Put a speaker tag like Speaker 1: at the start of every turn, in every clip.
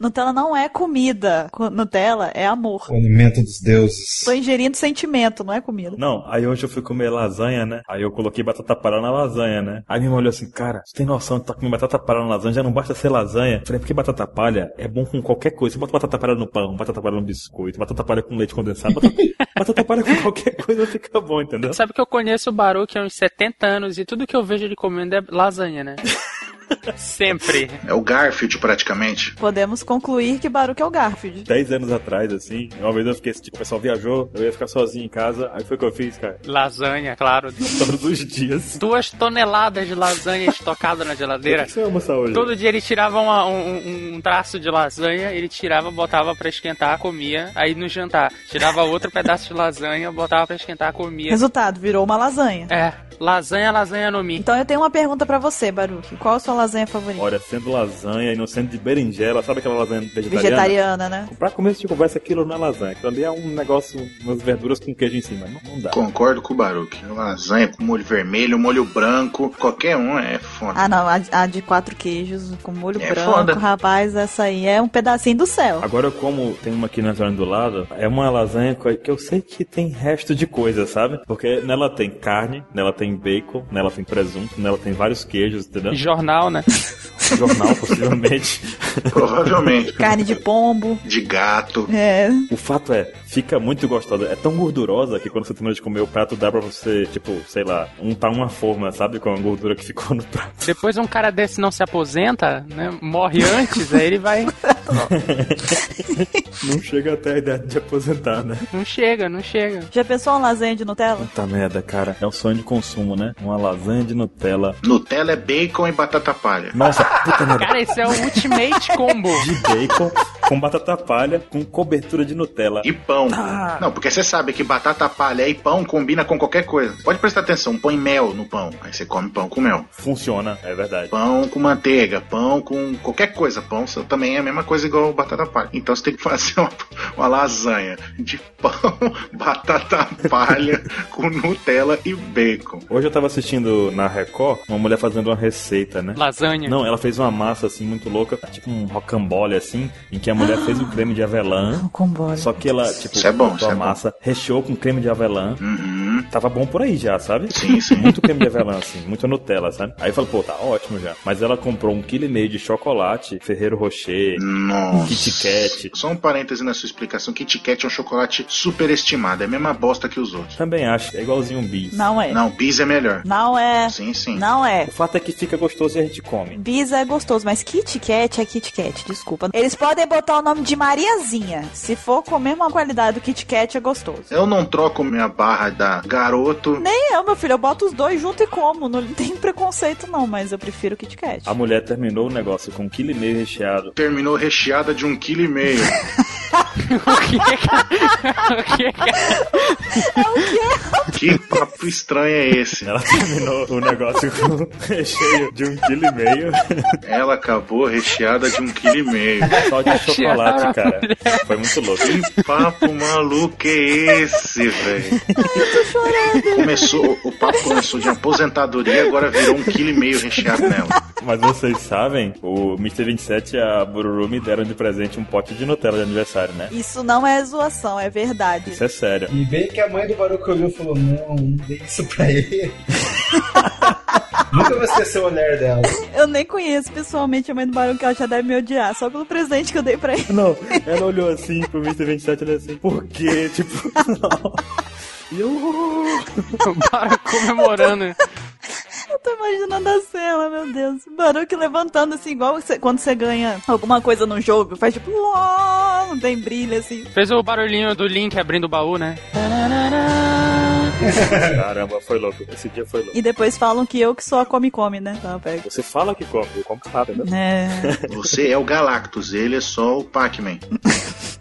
Speaker 1: Nutella não é comida. Co- Nutella é amor.
Speaker 2: Monumento dos deuses.
Speaker 1: Tô ingerindo sentimento, não é comida.
Speaker 3: Não, aí hoje eu fui comer lasanha, né? Aí eu coloquei batata palha na lasanha, né? Aí minha mãe olhou assim, cara, você tem noção de tá comendo batata palha na lasanha? Já não basta ser lasanha. Eu Falei, porque batata palha é bom com qualquer coisa. Você bota batata palha no pão, batata palha no biscoito, batata palha com leite condensado, batata, batata palha com qualquer coisa fica bom, entendeu?
Speaker 4: Sabe que eu conheço o Baruch há uns 70 anos e tudo que eu vejo ele comendo é lasanha, né? Sempre.
Speaker 5: É o Garfield, praticamente.
Speaker 1: Podemos concluir que Baruch é o Garfield.
Speaker 3: Dez anos atrás, assim, uma vez eu fiquei, tipo, o pessoal viajou, eu ia ficar sozinho em casa, aí foi o que eu fiz, cara,
Speaker 4: Lasanha, claro.
Speaker 3: todos os dias.
Speaker 4: Duas toneladas de lasanha estocada na
Speaker 3: O
Speaker 4: geladeira.
Speaker 3: que você vai almoçar hoje?
Speaker 4: Todo dia ele tirava uma- um, um- um traço de lasanha, ele tirava, botava pra esquentar, comia, aí no jantar. Tirava outro pedaço de lasanha, botava pra esquentar, comia.
Speaker 1: Resultado, virou uma lasanha.
Speaker 4: É, lasanha, lasanha no mi.
Speaker 1: Então eu tenho uma pergunta pra você, Baruch. Qual a sua lasanha favorita?
Speaker 3: Olha, sendo lasanha e não sendo de berinjela, sabe aquela lasanha vegetariana?
Speaker 1: Vegetariana, né?
Speaker 3: Pra começo de conversa, aquilo não é lasanha. Aquilo ali é um negócio, umas verduras com queijo em cima. Não, não dá.
Speaker 5: Concordo com o Baruque. Lasanha com molho vermelho, um molho branco, qualquer um é foda.
Speaker 1: Ah, não, a, a de quatro queijos com molho
Speaker 5: É
Speaker 1: branco,
Speaker 5: foda.
Speaker 1: rapaz, essa aí é um pedacinho do céu.
Speaker 3: Agora, eu como tem uma aqui na zona do lado, é uma lasanha co- que eu sei que tem resto de coisa, sabe? Porque nela tem carne, nela tem bacon, nela tem presunto, nela tem vários queijos, entendeu?
Speaker 4: Jornal, né?
Speaker 3: Jornal, possivelmente.
Speaker 5: Provavelmente.
Speaker 1: Carne de pombo.
Speaker 5: De gato.
Speaker 1: É,
Speaker 3: O fato é, fica muito gostosa. É tão gordurosa que quando você termina de comer o prato, dá pra você, tipo, sei lá, untar uma forma, sabe? Com a gordura que ficou no prato.
Speaker 4: Depois um cara desse não se aposenta, né? Morre antes, aí ele vai.
Speaker 3: Não chega até a idade de aposentar, né?
Speaker 4: Não chega, não chega.
Speaker 1: já pensou uma lasanha de Nutella?
Speaker 3: Puta merda, cara. É um sonho de consumo, né? Uma lasanha de Nutella.
Speaker 5: Nutella é bacon e batata palha.
Speaker 3: Nossa, puta merda.
Speaker 4: Cara, esse é o ultimate combo.
Speaker 3: De bacon com batata palha com cobertura de Nutella.
Speaker 5: E pão.
Speaker 3: Ah.
Speaker 5: Não, porque você sabe que batata palha e pão combina com qualquer coisa. Pode prestar atenção, põe mel no pão. Aí você come pão com mel.
Speaker 3: Funciona, é verdade.
Speaker 5: Pão com manteiga, pão com qualquer coisa. Pão só- também é a mesma coisa igual batata palha. Então você tem que fazer uma, uma lasanha de pão, batata palha com Nutella e bacon.
Speaker 3: Hoje eu tava assistindo na Record uma mulher fazendo uma receita, né?
Speaker 4: Lasanha.
Speaker 3: Não, ela fez uma massa assim muito louca, tipo um rocambole assim, em que a mulher fez um creme de avelã.
Speaker 1: Com bora.
Speaker 3: Só que ela, tipo,
Speaker 5: Isso é bom,
Speaker 3: cortou
Speaker 5: isso
Speaker 3: a
Speaker 5: é bom.
Speaker 3: massa, recheou com creme de avelã.
Speaker 5: Uhum.
Speaker 3: Tava bom por aí já, sabe?
Speaker 5: Sim, sim.
Speaker 3: Muito creme de avelã, assim, muita Nutella, sabe? Aí eu falei, pô, tá ótimo já. Mas ela comprou um quilo e meio de chocolate, Ferreiro Rocher,
Speaker 5: Nossa.
Speaker 3: Kit Kat.
Speaker 5: Só um parêntese na sua explicação. Kit Kat é um chocolate superestimado. É a mesma bosta que os outros.
Speaker 3: Também acho, é igualzinho um bis.
Speaker 1: Não é.
Speaker 5: Não, Bis é melhor.
Speaker 1: Não é.
Speaker 5: Sim, sim.
Speaker 1: Não é.
Speaker 3: O fato é que fica gostoso e a gente come.
Speaker 1: Bisa é gostoso, mas Kit Kat é Kit Kat, desculpa. Eles podem botar o nome de Mariazinha. Se for com a mesma qualidade do Kit Kat, é gostoso.
Speaker 5: Eu não troco minha barra da garoto.
Speaker 1: Nem eu, meu filho. Eu boto os dois junto e como. Não tem preconceito, não, mas eu prefiro Kit Kat.
Speaker 3: A mulher terminou o negócio com um quilo e meio recheado.
Speaker 5: Terminou recheada de um quilo e meio.
Speaker 4: O que é que... O que é que...
Speaker 5: que papo estranho é esse?
Speaker 3: Ela terminou o negócio com um recheio de um quilo e meio.
Speaker 5: Ela acabou recheada de um quilo e meio.
Speaker 3: Só de chocolate, cara. Foi muito louco.
Speaker 5: Que papo maluco é esse, velho? Começou, o papo começou de aposentadoria, agora virou um quilo e meio recheado nela.
Speaker 3: Mas vocês sabem, o Mr. 27 e a Bururu me deram de presente um pote de Nutella de aniversário, né?
Speaker 1: Isso não é zoação, é verdade.
Speaker 3: Isso é sério.
Speaker 2: E bem que a mãe do Baruco olhou e falou: Não, não dei isso pra ele. Nunca vou esquecer o olhar dela.
Speaker 1: Eu nem conheço pessoalmente a mãe do Barão, que ela já deve me odiar, só pelo presente que eu dei pra ele.
Speaker 3: Não, ela olhou assim pro Mr. 27 e olhou assim, por quê? Tipo, não. E eu... "Oh."
Speaker 4: Para é comemorando.
Speaker 1: Eu tô imaginando a cena, meu Deus. Baruque levantando assim, igual você- quando você ganha alguma coisa num jogo, faz tipo, uó, não tem brilho assim.
Speaker 4: Fez o barulhinho do Link abrindo o baú, né?
Speaker 3: Caramba, foi louco. Esse dia foi louco.
Speaker 1: E depois falam que eu que sou a Come Come, né? Então, pega.
Speaker 3: Você fala que come, eu como rápido, né?
Speaker 1: É.
Speaker 5: Você é o Galactus, ele é só o Pac-Man.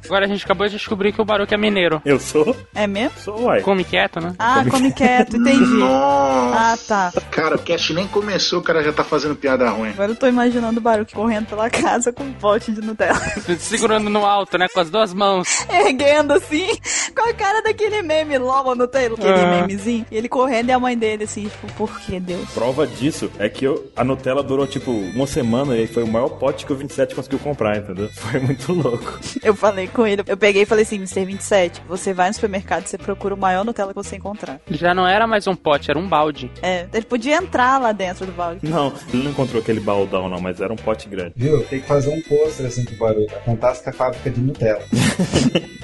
Speaker 4: Agora a gente acabou de descobrir que o Baruque é mineiro.
Speaker 3: Eu sou?
Speaker 1: É mesmo?
Speaker 3: Sou, uai.
Speaker 4: Come quieto, né?
Speaker 1: Ah,
Speaker 3: Come
Speaker 1: come quieto, entendi. Ah,
Speaker 5: Nossa.
Speaker 1: tá.
Speaker 5: Cara, o cast nem começou, o cara já tá fazendo piada ruim.
Speaker 1: Agora eu tô imaginando o Baruque correndo pela casa com um pote de Nutella.
Speaker 4: Segurando no alto, né? Com as duas mãos.
Speaker 1: Erguendo assim, com a cara daquele meme LOL, Nutella, aquele
Speaker 4: Ah.
Speaker 1: memezinho. E ele correndo e a mãe dele assim, tipo, por que Deus?
Speaker 3: Prova disso é que eu, a Nutella durou tipo uma semana e foi o maior pote que o 27 conseguiu comprar, entendeu? Foi muito louco.
Speaker 1: Eu falei com ele, eu peguei e falei assim, Mr. 27, você vai no supermercado, você procura o maior Nutella que você encontrar.
Speaker 4: Já não era mais um pote, era um balde.
Speaker 1: É, ele podia entrar lá dentro do balde.
Speaker 3: Não, ele não encontrou aquele baldão, não, mas era um pote grande.
Speaker 2: Viu? Tem que fazer um pôster assim do barulho. A fantástica fábrica de Nutella.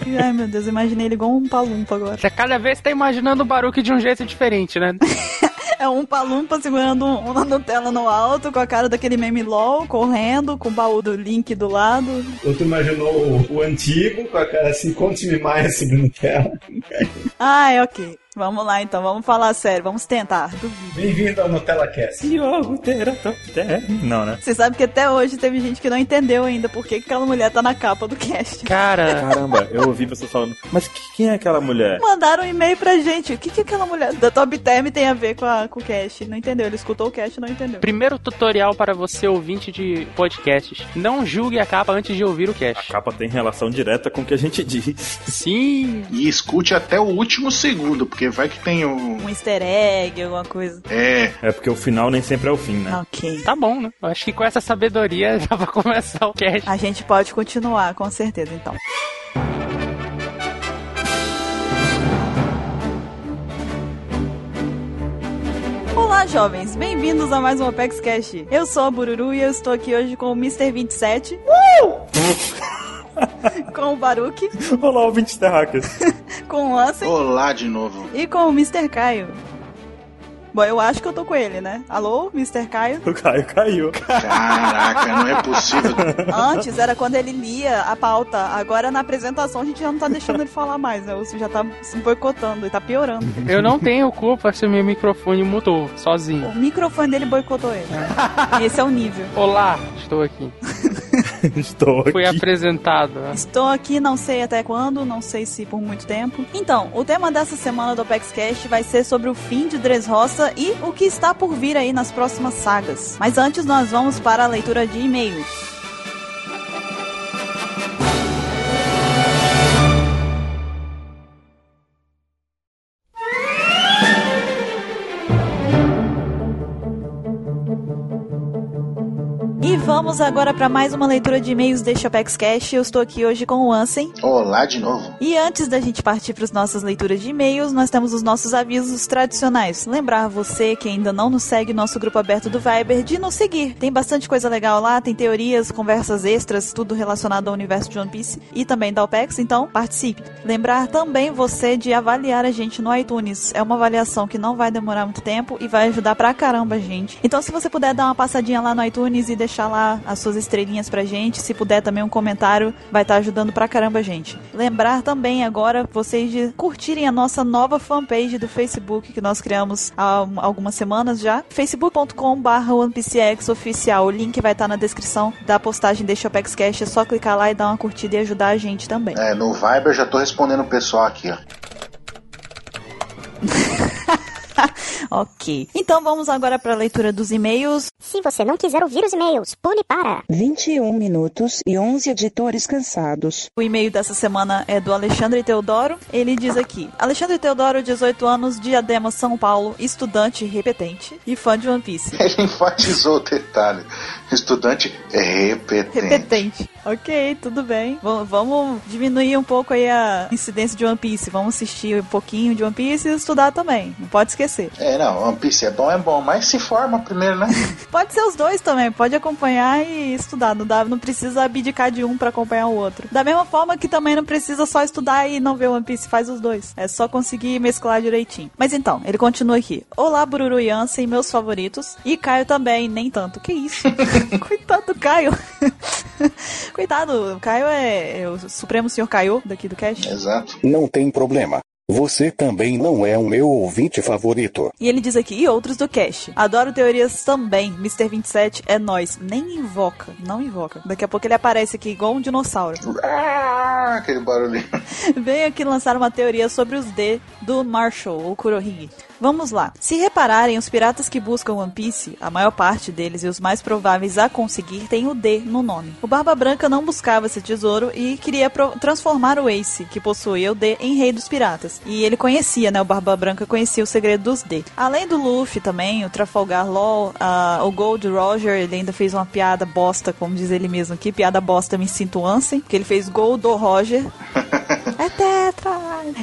Speaker 1: E, Ai meu Deus, eu imaginei ele igual um palumpa agora.
Speaker 4: Você cada vez tá imaginando o Baruque de um jeito diferente, né?
Speaker 1: É um palumpa segurando um- uma Nutella no alto, com a cara daquele meme LOL, correndo, com o baú do Link do lado.
Speaker 2: Outro imaginou o, o antigo com a cara assim, conte-me mais sobre Nutella.
Speaker 1: Ah, é ok. Vamos lá então, vamos falar sério, vamos tentar, duvido.
Speaker 2: Bem-vindo ao Nutella Cast.
Speaker 3: Diogo Teratopé. Não, né?
Speaker 1: Você sabe que até hoje teve gente que não entendeu ainda por que que aquela mulher tá na capa do cast.
Speaker 4: Cara,
Speaker 3: Caramba, eu ouvi pessoas falando, mas que- quem é aquela mulher?
Speaker 1: Mandaram um e-mail pra gente. O que, que aquela mulher da Top Term tem a ver com, a, com o cast? Não entendeu. Ele escutou o cast e não entendeu.
Speaker 4: primeiro tutorial para você ouvinte de podcasts. Não julgue a capa antes de ouvir o
Speaker 3: A
Speaker 4: cast.
Speaker 3: capa tem relação direta com o que a gente diz.
Speaker 4: Sim.
Speaker 5: E escute até o último segundo, porque vai que tem o.
Speaker 1: Um easter egg, alguma coisa.
Speaker 5: É,
Speaker 3: É porque o final nem sempre é o fim, né?
Speaker 1: Ok.
Speaker 4: Tá bom, né? Eu acho que com essa sabedoria já vai começar o cast.
Speaker 1: A gente pode continuar, com certeza, então. Olá, jovens! Bem-vindos a mais um Apex Cash. Eu sou a Bururu e eu estou aqui hoje com o Mr. 27. com o Baruque,
Speaker 3: Olá, ouvintes terráqueos.
Speaker 1: com o Ansem
Speaker 5: olá de novo.
Speaker 1: e com o Mr. Caio. Bom, eu acho que eu tô com ele, né? Alô, Mr. Caio?
Speaker 3: O Caio caiu.
Speaker 5: Caraca, não é possível.
Speaker 1: Antes era quando ele lia a pauta. Agora na apresentação a gente já não tá deixando ele falar mais, né? O Wilson já tá se boicotando e tá piorando.
Speaker 4: Eu não tenho culpa se o meu microfone mutou sozinho.
Speaker 1: O microfone dele boicotou ele. Esse é o nível.
Speaker 4: Olá, estou aqui.
Speaker 3: Estou aqui.
Speaker 4: Fui apresentado. né?
Speaker 1: Estou aqui, não sei até quando, não sei se por muito tempo. Então, o tema dessa semana do Apex Cash vai ser sobre o fim de Dressrosa e o que está por vir aí nas próximas sagas. Mas antes, nós vamos para a leitura de e-mails. E vamos agora para mais uma leitura de e-mails deste Apex Cash. Eu estou aqui hoje com o Ansem.
Speaker 5: Olá de novo.
Speaker 1: E antes da gente partir para as nossas leituras de e-mails, nós temos os nossos avisos tradicionais. Lembrar você que ainda não nos segue nosso grupo aberto do Viber de nos seguir. Tem bastante coisa legal lá, tem teorias, conversas extras, tudo relacionado ao universo de One Piece e também da OPEX, então participe. Lembrar também você de avaliar a gente no iTunes. É uma avaliação que não vai demorar muito tempo e vai ajudar pra caramba a gente. Então se você puder dar uma passadinha lá no iTunes e deixar lá as suas estrelinhas pra gente, se puder também um comentário, vai estar ajudando pra caramba a gente. Lembrar também agora vocês de curtirem a nossa nova fanpage do Facebook que nós criamos há um- algumas semanas já, facebook.com/barra oficial. O link vai estar na descrição da postagem deste Opex Cash, é só clicar lá e dar uma curtida e ajudar a gente também.
Speaker 5: É, no Viber eu já tô respondendo o pessoal aqui, ó.
Speaker 1: Ok. Então vamos agora para a leitura dos e-mails.
Speaker 6: Se você não quiser ouvir os e-mails, pule para.
Speaker 7: 21 minutos e 11 editores cansados.
Speaker 1: O e-mail dessa semana é do Alexandre Teodoro. Ele diz aqui: Alexandre Teodoro, 18 anos, Diadema, São Paulo, estudante repetente e fã de One Piece.
Speaker 5: Ele enfatizou o detalhe. Estudante é repetente.
Speaker 1: Repetente. Ok, tudo bem. V- vamos diminuir um pouco aí a incidência de One Piece. Vamos assistir um pouquinho de One Piece e estudar também. Não pode esquecer.
Speaker 5: É, não, One Piece é bom, é bom, mas se forma primeiro, né?
Speaker 1: Pode ser os dois também, pode acompanhar e estudar. Não, dá, não precisa abdicar de um pra acompanhar o outro. Da mesma forma que também não precisa só estudar e não ver One Piece, faz os dois. É só conseguir mesclar direitinho. Mas então, ele continua aqui. Olá, Bururu e Ansem, meus favoritos. E Caio também, nem tanto. Que isso? Coitado do Caio. Coitado, o Caio é, é o Supremo Senhor Caio daqui do Cash.
Speaker 5: Exato.
Speaker 8: Não tem problema. Você também não é o meu ouvinte favorito.
Speaker 1: E ele diz aqui, e outros do cast. Adoro teorias também. Mr. 27 é nós. Nem invoca, não invoca. Daqui a pouco ele aparece aqui igual um dinossauro.
Speaker 5: Ah, aquele barulhinho.
Speaker 1: Venho aqui lançar uma teoria sobre os D do Marshall, ou Kurohige. Vamos lá. Se repararem, os piratas que buscam One Piece, a maior parte deles e os mais prováveis a conseguir, tem o D no nome. O Barba Branca não buscava esse tesouro e queria pro- transformar o Ace, que possuía o D, em rei dos piratas. E ele conhecia, né? O Barba Branca conhecia o segredo dos D. Além do Luffy também, o Trafalgar Law, ah, o Gold Roger, ele ainda fez uma piada bosta, como diz ele mesmo aqui, piada bosta me sinto Ansem, que ele fez Gold Roger, é tetra!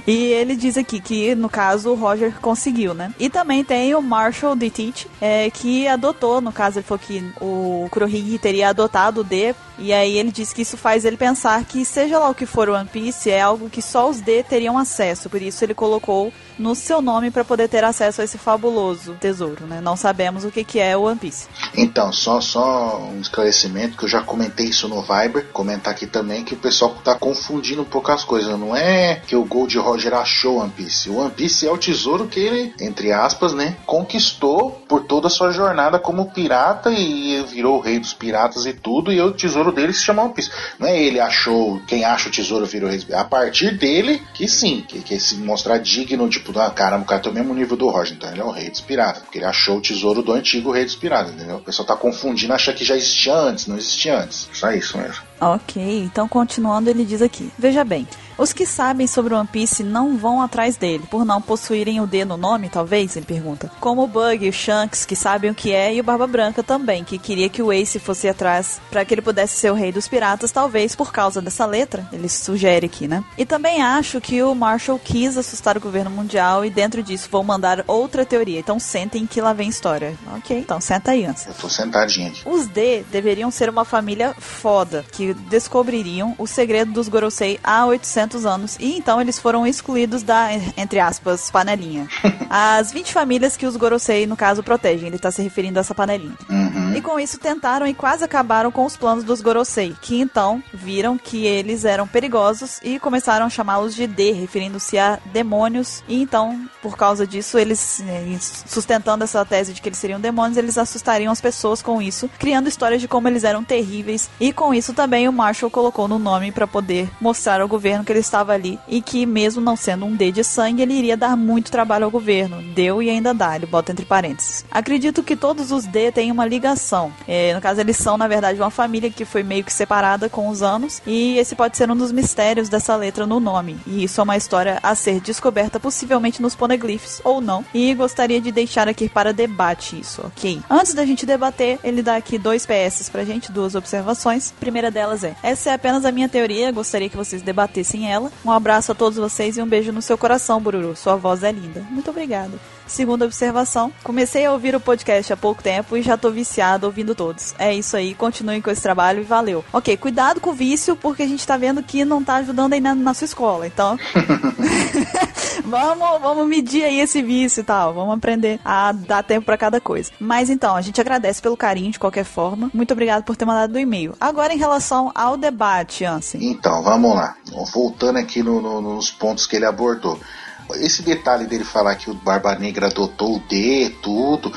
Speaker 1: E ele diz aqui que, no caso, o Roger conseguiu, né? E também tem o Marshall D. Teach, é, que adotou, no caso, ele falou que o Kurohige teria adotado o D. E aí ele diz que isso faz ele pensar que, seja lá o que for o One Piece, é algo que só os D teriam acesso. Por isso ele colocou no seu nome para poder ter acesso a esse fabuloso tesouro, né? Não sabemos o que, que é o One Piece.
Speaker 5: Então, só, só um esclarecimento que eu já comentei isso no Viber, comentar aqui também que o pessoal tá confundindo um pouco as coisas. Não é que o Gold Roger achou One Piece. O One Piece é o tesouro que ele, entre aspas, né, conquistou por toda a sua jornada como pirata e virou o rei dos piratas e tudo. E o tesouro dele se chama One Piece. Não é ele achou, quem acha o tesouro virou rei. dos piratas. A partir dele, que sim, que, que se mostrar digno, tipo, ah, caramba, o cara tem o mesmo nível do Roger, então ele é o rei dos piratas, porque ele achou o tesouro do antigo rei dos piratas, entendeu? O pessoal tá confundindo, achando que já existia antes, não existia antes. Só isso mesmo.
Speaker 1: Ok, então continuando, ele diz aqui: Veja bem, os que sabem sobre One Piece não vão atrás dele, por não possuírem o D no nome, talvez? Ele pergunta. Como o Bug, o Shanks, que sabem o que é, e o Barba Branca também, que queria que o Ace fosse atrás para que ele pudesse ser o rei dos piratas, talvez por causa dessa letra, ele sugere aqui, né? E também acho que o Marshall quis assustar o governo mundial e dentro disso vou mandar outra teoria. Então sentem que lá vem história. Ok, então senta aí, Ansa.
Speaker 5: Eu tô sentadinho aqui.
Speaker 1: Os D deveriam ser uma família foda, que descobririam o segredo dos Gorosei há 800 anos, e então eles foram excluídos da, entre aspas, panelinha. As 20 famílias que os Gorosei, no caso, protegem, ele tá se referindo a essa panelinha.
Speaker 5: Uhum.
Speaker 1: E com isso tentaram e quase acabaram com os planos dos Gorosei, que então viram que eles eram perigosos e começaram a chamá-los de D, referindo-se a demônios. E então, por causa disso, eles eh, sustentando essa tese de que eles seriam demônios, eles assustariam as pessoas com isso, criando histórias de como eles eram terríveis. E com isso também o Marshall colocou no nome para poder mostrar ao governo que ele estava ali e que mesmo não sendo um D de sangue, ele iria dar muito trabalho ao governo. Deu e ainda dá, ele bota entre parênteses. Acredito que todos os D têm uma ligação. É, no caso, eles são, na verdade, uma família que foi meio que separada com os anos, e esse pode ser um dos mistérios dessa letra no nome. E isso é uma história a ser descoberta possivelmente nos poneglyphs ou não. E gostaria de deixar aqui para debate isso, ok? Antes da gente debater, ele dá aqui dois PS pra gente, duas observações. A primeira delas é: essa é apenas a minha teoria, gostaria que vocês debatessem ela. Um abraço a todos vocês e um beijo no seu coração, Bururu. Sua voz é linda. Muito obrigada. Segunda observação, comecei a ouvir o podcast há pouco tempo e já tô viciado ouvindo todos. É isso aí, continuem com esse trabalho e valeu. Ok, cuidado com o vício, porque a gente tá vendo que não tá ajudando aí na, na sua escola, então. vamos, vamos medir aí esse vício e tal. Vamos aprender a dar tempo pra cada coisa. Mas então, a gente agradece pelo carinho de qualquer forma. Muito obrigado por ter mandado o e-mail. Agora, em relação ao debate, Ansem.
Speaker 5: Então, vamos lá. Voltando aqui no- no- nos pontos que ele abordou. Esse detalhe dele falar que o Barba Negra adotou o D, tudo,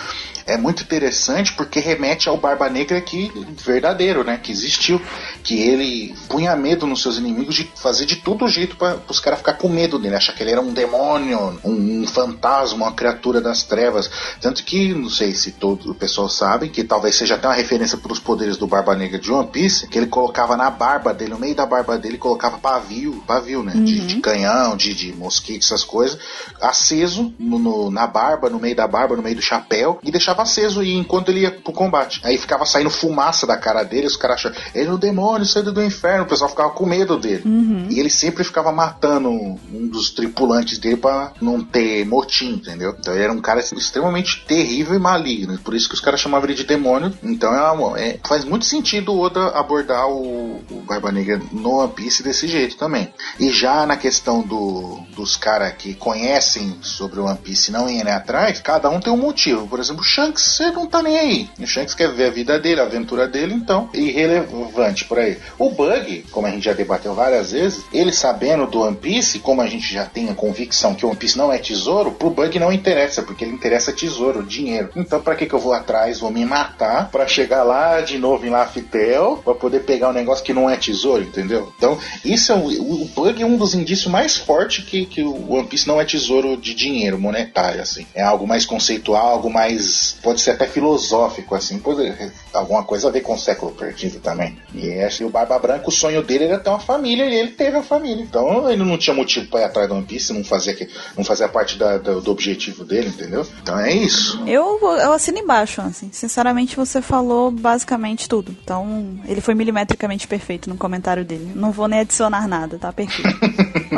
Speaker 5: é muito interessante porque remete ao Barba Negra que verdadeiro, né? Que existiu. Que ele punha medo nos seus inimigos de fazer de todo jeito para os caras ficar com medo dele, achar que ele era um demônio, um, um fantasma, uma criatura das trevas. Tanto que, não sei se todo o pessoal sabe, que talvez seja até uma referência para os poderes do Barba Negra de One Piece, que ele colocava na barba dele, no meio da barba dele, colocava pavio, pavio, né? De, de canhão, de, de mosquito, essas coisas, aceso no- no- na barba, no meio da barba, no meio do chapéu, e deixava aceso e enquanto ele ia pro combate. Aí ficava saindo fumaça da cara dele, os caras achavam, ele é um demônio, saindo do inferno, o pessoal ficava com medo dele. E ele sempre ficava matando um dos tripulantes dele pra não ter motim, entendeu? Então ele era um cara extremamente terrível e maligno. Por isso que os caras chamavam ele de demônio. Então é uma- é- faz muito sentido o Oda abordar o, o Barba Negra no One Piece desse jeito também. E já na questão do- dos caras que conhecem sobre o One Piece e não irem atrás, cada um tem um motivo. Por exemplo, o Shanks. Shanks, ele não tá nem aí. O Shanks quer ver a vida dele, a aventura dele, então, irrelevante por aí. O Bug, como a gente já debateu várias vezes, ele sabendo do One Piece, como a gente já tem a convicção que o One Piece não é tesouro, pro Bug não interessa, porque ele interessa tesouro, dinheiro. Então, pra que que eu vou atrás? Vou me matar pra chegar lá de novo em Laftel, pra poder pegar um negócio que não é tesouro, entendeu? Então, isso é o, o Bug é um dos indícios mais fortes que, que o One Piece não é tesouro de dinheiro monetário, assim. É algo mais conceitual, algo mais. pode ser até filosófico, assim. Pode, alguma coisa a ver com o século perdido também. E acho que o Barba Branca, o sonho dele era ter uma família e ele teve a família. Então ele não tinha motivo pra ir atrás do One Piece, não fazia, que- não fazia parte da- da- do objetivo dele, entendeu? Então é isso.
Speaker 1: Eu, eu assino embaixo, assim. Sinceramente, você falou basicamente tudo. Então, ele foi milimetricamente perfeito no comentário dele. Não vou nem adicionar nada, tá perfeito.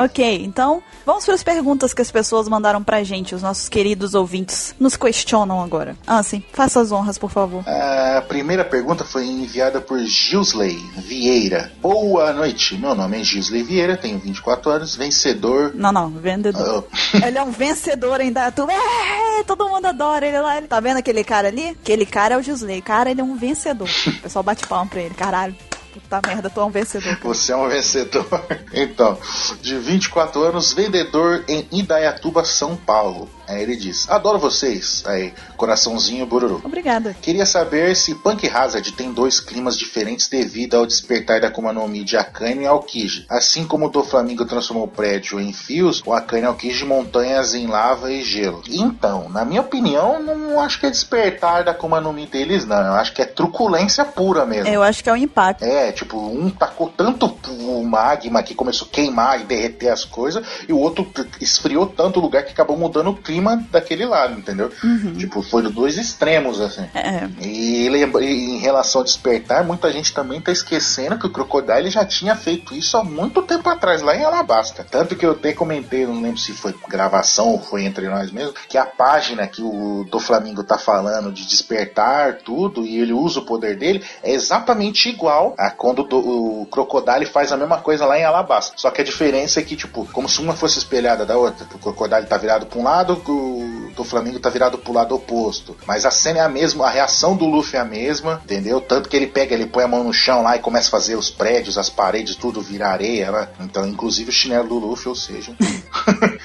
Speaker 1: ok, então, vamos para as perguntas que as pessoas mandaram pra gente, os nossos queridos ouvintes nos questionam agora. Ansem, faça as honras, por favor.
Speaker 5: A primeira pergunta foi enviada por Gisley Vieira. Boa noite, meu nome é Gisley Vieira, tenho 24 anos, vencedor. oh,
Speaker 1: Não, não, vendedor. Ele é um vencedor ainda. Tu... É, todo mundo adora ele lá. Ele... Tá vendo aquele cara ali? Aquele cara é o Gisley. Cara, ele é um vencedor. O pessoal bate palma pra ele. Caralho, puta merda, tu é um vencedor.
Speaker 5: Você é um vencedor. Então, de 24 anos, vendedor em Idaiatuba, São Paulo. Aí ele diz: Adoro vocês. Aí, coraçãozinho bururu.
Speaker 1: Obrigada.
Speaker 5: Queria saber se Punk Hazard tem dois climas diferentes devido ao despertar da Akuma no Mi de Akane e Aokiji. Assim como o do Flamingo transformou o prédio em fios, o Akane e Aokiji montanhas em lava e gelo. Então, na minha opinião, não acho que é despertar da Akuma no Mi deles, não. Eu acho que é truculência pura mesmo.
Speaker 1: Eu acho que é o impacto.
Speaker 5: É, tipo, um tacou tanto o magma que começou a queimar e derreter as coisas, e o outro t- esfriou tanto o lugar que acabou mudando o clima daquele lado, entendeu? Tipo, foi dos dois extremos, assim.
Speaker 1: É,
Speaker 5: E lembra- e em relação ao despertar, muita gente também tá esquecendo que o Crocodile já tinha feito isso há muito tempo atrás, lá em Alabasta. Tanto que eu até comentei, não lembro se foi gravação ou foi entre nós mesmo, que a página que o do Flamengo tá falando de despertar tudo e ele usa o poder dele é exatamente igual a quando o do- o Crocodile faz a mesma coisa lá em Alabasta. Só que a diferença é que, tipo, como se uma fosse espelhada da outra. O Crocodile tá virado pra um lado, o do Flamengo tá virado pro lado oposto. Mas a cena é a mesma, a reação do Luffy é a mesma, entendeu? Tanto que ele pega, ele põe a mão no chão lá e começa a fazer os prédios, as paredes, tudo virar areia, né? Então, inclusive o chinelo do Luffy, ou seja,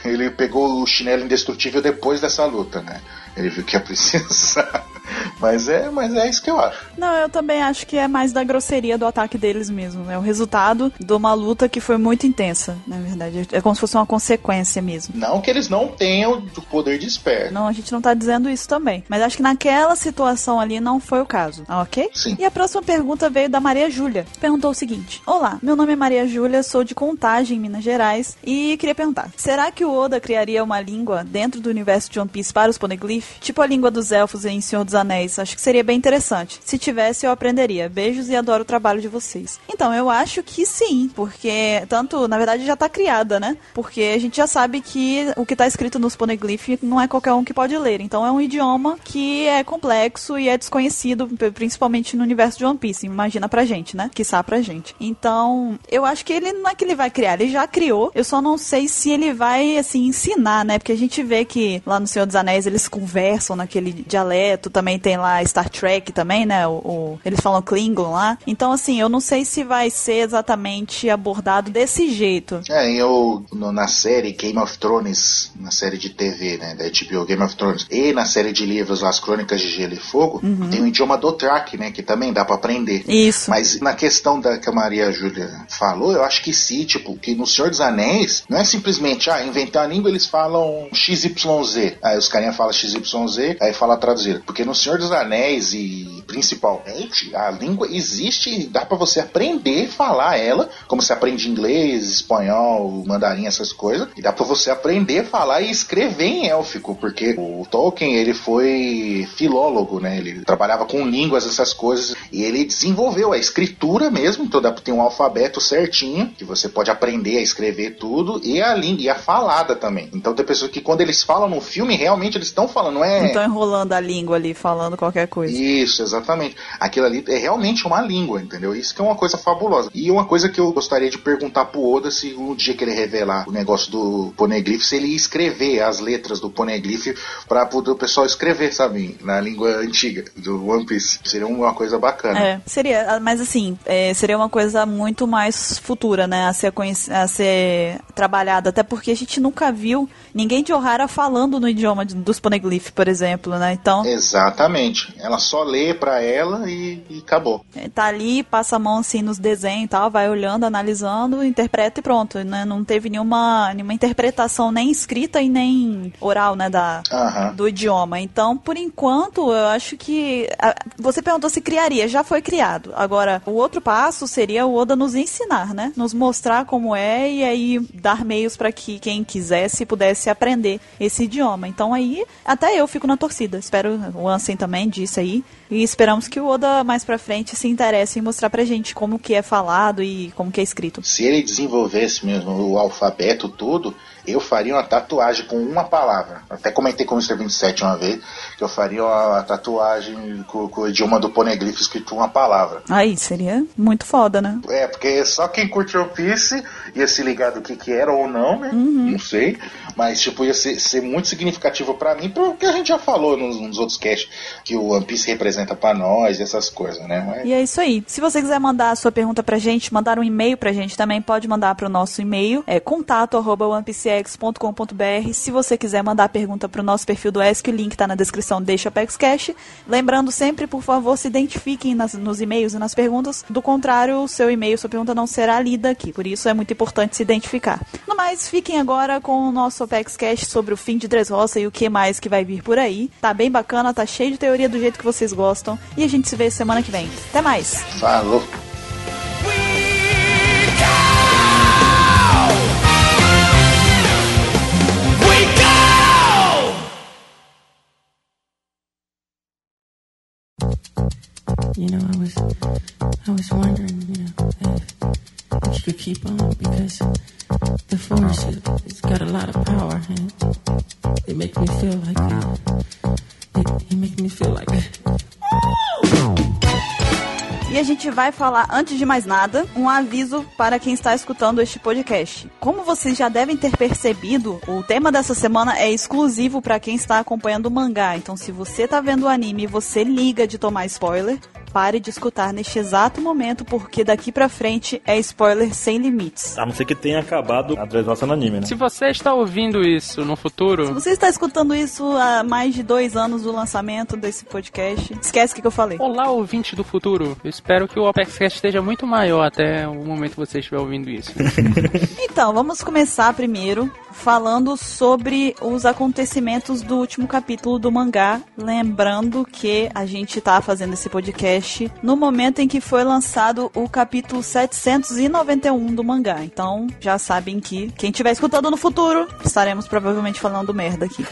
Speaker 5: ele pegou o chinelo indestrutível depois dessa luta, né? Ele viu que ia precisar. Mas é, mas é isso que eu acho.
Speaker 1: não, eu também acho que é mais da grosseria do ataque deles mesmo. É o resultado de uma luta que foi muito intensa, na verdade. É como se fosse uma consequência mesmo.
Speaker 5: Não que eles não tenham o poder de esperto.
Speaker 1: Não, a gente não tá dizendo isso também. Mas acho que naquela situação ali não foi o caso, ah, ok?
Speaker 5: Sim.
Speaker 1: E a próxima pergunta veio da Maria Júlia. Perguntou o seguinte: Olá, meu nome é Maria Júlia, sou de Contagem, Minas Gerais, e queria perguntar: será que o Oda criaria uma língua dentro do universo de One Piece para os Poneglyph? Tipo a língua dos elfos em Senhor dos Anéis? Acho que seria bem interessante. Se tivesse, eu aprenderia. Beijos e adoro o trabalho de vocês. Então, eu acho que sim, porque tanto, na verdade, já tá criada, né? Porque a gente já sabe que o que tá escrito nos Poneglyph não é qualquer um que pode ler. Então, é um idioma que é complexo e é desconhecido, p- principalmente no universo de One Piece. Imagina pra gente, né? Que pra gente. Então, eu acho que ele não é que ele vai criar, ele já criou. Eu só não sei se ele vai, assim, ensinar, né? Porque a gente vê que lá no Senhor dos Anéis eles conversam naquele dialeto. Também tem lá Star Trek também, né? O, o- eles falam Klingon lá. Então, assim, eu não sei se vai ser exatamente abordado desse jeito.
Speaker 5: É, eu no- na série Game of Thrones, na série de TV, né, da HBO Game of Thrones, e na série de livros As Crônicas de Gelo e Fogo, tem o idioma do Track, né, que também dá pra aprender.
Speaker 1: Isso.
Speaker 5: Mas na questão da que a Maria Júlia falou, eu acho que sim, tipo, que no Senhor dos Anéis, não é simplesmente, ah, inventar a língua, eles falam XYZ. Aí os carinha falam XYZ, aí fala traduzir. Porque no Senhor dos Anéis e principalmente, a língua existe e dá pra você aprender a falar ela, como você aprende inglês, espanhol, mandarim, essas coisas, e dá pra você aprender a falar e escrever em élfico, porque o Tolkien, ele foi filólogo, né? Ele trabalhava com línguas, essas coisas, e ele desenvolveu a escritura mesmo, então dá pra ter um alfabeto certinho, que você pode aprender a escrever tudo, e a língua, e a
Speaker 1: tá
Speaker 5: falada também. Então tem pessoas que quando eles falam no filme, realmente eles estão falando, não é...
Speaker 1: Então enrolando a língua ali, falando qualquer coisa.
Speaker 5: Isso, exatamente. Aquilo ali é realmente uma língua, entendeu? Isso que é uma coisa fabulosa. E uma coisa que eu gostaria de perguntar pro Oda se no dia que ele revelar o negócio do Poneglyph, se ele ia escrever as letras do Poneglyph pra poder o pessoal escrever, sabe? Na língua antiga do One Piece. Seria uma coisa bacana.
Speaker 1: É, seria, ah, mas assim, é, seria uma coisa muito mais futura, né? A ser, conhec- a ser trabalhada. Até porque a gente nunca viu ninguém de Ohara falando no idioma de- dos poneglyph, por exemplo, né? Então,
Speaker 5: Exatamente. Ela só lê pra ela e, e acabou.
Speaker 1: é, tá ali, passa a mão assim nos desenhos e tal, vai olhando, analisando, interpreta e pronto, né? Não teve nenhuma, nenhuma interpretação nem escrita e nem oral, né? Da,
Speaker 5: Aham.
Speaker 1: do idioma. Então, por enquanto, eu acho que. a- Você perguntou se criaria, já foi criado. Agora, o outro passo seria o Oda nos ensinar, né? Nos mostrar como é e aí dar meios para que quem quisesse pudesse aprender esse idioma. Então, aí, até eu fico na torcida. Espero, o Ansem também disse aí. E esperamos que o Oda mais pra frente se interesse em mostrar pra gente como que é falado e como que é escrito.
Speaker 5: Se ele desenvolvesse mesmo o alfabeto todo, eu faria uma tatuagem com uma palavra. Até comentei com o Mr. 27 uma vez que eu faria uma tatuagem com, com o idioma do poneglyph escrito uma palavra.
Speaker 1: Aí, seria muito foda, né?
Speaker 5: É, porque só quem curte One Piece ia se ligar do que, que era ou não, né? Não sei. Mas, tipo, ia ser, ser muito significativo pra mim, porque a gente já falou nos, nos outros casts que o One Piece representa pra nós e essas coisas, né? Mas-
Speaker 1: E é isso aí. Se você quiser mandar a sua pergunta pra gente, mandar um e-mail pra gente também, pode mandar pro nosso e-mail, é contato@onepcx.com.br. Se você quiser mandar pergunta pro nosso perfil do ESC, o link tá na descrição deste Apex Cash. Lembrando sempre, por favor, se identifiquem nas- nos e-mails e nas perguntas. Do contrário, o seu e-mail, sua pergunta não será lida aqui. Por isso é muito importante se identificar. No mais, fiquem agora com o nosso Apex Cash sobre o fim de Dressrosa e o que mais que vai vir por aí. Tá bem bacana, tá cheio de teoria do jeito que vocês gostam. E a gente se vê semana que vem. Até mais!
Speaker 5: Falou.
Speaker 9: You know, I was, I was wondering, you know, if, if you could keep on because the force it, it's got a lot of power, and it, it makes me feel like it, it, it makes me feel like.
Speaker 1: E a gente vai falar, antes de mais nada, um aviso para quem está escutando este podcast. Como vocês já devem ter percebido, o tema dessa semana é exclusivo para quem está acompanhando o mangá. Então, se você está vendo o anime e você liga de tomar spoiler, pare de escutar neste exato momento, porque daqui pra frente é spoiler sem limites.
Speaker 3: A não ser que tenha acabado a Dressrosa no anime, né?
Speaker 4: Se você está ouvindo isso no
Speaker 1: Se
Speaker 4: futuro,
Speaker 1: você está escutando isso há mais de dois anos do lançamento desse podcast, esquece o que que eu falei.
Speaker 4: olá ouvinte do futuro, eu espero que o ApexCast esteja muito maior até o momento que você estiver ouvindo isso.
Speaker 1: Então, vamos começar primeiro falando sobre os acontecimentos do último capítulo do mangá. Lembrando que a gente tá fazendo esse podcast no momento em que foi lançado o capítulo 791 do mangá. Então, já sabem que quem estiver escutando no futuro, estaremos provavelmente falando merda aqui.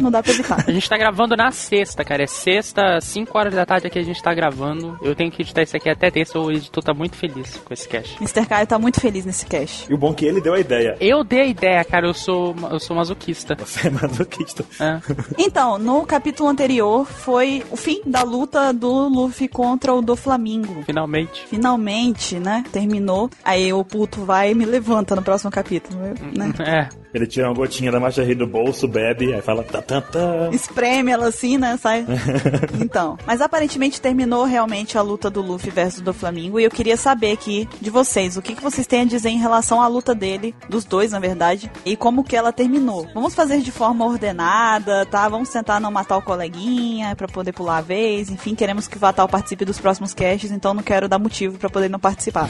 Speaker 1: Não dá pra evitar.
Speaker 4: A gente tá gravando na sexta, cara. É sexta, 5 horas da tarde aqui a gente tá gravando. Eu tenho que editar isso aqui até terça, o editor tá muito feliz com esse cast.
Speaker 1: Mr. Caio tá muito feliz nesse cast.
Speaker 3: E o bom é que ele deu a ideia.
Speaker 4: Eu dei a ideia, cara, eu sou, eu sou masoquista.
Speaker 3: Você é masoquista.
Speaker 4: né?
Speaker 1: Então, no capítulo anterior foi o fim da luta do Luffy contra o do Flamingo.
Speaker 4: Finalmente.
Speaker 1: Finalmente, né? Terminou. Aí o puto vai e me levanta no próximo capítulo, né?
Speaker 4: É.
Speaker 3: Ele tira uma gotinha da marcha do bolso, bebe, aí fala tá, tá, tá.
Speaker 1: Espreme ela assim, né? Sai. Então. Mas aparentemente terminou realmente a luta do Luffy versus do Flamingo. E eu queria saber aqui de vocês o que, que vocês têm a dizer em relação à luta dele, dos dois, na verdade, e como que ela terminou. Vamos fazer de forma ordenada, tá? Vamos tentar não matar o coleguinha pra poder pular a vez. Enfim, queremos que o Vatal participe dos próximos casts, então não quero dar motivo pra poder não participar.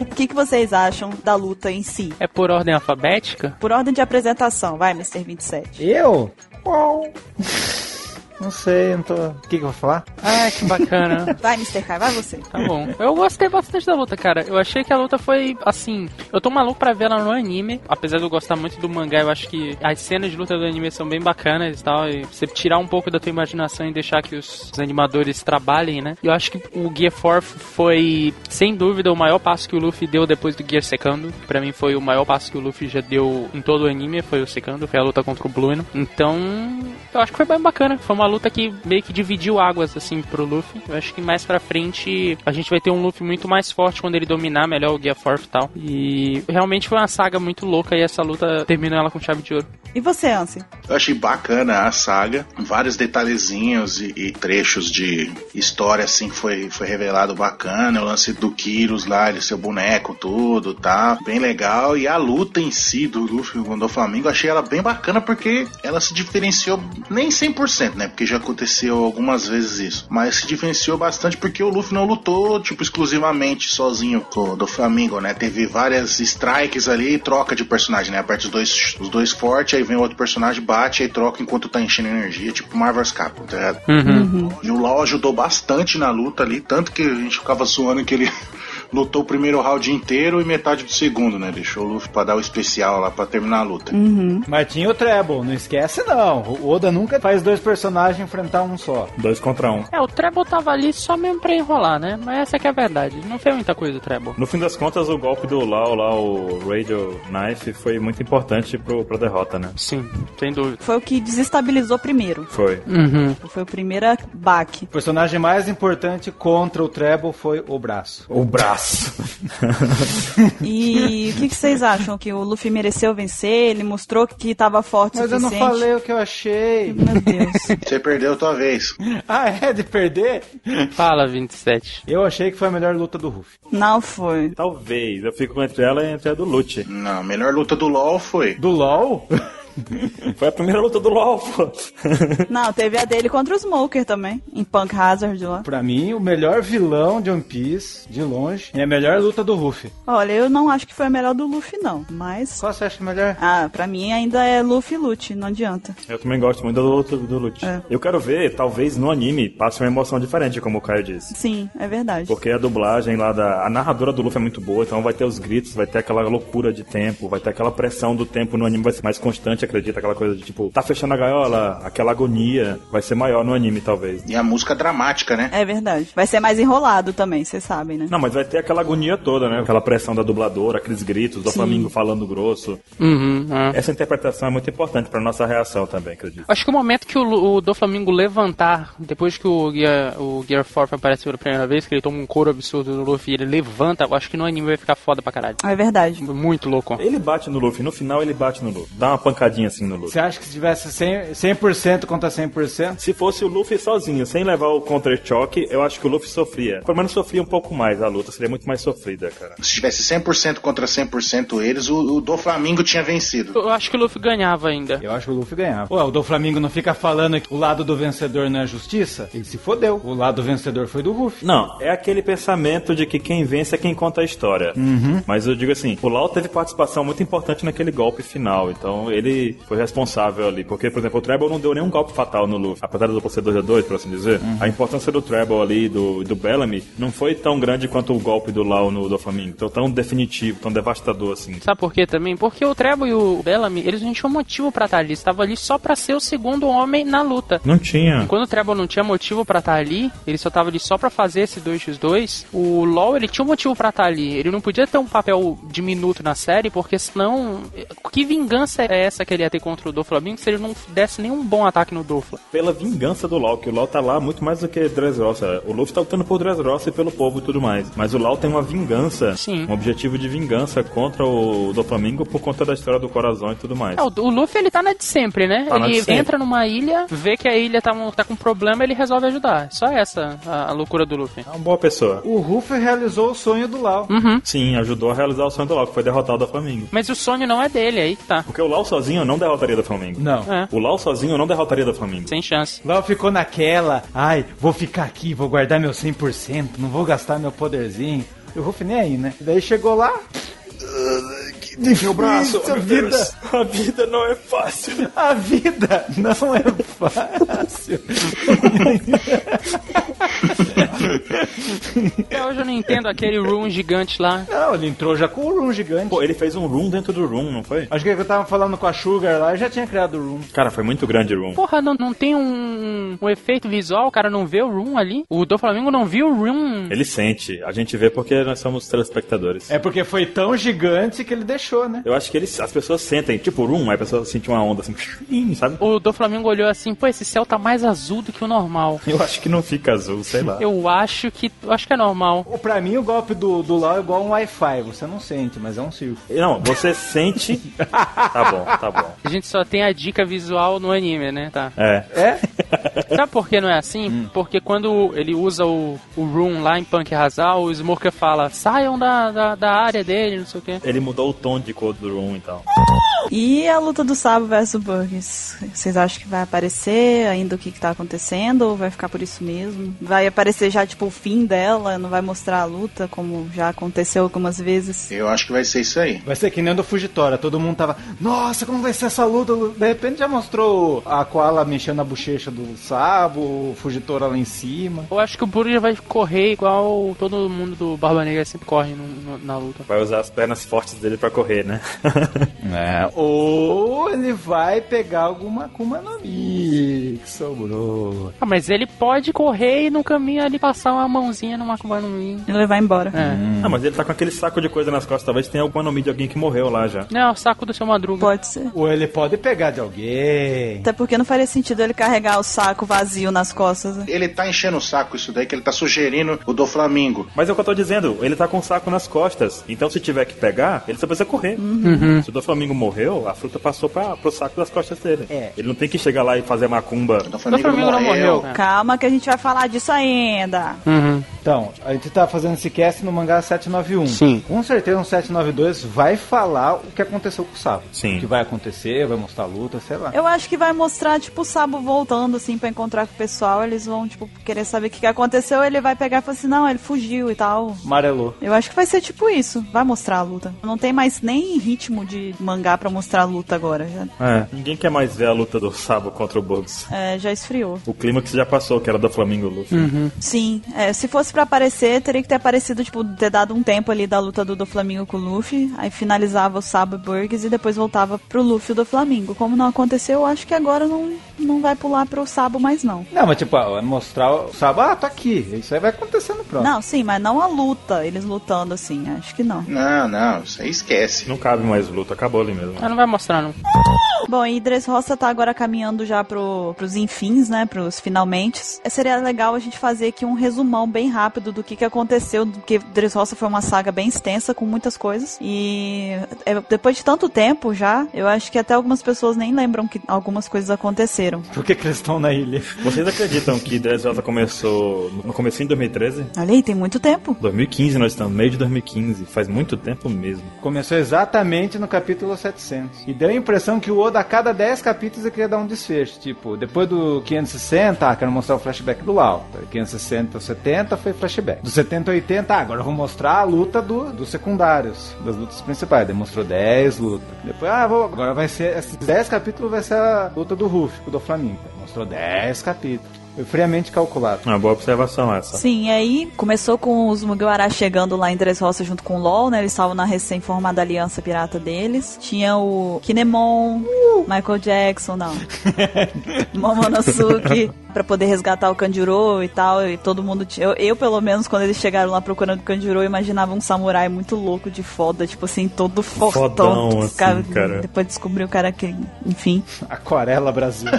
Speaker 1: O que, que vocês acham da luta em si?
Speaker 4: É por ordem alfabética?
Speaker 1: Por ordem de apresentação, vai, Mr. 27.
Speaker 10: Eu? Uau. Não sei, não tô. O que, que eu vou falar?
Speaker 4: Ai, Ah, que bacana.
Speaker 1: Vai, Mr. Kai, vai você.
Speaker 4: Tá bom. Eu gostei bastante da luta, cara. Eu achei que a luta foi, assim... Eu tô maluco pra ver ela no anime. Apesar de eu gostar muito do mangá, eu acho que as cenas de luta do anime são bem bacanas e tal. E você tirar um pouco da tua imaginação e deixar que os, os animadores trabalhem, né? Eu acho que o Gear 4 foi, sem dúvida, o maior passo que o Luffy deu depois do Gear Secando. Pra mim foi o maior passo que o Luffy já deu em todo o anime. Foi o Secando, foi a luta contra o Blueno. Então... Eu acho que foi bem bacana. Foi uma luta que meio que dividiu águas, assim, pro Luffy. Eu acho que mais pra frente a gente vai ter um Luffy muito mais forte quando ele dominar melhor o Gear Forth e tal. E realmente foi uma saga muito louca e essa luta terminou ela com chave de ouro.
Speaker 1: E você, Ansi?
Speaker 5: Eu achei bacana a saga, vários detalhezinhos e, e trechos de história assim foi, foi revelado bacana. O lance do Kyrus lá, ele seu boneco, tudo, tá? Bem legal. E a luta em si do Luffy contra o Flamengo, achei ela bem bacana porque ela se diferenciou nem 100%, né? Porque já aconteceu algumas vezes isso, mas se diferenciou bastante porque o Luffy não lutou, tipo, exclusivamente sozinho com o do Flamengo, né? Teve várias strikes ali e troca de personagem, né? Aperta os dois, os dois fortes, aí vem outro personagem, bate, aí troca enquanto tá enchendo energia, tipo Marvel's Capcom, tá ligado?
Speaker 4: Uhum.
Speaker 5: E o Law ajudou bastante na luta ali, tanto que a gente ficava zoando que ele lutou o primeiro round inteiro e metade do segundo, né? Deixou o Luffy pra dar o especial lá pra terminar a luta.
Speaker 10: Mas tinha o Treble, não esquece não. O Oda nunca faz dois personagens enfrentar um só.
Speaker 3: Dois contra um.
Speaker 4: É, o Treble tava ali só mesmo pra enrolar, né? Mas essa que é a verdade. Não fez muita coisa o Treble.
Speaker 3: No fim das contas, o golpe do Lau lá, o Radio Knife, foi muito importante pro, pra derrota, né?
Speaker 4: Sim, sem dúvida.
Speaker 1: Foi o que desestabilizou primeiro.
Speaker 3: Foi.
Speaker 4: Uhum.
Speaker 1: Foi o primeiro baque.
Speaker 10: O personagem mais importante contra o Treble foi o braço.
Speaker 3: O braço.
Speaker 1: E o que, que vocês acham? Que o Luffy mereceu vencer? Ele mostrou que tava forte o
Speaker 10: Mas eu não
Speaker 1: suficiente?
Speaker 10: falei o que eu achei.
Speaker 1: Meu Deus.
Speaker 5: Você perdeu a tua vez.
Speaker 10: Ah, é? De perder?
Speaker 4: Fala, 27.
Speaker 10: Eu achei que foi a melhor luta do Ruff.
Speaker 1: Não foi.
Speaker 3: Talvez. Eu fico entre ela e entre a do Lute.
Speaker 5: Não, a melhor luta do LoL foi.
Speaker 10: Do LOL?
Speaker 3: Foi a primeira luta do LoL, pô.
Speaker 1: Não, teve a dele contra o Smoker também. Em Punk Hazard lá.
Speaker 10: pra mim, o melhor vilão de One Piece, de longe, e a melhor luta do Ruff.
Speaker 1: Olha, eu não acho que foi a melhor do Luffy, não. Mas.
Speaker 10: Qual você acha é melhor?
Speaker 1: Ah, pra mim ainda é Luffy e Lute, não adianta.
Speaker 3: Eu também gosto muito da luta do Lute.
Speaker 1: É.
Speaker 3: Eu quero ver, talvez no anime, passe uma emoção diferente, como o Caio disse.
Speaker 1: Sim, é verdade.
Speaker 3: Porque a dublagem lá da. A narradora do Luffy é muito boa, então vai ter os gritos, vai ter aquela loucura de tempo, vai ter aquela pressão do tempo no anime, vai ser mais constante, acredito, aquela coisa de tipo, tá fechando a gaiola, aquela agonia, vai ser maior no anime, talvez.
Speaker 5: E a música dramática, né?
Speaker 1: É verdade. Vai ser mais enrolado também, vocês sabem, né?
Speaker 3: Não, mas vai ter aquela agonia toda, né? Aquela pressão da dubladora, aqueles gritos, do Flamengo falando grosso.
Speaker 4: Uhum. é.
Speaker 3: Essa interpretação é muito importante pra nossa reação também, acredito.
Speaker 4: Acho que o momento que o, Lu- o Doflamingo levantar, depois que o Gear, o Gear 4 aparece pela primeira vez, que ele toma um couro absurdo do Luffy e ele levanta, eu acho que no anime vai ficar foda pra caralho.
Speaker 1: É verdade.
Speaker 4: Muito louco.
Speaker 3: Ele bate no Luffy, no final ele bate no Luffy. Dá uma pancadinha assim no Luffy.
Speaker 10: Você acha que se tivesse 100%, 100% contra 100%?
Speaker 3: Se fosse o Luffy sozinho, sem levar o contra-choque, eu acho que o Luffy sofria. Pelo menos sofria um pouco mais a luta, seria muito mais sofrida, cara.
Speaker 5: Se tivesse 100% contra 100% eles, o, o do Flamengo tinha vencido.
Speaker 4: Eu acho que o Luffy ganhava ainda.
Speaker 10: Eu acho que o Luffy ganhava. Ué, o do Flamengo não fica falando que o lado do vencedor não é justiça? Ele se fodeu. O lado do vencedor foi do Ruff.
Speaker 3: Não, é aquele pensamento de que quem vence é quem conta a história. Mas eu digo assim, o Lau teve participação muito importante naquele golpe final, então ele foi responsável ali. Porque, por exemplo, o Treble não deu nenhum golpe fatal no Luffy, apesar do procedor de 2, por assim dizer. A importância do Treble ali, do, do Bellamy, não foi tão grande quanto o golpe do Lau no do Flamengo. Então, tão definitivo, tão devastador assim.
Speaker 4: Sabe por quê também? Porque o Trebo e o Bellamy, eles não tinham motivo pra estar ali. Estavam ali só pra ser o segundo homem na luta.
Speaker 3: Não tinha.
Speaker 4: Quando o Trebo não tinha motivo pra estar ali, ele só tava ali só pra fazer esse 2x2. O LoL, ele tinha um motivo pra estar ali. Ele não podia ter um papel diminuto na série, porque senão. Que vingança é essa que ele ia ter contra o Doflamingo se ele não desse nenhum bom ataque no Dofla?
Speaker 3: Pela vingança do Lau, que o Lau tá lá muito mais do que Dressrosa. O Luffy tá lutando por Dressrosa e pelo povo e tudo mais. Mas o Lau tem uma vingança,
Speaker 4: Sim.
Speaker 3: um objetivo de vingança contra o do Flamengo por conta da história do coração e tudo mais.
Speaker 4: É, o, o Luffy ele tá na de sempre, né?
Speaker 3: Tá na de
Speaker 4: ele
Speaker 3: sempre.
Speaker 4: entra numa ilha, vê que a ilha tá, um- tá com problema, ele resolve ajudar. Só essa a, a loucura do Luffy.
Speaker 3: É uma boa pessoa.
Speaker 10: O Ruff realizou o sonho do Lau.
Speaker 4: Uhum.
Speaker 3: Sim, ajudou a realizar o sonho do Lau, que foi derrotar o do Flamengo.
Speaker 4: Mas o sonho não é dele, aí que tá.
Speaker 3: Porque o Lau sozinho não derrotaria do Flamengo.
Speaker 10: Não.
Speaker 4: É,
Speaker 3: O Lau sozinho não derrotaria do Flamengo.
Speaker 4: sem chance.
Speaker 10: Lau ficou naquela, ai, vou ficar aqui, vou guardar meu 100%, não vou gastar meu poderzinho. E o Ruff nem aí, né? Daí chegou lá. Meu braço, a é vida,
Speaker 3: a vida não é fácil.
Speaker 10: a vida não é fácil.
Speaker 4: Até hoje eu não entendo aquele room gigante lá.
Speaker 10: Não, ele entrou já com o room gigante.
Speaker 3: Pô, ele fez um room dentro do room, não foi?
Speaker 10: Acho que eu tava falando com a Sugar lá, eu já tinha criado o room.
Speaker 3: Cara, foi muito grande o room.
Speaker 4: Porra, não, não tem um, um efeito visual, o cara não vê o room ali. O do Flamengo não viu o room.
Speaker 3: Ele sente. A gente vê porque nós somos telespectadores.
Speaker 10: É porque foi tão gigante que ele deixou, né?
Speaker 3: Eu acho que eles, as pessoas sentem, tipo room, aí a pessoa sente uma onda assim, sabe?
Speaker 4: O do Flamengo olhou assim, pô, esse céu tá mais azul do que o normal.
Speaker 3: Eu acho que não fica azul, sei lá.
Speaker 4: Eu acho que. eu acho que é normal.
Speaker 10: Pô, Pra mim, o golpe do, do Lau é igual um Wi-Fi. Você não sente, mas é um circo.
Speaker 3: Não, você sente. Tá bom, tá bom.
Speaker 4: A gente só tem a dica visual no anime, né? Tá.
Speaker 3: É.
Speaker 4: Sabe por que não é assim? Porque quando ele usa o, o Room lá em Punk Hazal, o Smoker fala, saiam da, da, da área dele, não sei o quê.
Speaker 3: Ele mudou o tom de cor do um, então. room e tal.
Speaker 1: E a luta do Sabo versus Burgess? Vocês acham que vai aparecer ainda o que, que tá acontecendo? Ou vai ficar por isso mesmo? Vai aparecer já, tipo, o fim dela? Não vai mostrar a luta, como já aconteceu algumas vezes?
Speaker 5: Eu acho que vai ser isso aí.
Speaker 10: Vai ser que nem o do Fugitória. Todo mundo tava, nossa, como vai ser essa luta? De repente já mostrou a Koala mexendo a bochecha do Sabo, o Fugitora lá em cima.
Speaker 4: Eu acho que o Burger vai correr igual todo mundo do Barba Negra sempre corre no- no- na luta.
Speaker 3: Vai usar as pernas fortes dele pra correr, né?
Speaker 10: É. Ou ele vai pegar alguma Akuma no Mi que sobrou.
Speaker 4: Ah, mas ele pode correr e no caminho ali passar uma mãozinha numa Akuma no Mi.
Speaker 1: Ele vai embora.
Speaker 4: É.
Speaker 3: Ah, mas ele tá com aquele saco de coisa nas costas. Talvez tenha alguma nome de alguém que morreu lá já.
Speaker 4: Não, é o saco do seu Madruga.
Speaker 1: Pode ser.
Speaker 10: Ou ele pode pegar de alguém.
Speaker 1: Até porque não faria sentido ele carregar o saco vazio nas costas. né?
Speaker 5: Ele tá enchendo o saco isso daí, que ele tá sugerindo o do Flamengo.
Speaker 3: Mas é o que eu tô dizendo, ele tá com o saco nas costas. Então se tiver que pegar, ele só precisa correr. Se o do Flamengo morreu, a fruta passou pra, pro saco das costas dele.
Speaker 10: É.
Speaker 3: Ele não tem que chegar lá e fazer macumba.
Speaker 5: O do Flamengo,
Speaker 4: Flamengo não
Speaker 5: não
Speaker 4: morreu.
Speaker 5: morreu.
Speaker 4: É.
Speaker 1: Calma que a gente vai falar disso ainda.
Speaker 4: Uhum.
Speaker 10: Então, a gente tá fazendo esse cast no mangá 791.
Speaker 4: Sim.
Speaker 10: Com certeza um no 792 vai falar o que aconteceu com o Sabo.
Speaker 3: Sim.
Speaker 10: O que vai acontecer, vai mostrar a luta, sei lá.
Speaker 1: Eu acho que vai mostrar, tipo, o Sabo voltando, assim, pra encontrar com o pessoal. Eles vão, tipo, querer saber o que que aconteceu. Ele vai pegar e falar assim, não, ele fugiu e tal.
Speaker 10: Amarelou.
Speaker 1: Eu acho que vai ser tipo isso. Vai mostrar a luta. Não tem mais nem ritmo de mangá pra mostrar a luta agora. Já,
Speaker 3: É. Ninguém quer mais ver a luta do Sabo contra o Bugs.
Speaker 1: é, já esfriou.
Speaker 3: O clima que já passou, que era do Flamengo Luffy.
Speaker 1: Sim. é, se fosse pra aparecer, teria que ter aparecido, tipo, ter dado um tempo ali da luta do Doflamingo com o Luffy. Aí finalizava o Sabo e Burgs e depois voltava pro Luffy e o Doflamingo. Como não aconteceu, eu acho que agora não, não vai pular pro Sabo mais, não.
Speaker 10: Não, mas tipo, ó, é mostrar o Sabo, ah, tô aqui. Isso aí vai acontecer no próximo.
Speaker 1: Não, sim, mas não a luta, eles lutando assim, acho que não.
Speaker 5: Não, não, isso aí esquece.
Speaker 3: Não cabe mais luta, acabou ali mesmo.
Speaker 4: Ah, não vai mostrar, não.
Speaker 1: Bom, e Dressrosa tá agora caminhando já pro, pros infins, né, pros finalmente. É, Seria legal a gente fazer aqui um resumão bem rápido do que que aconteceu, porque Dressrosa foi uma saga bem extensa, com muitas coisas, e é, depois de tanto tempo já, eu acho que até algumas pessoas nem lembram que algumas coisas aconteceram.
Speaker 10: Por que que eles estão na ilha?
Speaker 3: Vocês acreditam que Dressrosa começou no comecinho de 2013?
Speaker 1: Olha aí, tem muito tempo.
Speaker 3: 2015 nós estamos, meio de 2015. Faz muito tempo mesmo.
Speaker 10: Começou exatamente no capítulo 700. E deu a impressão que o Oda, a cada 10 capítulos, ele queria dar um desfecho. Tipo, depois do 560, ah, quero mostrar o flashback do Lau. 560 ao 70 foi flashback. Do 70 ao 80, ah, agora eu vou mostrar a luta do, dos secundários, das lutas principais. Demonstrou 10 lutas. Depois, ah, vou, agora vai ser, esses 10 capítulos vai ser a luta do Ruff, do Flamengo. Mostrou 10 capítulos. Foi friamente calculado.
Speaker 3: É uma boa observação essa.
Speaker 1: Sim, e aí começou com os Mugiwara chegando lá em Dressrosa junto com o LOL, né? Eles estavam na recém-formada aliança pirata deles. Tinha o Kinemon,
Speaker 3: Uh!
Speaker 1: Michael Jackson, não. Momonosuke, pra poder resgatar o Kanjuro e tal. E todo mundo. tinha- Eu, eu, pelo menos, quando eles chegaram lá procurando o Kanjuro, eu imaginava um samurai muito louco de foda, tipo assim, todo fortão.
Speaker 3: Fodão,
Speaker 1: Os
Speaker 3: assim, cara.
Speaker 1: Depois descobriu o cara que. Enfim,
Speaker 10: Aquarela Brasil.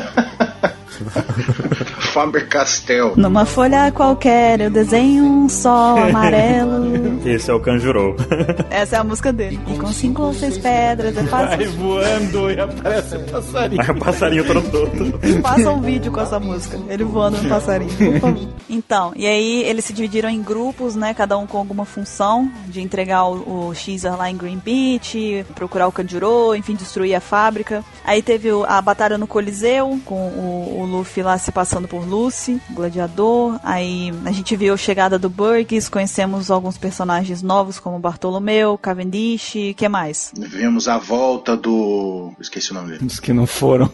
Speaker 5: Faber Castell.
Speaker 1: numa folha qualquer eu desenho um sol amarelo.
Speaker 3: Esse é o Kanjuro.
Speaker 1: Essa é a música dele. E com cinco ou seis pedras, é
Speaker 10: Vai
Speaker 1: fácil.
Speaker 10: voando e aparece um passarinho.
Speaker 3: Aí É o passarinho todo torto.
Speaker 1: Faça um vídeo com essa música. Ele voando no passarinho, por favor. Então, e aí eles se dividiram em grupos, né? Cada um com alguma função de entregar o, o Caesar lá em Green Beach, procurar o Kanjuro, enfim, destruir a fábrica. Aí teve o- a batalha no Coliseu com o, o Luffy lá se passando por Lucy, gladiador. Aí a gente viu a chegada do Burgess, conhecemos alguns personagens novos como Bartolomeu, Cavendish, e que mais?
Speaker 5: Vemos a volta do. Esqueci o nome dele.
Speaker 10: Os que não foram.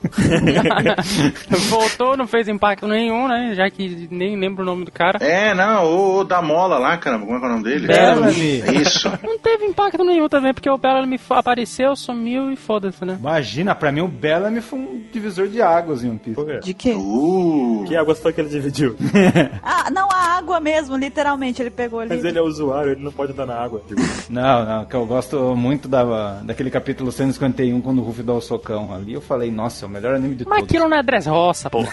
Speaker 4: Voltou, não fez impacto nenhum, né? Já que nem lembro o nome do cara.
Speaker 5: É, não, o, o da mola lá, caramba, como é que é o nome dele? É
Speaker 10: Bellamy.
Speaker 5: Isso.
Speaker 4: Não teve impacto nenhum também, porque o Bellamy me apareceu, sumiu e foda-se, né?
Speaker 10: Imagina, pra mim o Bellamy foi um divisor de águas em um piso.
Speaker 3: Por quê?
Speaker 1: De quê?
Speaker 5: Uh,
Speaker 3: Que água só que ele dividiu?
Speaker 1: Ah, não, a água mesmo, literalmente, ele pegou ali.
Speaker 3: Mas ele é usuário, ele não pode andar na água. Tipo,
Speaker 10: Não, não, que eu gosto muito da, daquele capítulo 151, quando o Ruffy dá o socão ali. Eu falei, nossa, é o melhor anime de
Speaker 4: Mas
Speaker 10: todos.
Speaker 4: aquilo não é dress roça, pô.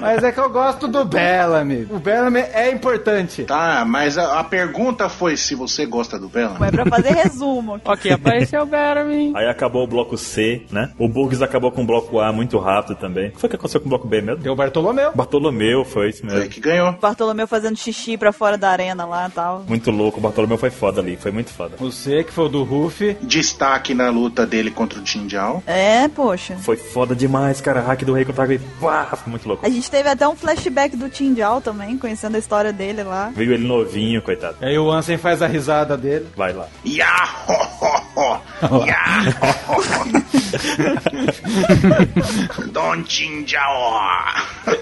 Speaker 10: Mas é que eu gosto do Bellamy. O Bellamy é importante.
Speaker 5: tá, mas a, a pergunta foi se você gosta do Bellamy.
Speaker 1: É pra fazer resumo.
Speaker 4: ok, apareceu o Bellamy.
Speaker 3: Aí acabou o bloco C, né? O Burgs acabou com o bloco A muito rápido também. O que foi que aconteceu com o bloco B mesmo?
Speaker 10: Deu o Bartolomeu.
Speaker 3: Bartolomeu, foi isso
Speaker 5: Foi
Speaker 3: mesmo.
Speaker 5: que ganhou.
Speaker 1: Bartolomeu fazendo xixi pra fora da arena lá e tal.
Speaker 3: Muito louco, o Bartolomeu foi foda ali, foi muito foda.
Speaker 10: Você, que foi o do Ruffy.
Speaker 5: Destaque na luta dele contra o Tindial.
Speaker 1: É, poxa.
Speaker 3: Foi foda demais, cara. Hack do Rei contra Hack do Pá, foi muito louco.
Speaker 1: A gente teve até um flashback do Tindial também, conhecendo a história dele lá.
Speaker 3: Veio ele novinho, coitado.
Speaker 10: Aí o Ansem faz a risada dele.
Speaker 3: Vai lá.
Speaker 5: Yah-ho-ho-ho! Yah-ho-ho-ho! Don Tindial!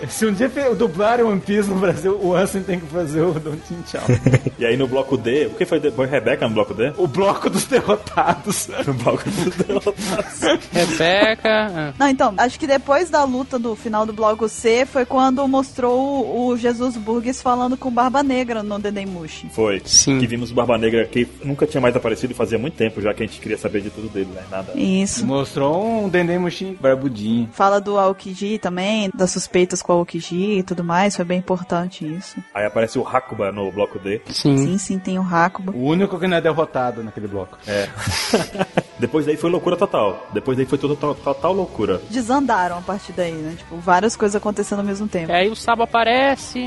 Speaker 10: Se um dia fe- dublarem One Piece no Brasil, o Ansem tem que fazer o Don Tchau.
Speaker 3: E aí no bloco D, o que foi? de- Foi Rebeca no bloco D?
Speaker 10: o bloco dos derrotados.
Speaker 3: No bloco D.
Speaker 4: Rebeca.
Speaker 1: Não, então, acho que depois da luta do final do bloco C foi quando mostrou o, o Jesus Burgess falando com Barba Negra no Dendemushi.
Speaker 3: Foi.
Speaker 4: Sim.
Speaker 3: Que vimos o Barba Negra que nunca tinha mais aparecido e fazia muito tempo já que a gente queria saber de tudo dele, né? Nada.
Speaker 1: Isso.
Speaker 10: Mostrou um Dendemushi barbudinho.
Speaker 1: Fala do Aokiji também, das suspeitas com o Aokiji e tudo mais, foi bem importante isso.
Speaker 3: Aí aparece o Hakuba no bloco D.
Speaker 4: Sim.
Speaker 1: Sim, sim, tem o Hakuba.
Speaker 10: O único que não é derrotado naquele bloco. É,
Speaker 3: Depois daí foi loucura total. Depois daí foi tudo total, total loucura.
Speaker 1: Desandaram a partir daí, né? Tipo, várias coisas acontecendo ao mesmo tempo.
Speaker 4: É, Aí o Sabo aparece,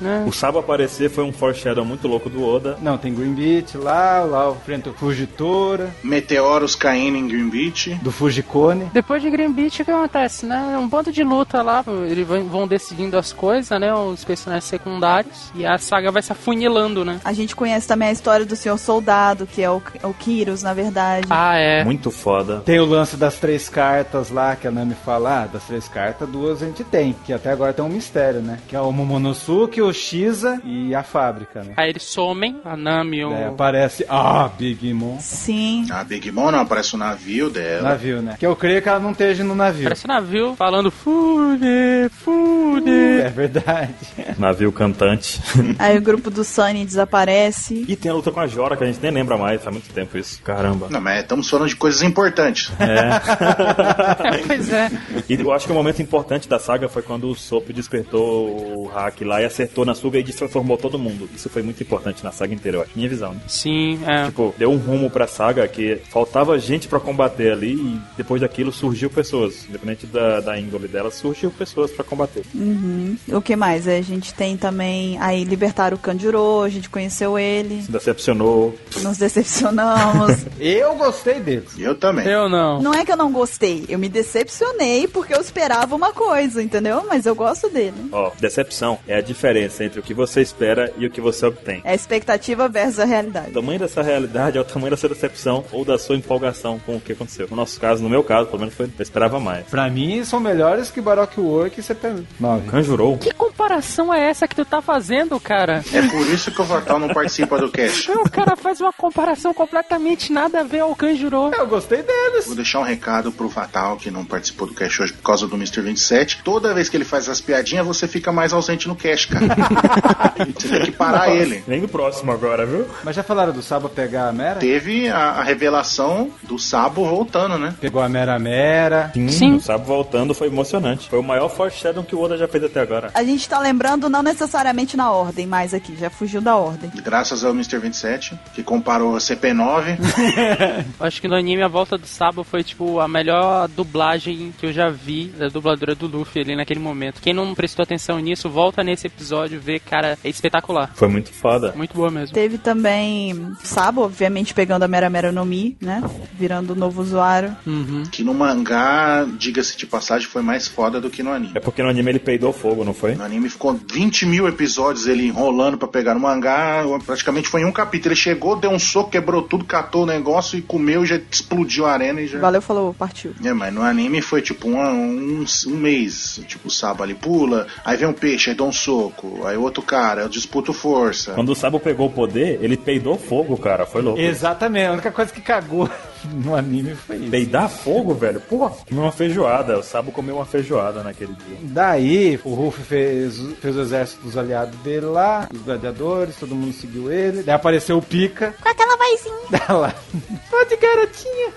Speaker 4: né?
Speaker 3: O Sabo aparecer foi um foreshadow muito louco do Oda.
Speaker 10: Não, tem Green Beat lá, lá enfrenta o Fugitora,
Speaker 5: Meteoros caindo em Green Beach.
Speaker 10: do Fujikone.
Speaker 4: Depois de Green Beach, o que acontece, né? É um bando de luta lá, eles vão- vão decidindo as coisas, né? Os personagens secundários. E a saga vai se afunilando, né?
Speaker 1: A gente conhece também a história do Senhor Soldado, que é o, é o Kyros, na verdade.
Speaker 4: Ah, é.
Speaker 3: Muito foda.
Speaker 10: Tem o lance das três cartas lá, que a Nami fala, ah, das três cartas, duas a gente tem, que até agora tem um mistério, né? Que é o Momonosuke, o Shiza e a fábrica, né?
Speaker 4: Aí eles somem, É, a Nami, o...
Speaker 10: Daí aparece, ah, Big Mom.
Speaker 1: Sim.
Speaker 5: A Big Mom não aparece o navio dela.
Speaker 10: Navio, né? Que eu creio que ela não esteja no navio.
Speaker 4: Parece um navio falando Fude, Fude.
Speaker 10: É verdade.
Speaker 3: Navio cantante.
Speaker 1: Aí o grupo do Sunny desaparece.
Speaker 3: e tem a luta com a Jora, que a gente nem lembra mais, faz muito tempo isso. Caramba.
Speaker 5: Não, mas estamos falando de coisas importantes.
Speaker 4: pois é.
Speaker 3: E eu acho que o momento importante da saga foi quando o Sop despertou o hack lá e acertou na Suga e transformou todo mundo. Isso foi muito importante na saga inteira, eu acho. Minha visão, né?
Speaker 4: Sim, é.
Speaker 3: Tipo, deu um rumo pra saga que faltava gente pra combater ali e depois daquilo surgiu pessoas. Independente da, da índole dela, surgiu pessoas pra combater.
Speaker 1: O que mais? É, A gente tem também. Aí libertaram o Kanjuro, a gente conheceu ele,
Speaker 3: Se decepcionou.
Speaker 1: nos decepcionamos.
Speaker 10: Eu gostei deles.
Speaker 5: Eu também.
Speaker 4: Eu não.
Speaker 1: não é que eu não gostei, eu me decepcionei porque eu esperava uma coisa, entendeu? Mas eu gosto dele.
Speaker 3: Ó, decepção é a diferença entre o que você espera e o que você obtém.
Speaker 1: É a expectativa versus a
Speaker 3: O
Speaker 1: realidade.
Speaker 3: tamanho dessa realidade é o tamanho da sua decepção ou da sua empolgação com o que aconteceu. No nosso caso, no meu caso, pelo menos foi, eu esperava mais.
Speaker 10: Pra mim, são melhores que Baroque Work e CP9.
Speaker 3: Kanjurou?
Speaker 4: Que comparação é essa que tu tá fazendo, cara?
Speaker 5: É por isso que o Vatal não participa do cast.
Speaker 4: O cara faz uma comparação completamente nada a ver ao Kanjuro.
Speaker 10: É, Eu gostei deles.
Speaker 5: Vou deixar um recado pro Vatal, que não participou do cast hoje por causa do Mr. 27. Toda vez que ele faz as piadinhas, você fica mais ausente no cast, cara. você tem que parar ele.
Speaker 3: Nem no próximo agora, viu?
Speaker 10: Mas já falaram do Saba pegar a Mera?
Speaker 5: Teve a, a revelação do Sabo voltando, né?
Speaker 10: Pegou a Mera Mera.
Speaker 4: Sim.
Speaker 3: O Sabo voltando foi emocionante. Foi o maior foreshadow que o Oda já fez até agora.
Speaker 1: A gente tá lembrando não necessariamente na ordem, mas aqui, já fugiu da ordem.
Speaker 5: Graças ao Mr. 27, que comparou a CP9.
Speaker 4: Acho que no anime A Volta do Sabo foi, tipo, a melhor dublagem que eu já vi da dubladora do Luffy ali naquele momento. Quem não prestou atenção nisso, volta nesse episódio, vê, cara, é espetacular.
Speaker 3: Foi muito foda.
Speaker 4: Muito boa mesmo.
Speaker 1: Teve também Sabo, obviamente, pegando a Mera Mera no Mi, né? Virando o novo usuário.
Speaker 5: Que no mangá, diga-se de passagem, foi mais foda do que no anime.
Speaker 3: É porque no anime ele peidou fogo, não foi?
Speaker 5: No anime ficou 20 mil episódios ele enrolando pra pegar no mangá. Praticamente foi em um capítulo. Ele chegou, deu um soco, quebrou tudo, catou o negócio e comeu, já explodiu a arena e já.
Speaker 1: Valeu, falou, partiu.
Speaker 5: É, mas no anime foi tipo um, um, um mês. Tipo, o Saba ali pula, aí vem um peixe, aí dá um soco, aí outro cara, eu disputo força.
Speaker 3: Quando o Sabo pegou o poder, ele peidou fogo, cara. Foi louco.
Speaker 10: Exatamente, a única coisa que cagou no anime foi isso.
Speaker 3: Peidar fogo, velho? Pô, comeu uma feijoada. O Sabo comeu uma feijoada naquele dia.
Speaker 10: Daí, o Ruff fez, fez o exército dos aliados dele lá, os gladiadores, todo mundo seguiu ele. Daí apareceu o Pica.
Speaker 6: Com aquela vozinha.
Speaker 10: Olha lá. Ó de garotinha.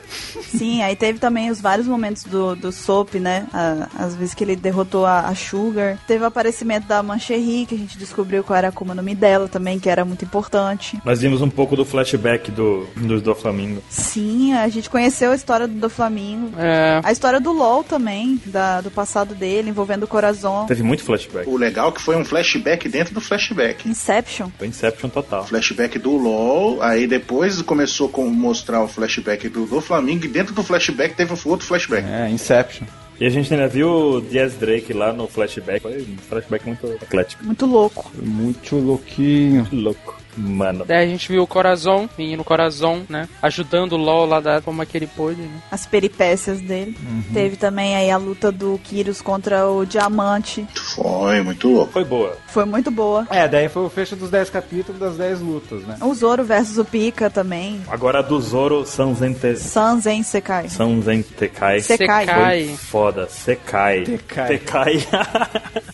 Speaker 1: Sim, aí teve também os vários momentos do, do Soap, né? A- As vezes que ele derrotou a, a Sugar. Teve o aparecimento da Mancherry, que a gente descobriu qual era a Akuma no Mi dela também, que era muito importante.
Speaker 3: Nós vimos um pouco do flashback do, do, do Flamingo.
Speaker 1: Sim, a gente conheceu a história do Flamingo.
Speaker 4: É.
Speaker 1: A história do LOL também, da- do passado dele, envolvendo o Corazon.
Speaker 3: Teve muito flashback.
Speaker 5: O legal é que foi um flashback dentro do flashback.
Speaker 1: Inception.
Speaker 3: Foi Inception total.
Speaker 5: Flashback do LOL, aí depois começou a mostrar o flashback do, do Flamengo e dentro do flashback teve um outro flashback.
Speaker 10: É, Inception.
Speaker 3: E a gente ainda viu o Diaz Drake lá no flashback. Foi um flashback muito eclético.
Speaker 1: Muito louco.
Speaker 10: Muito louquinho.
Speaker 3: Louco. Mano.
Speaker 4: Daí a gente viu o Corazon, menino Corazon, né? Ajudando o LOL lá da forma que ele pôde, né?
Speaker 1: As peripécias dele. Teve também aí a luta do Kyrus contra o Diamante.
Speaker 5: Foi muito louco.
Speaker 3: Foi boa.
Speaker 1: Foi muito boa.
Speaker 10: É, daí foi o fecho dos 10 capítulos das 10 lutas, né?
Speaker 1: O Zoro versus o Pika também.
Speaker 3: Agora a do Zoro Sanzente...
Speaker 1: Sanzen Sekai.
Speaker 3: Sanzentekai.
Speaker 1: Sekai.
Speaker 4: Sekai.
Speaker 3: Foi foda. Sekai.
Speaker 10: Tekai.
Speaker 3: Tekai.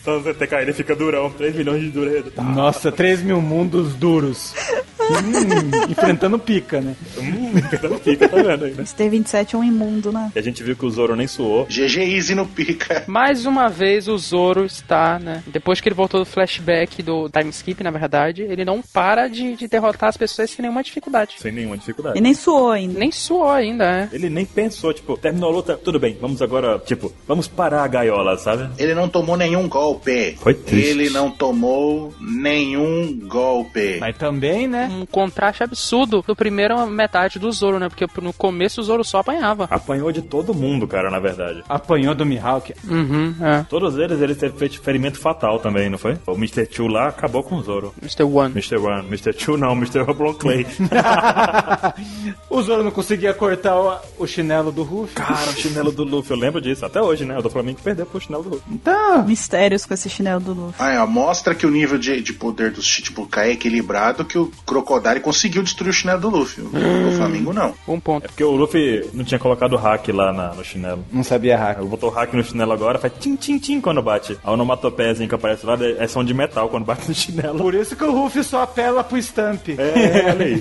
Speaker 3: Sanzentekai, ele fica durão. 3 milhões de dureza.
Speaker 10: Nossa, 3 mil mundos duros. Hum, enfrentando pica, né?
Speaker 3: Hum, então fica, tá vendo aí, né?
Speaker 1: Esse T27 é um imundo, né?
Speaker 3: E a gente viu que o Zoro nem suou.
Speaker 5: GG Easy no pica.
Speaker 4: Mais uma vez o Zoro está, né? Depois que ele voltou do flashback do time skip, na verdade, ele não para de, de derrotar as pessoas sem nenhuma dificuldade.
Speaker 3: Sem nenhuma dificuldade.
Speaker 1: E nem suou ainda.
Speaker 4: Nem suou ainda, né?
Speaker 3: Ele nem pensou, tipo, terminou a luta, tudo bem, vamos agora, tipo, vamos parar a gaiola, sabe?
Speaker 5: Ele não tomou nenhum golpe.
Speaker 3: Foi triste.
Speaker 5: Ele não tomou nenhum golpe.
Speaker 10: Mas também, né?
Speaker 4: Um contraste absurdo do primeiro metade do Zoro, né? Porque no começo o Zoro só apanhava.
Speaker 3: Apanhou de todo mundo, cara, na verdade.
Speaker 10: Apanhou do Mihawk.
Speaker 4: Uhum, é.
Speaker 3: Todos eles, eles teve feito ferimento fatal também, não foi? O Mr. Chu lá acabou com o Zoro.
Speaker 4: Mr. One.
Speaker 3: Mr. One, Mr. Chu não, Mr. Roblon Clay.
Speaker 10: o Zoro não conseguia cortar o, o chinelo do Ruff.
Speaker 3: cara, o chinelo do Luffy, eu lembro disso, até hoje, né? O do Flamengo perdeu pro chinelo do Luffy.
Speaker 10: Então,
Speaker 1: Mistérios com esse chinelo do Luffy.
Speaker 5: Aí, ó, Ah, é, mostra que o nível de, de poder do Shichibukai é equilibrado que o Crocodile conseguiu destruir o chinelo do Luffy. O, o Flamengo não.
Speaker 4: Um
Speaker 3: É
Speaker 4: ponto.
Speaker 3: porque o Luffy não tinha colocado o hack lá na- no chinelo.
Speaker 10: não sabia hack.
Speaker 3: Ele botou o hack no chinelo agora, faz tim-tim-tim quando bate. A onomatopeiazinha que aparece lá é som de metal quando bate no chinelo.
Speaker 10: Por isso que o Ruff só apela pro Stamp.
Speaker 3: É, olha aí.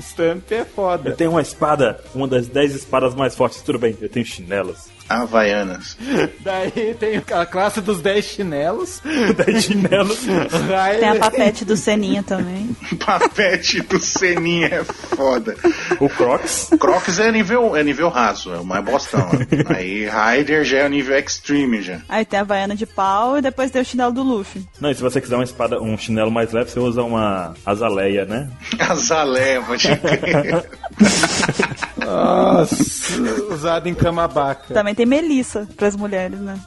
Speaker 10: Stamp é
Speaker 3: Eu
Speaker 10: foda.
Speaker 3: tenho uma espada, uma das dez espadas mais fortes. Tudo bem, eu tenho chinelos.
Speaker 5: Havaianas.
Speaker 10: Daí tem a classe dos 10 chinelos.
Speaker 3: Dez chinelos.
Speaker 1: Tem a
Speaker 10: Riley-
Speaker 1: papete do Seninha também.
Speaker 5: Papete do Seninha é foda.
Speaker 3: o Crocs.
Speaker 5: Crocs é nível, é nível raso, é o mais bostão. ó. Aí Raider já é o nível extreme já.
Speaker 1: Aí tem a vaiana de pau e depois tem o chinelo do Luffy.
Speaker 3: Não, e se você quiser uma espada, um chinelo mais leve, você usa uma azaleia, né?
Speaker 5: Azalé, pode crer.
Speaker 10: Nossa, usado em camabaca.
Speaker 1: Também tem Melissa pras mulheres, né?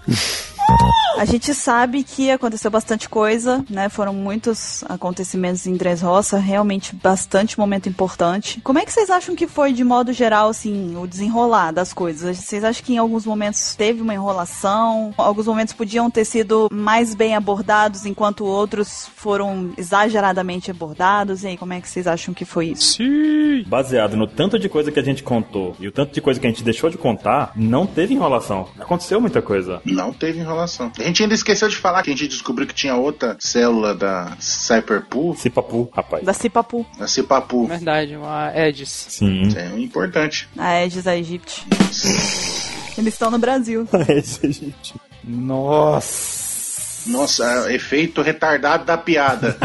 Speaker 1: A gente sabe que aconteceu bastante coisa, né? Foram muitos acontecimentos em Dressrosa, realmente bastante momento importante. Como é que vocês acham que foi, de modo geral, assim, o desenrolar das coisas? Vocês acham que em alguns momentos teve uma enrolação? Alguns momentos podiam ter sido mais bem abordados, enquanto outros foram exageradamente abordados? E aí, como é que vocês acham que foi isso?
Speaker 3: Baseado no tanto de coisa que a gente contou e o tanto de coisa que a gente deixou de contar, não teve enrolação. Aconteceu muita coisa.
Speaker 5: Não teve enrolação. A gente ainda esqueceu de falar que a gente descobriu que tinha outra célula da Cyperpool,
Speaker 3: Cipapu, rapaz.
Speaker 1: Da Cipapu,
Speaker 5: da Cipapu.
Speaker 4: É Verdade, uma Edis.
Speaker 3: Sim.
Speaker 5: Isso é importante.
Speaker 1: a Aegis, a Egipte. Eles estão no Brasil.
Speaker 3: É isso, gente.
Speaker 10: Nossa.
Speaker 5: é Nossa, efeito retardado da piada.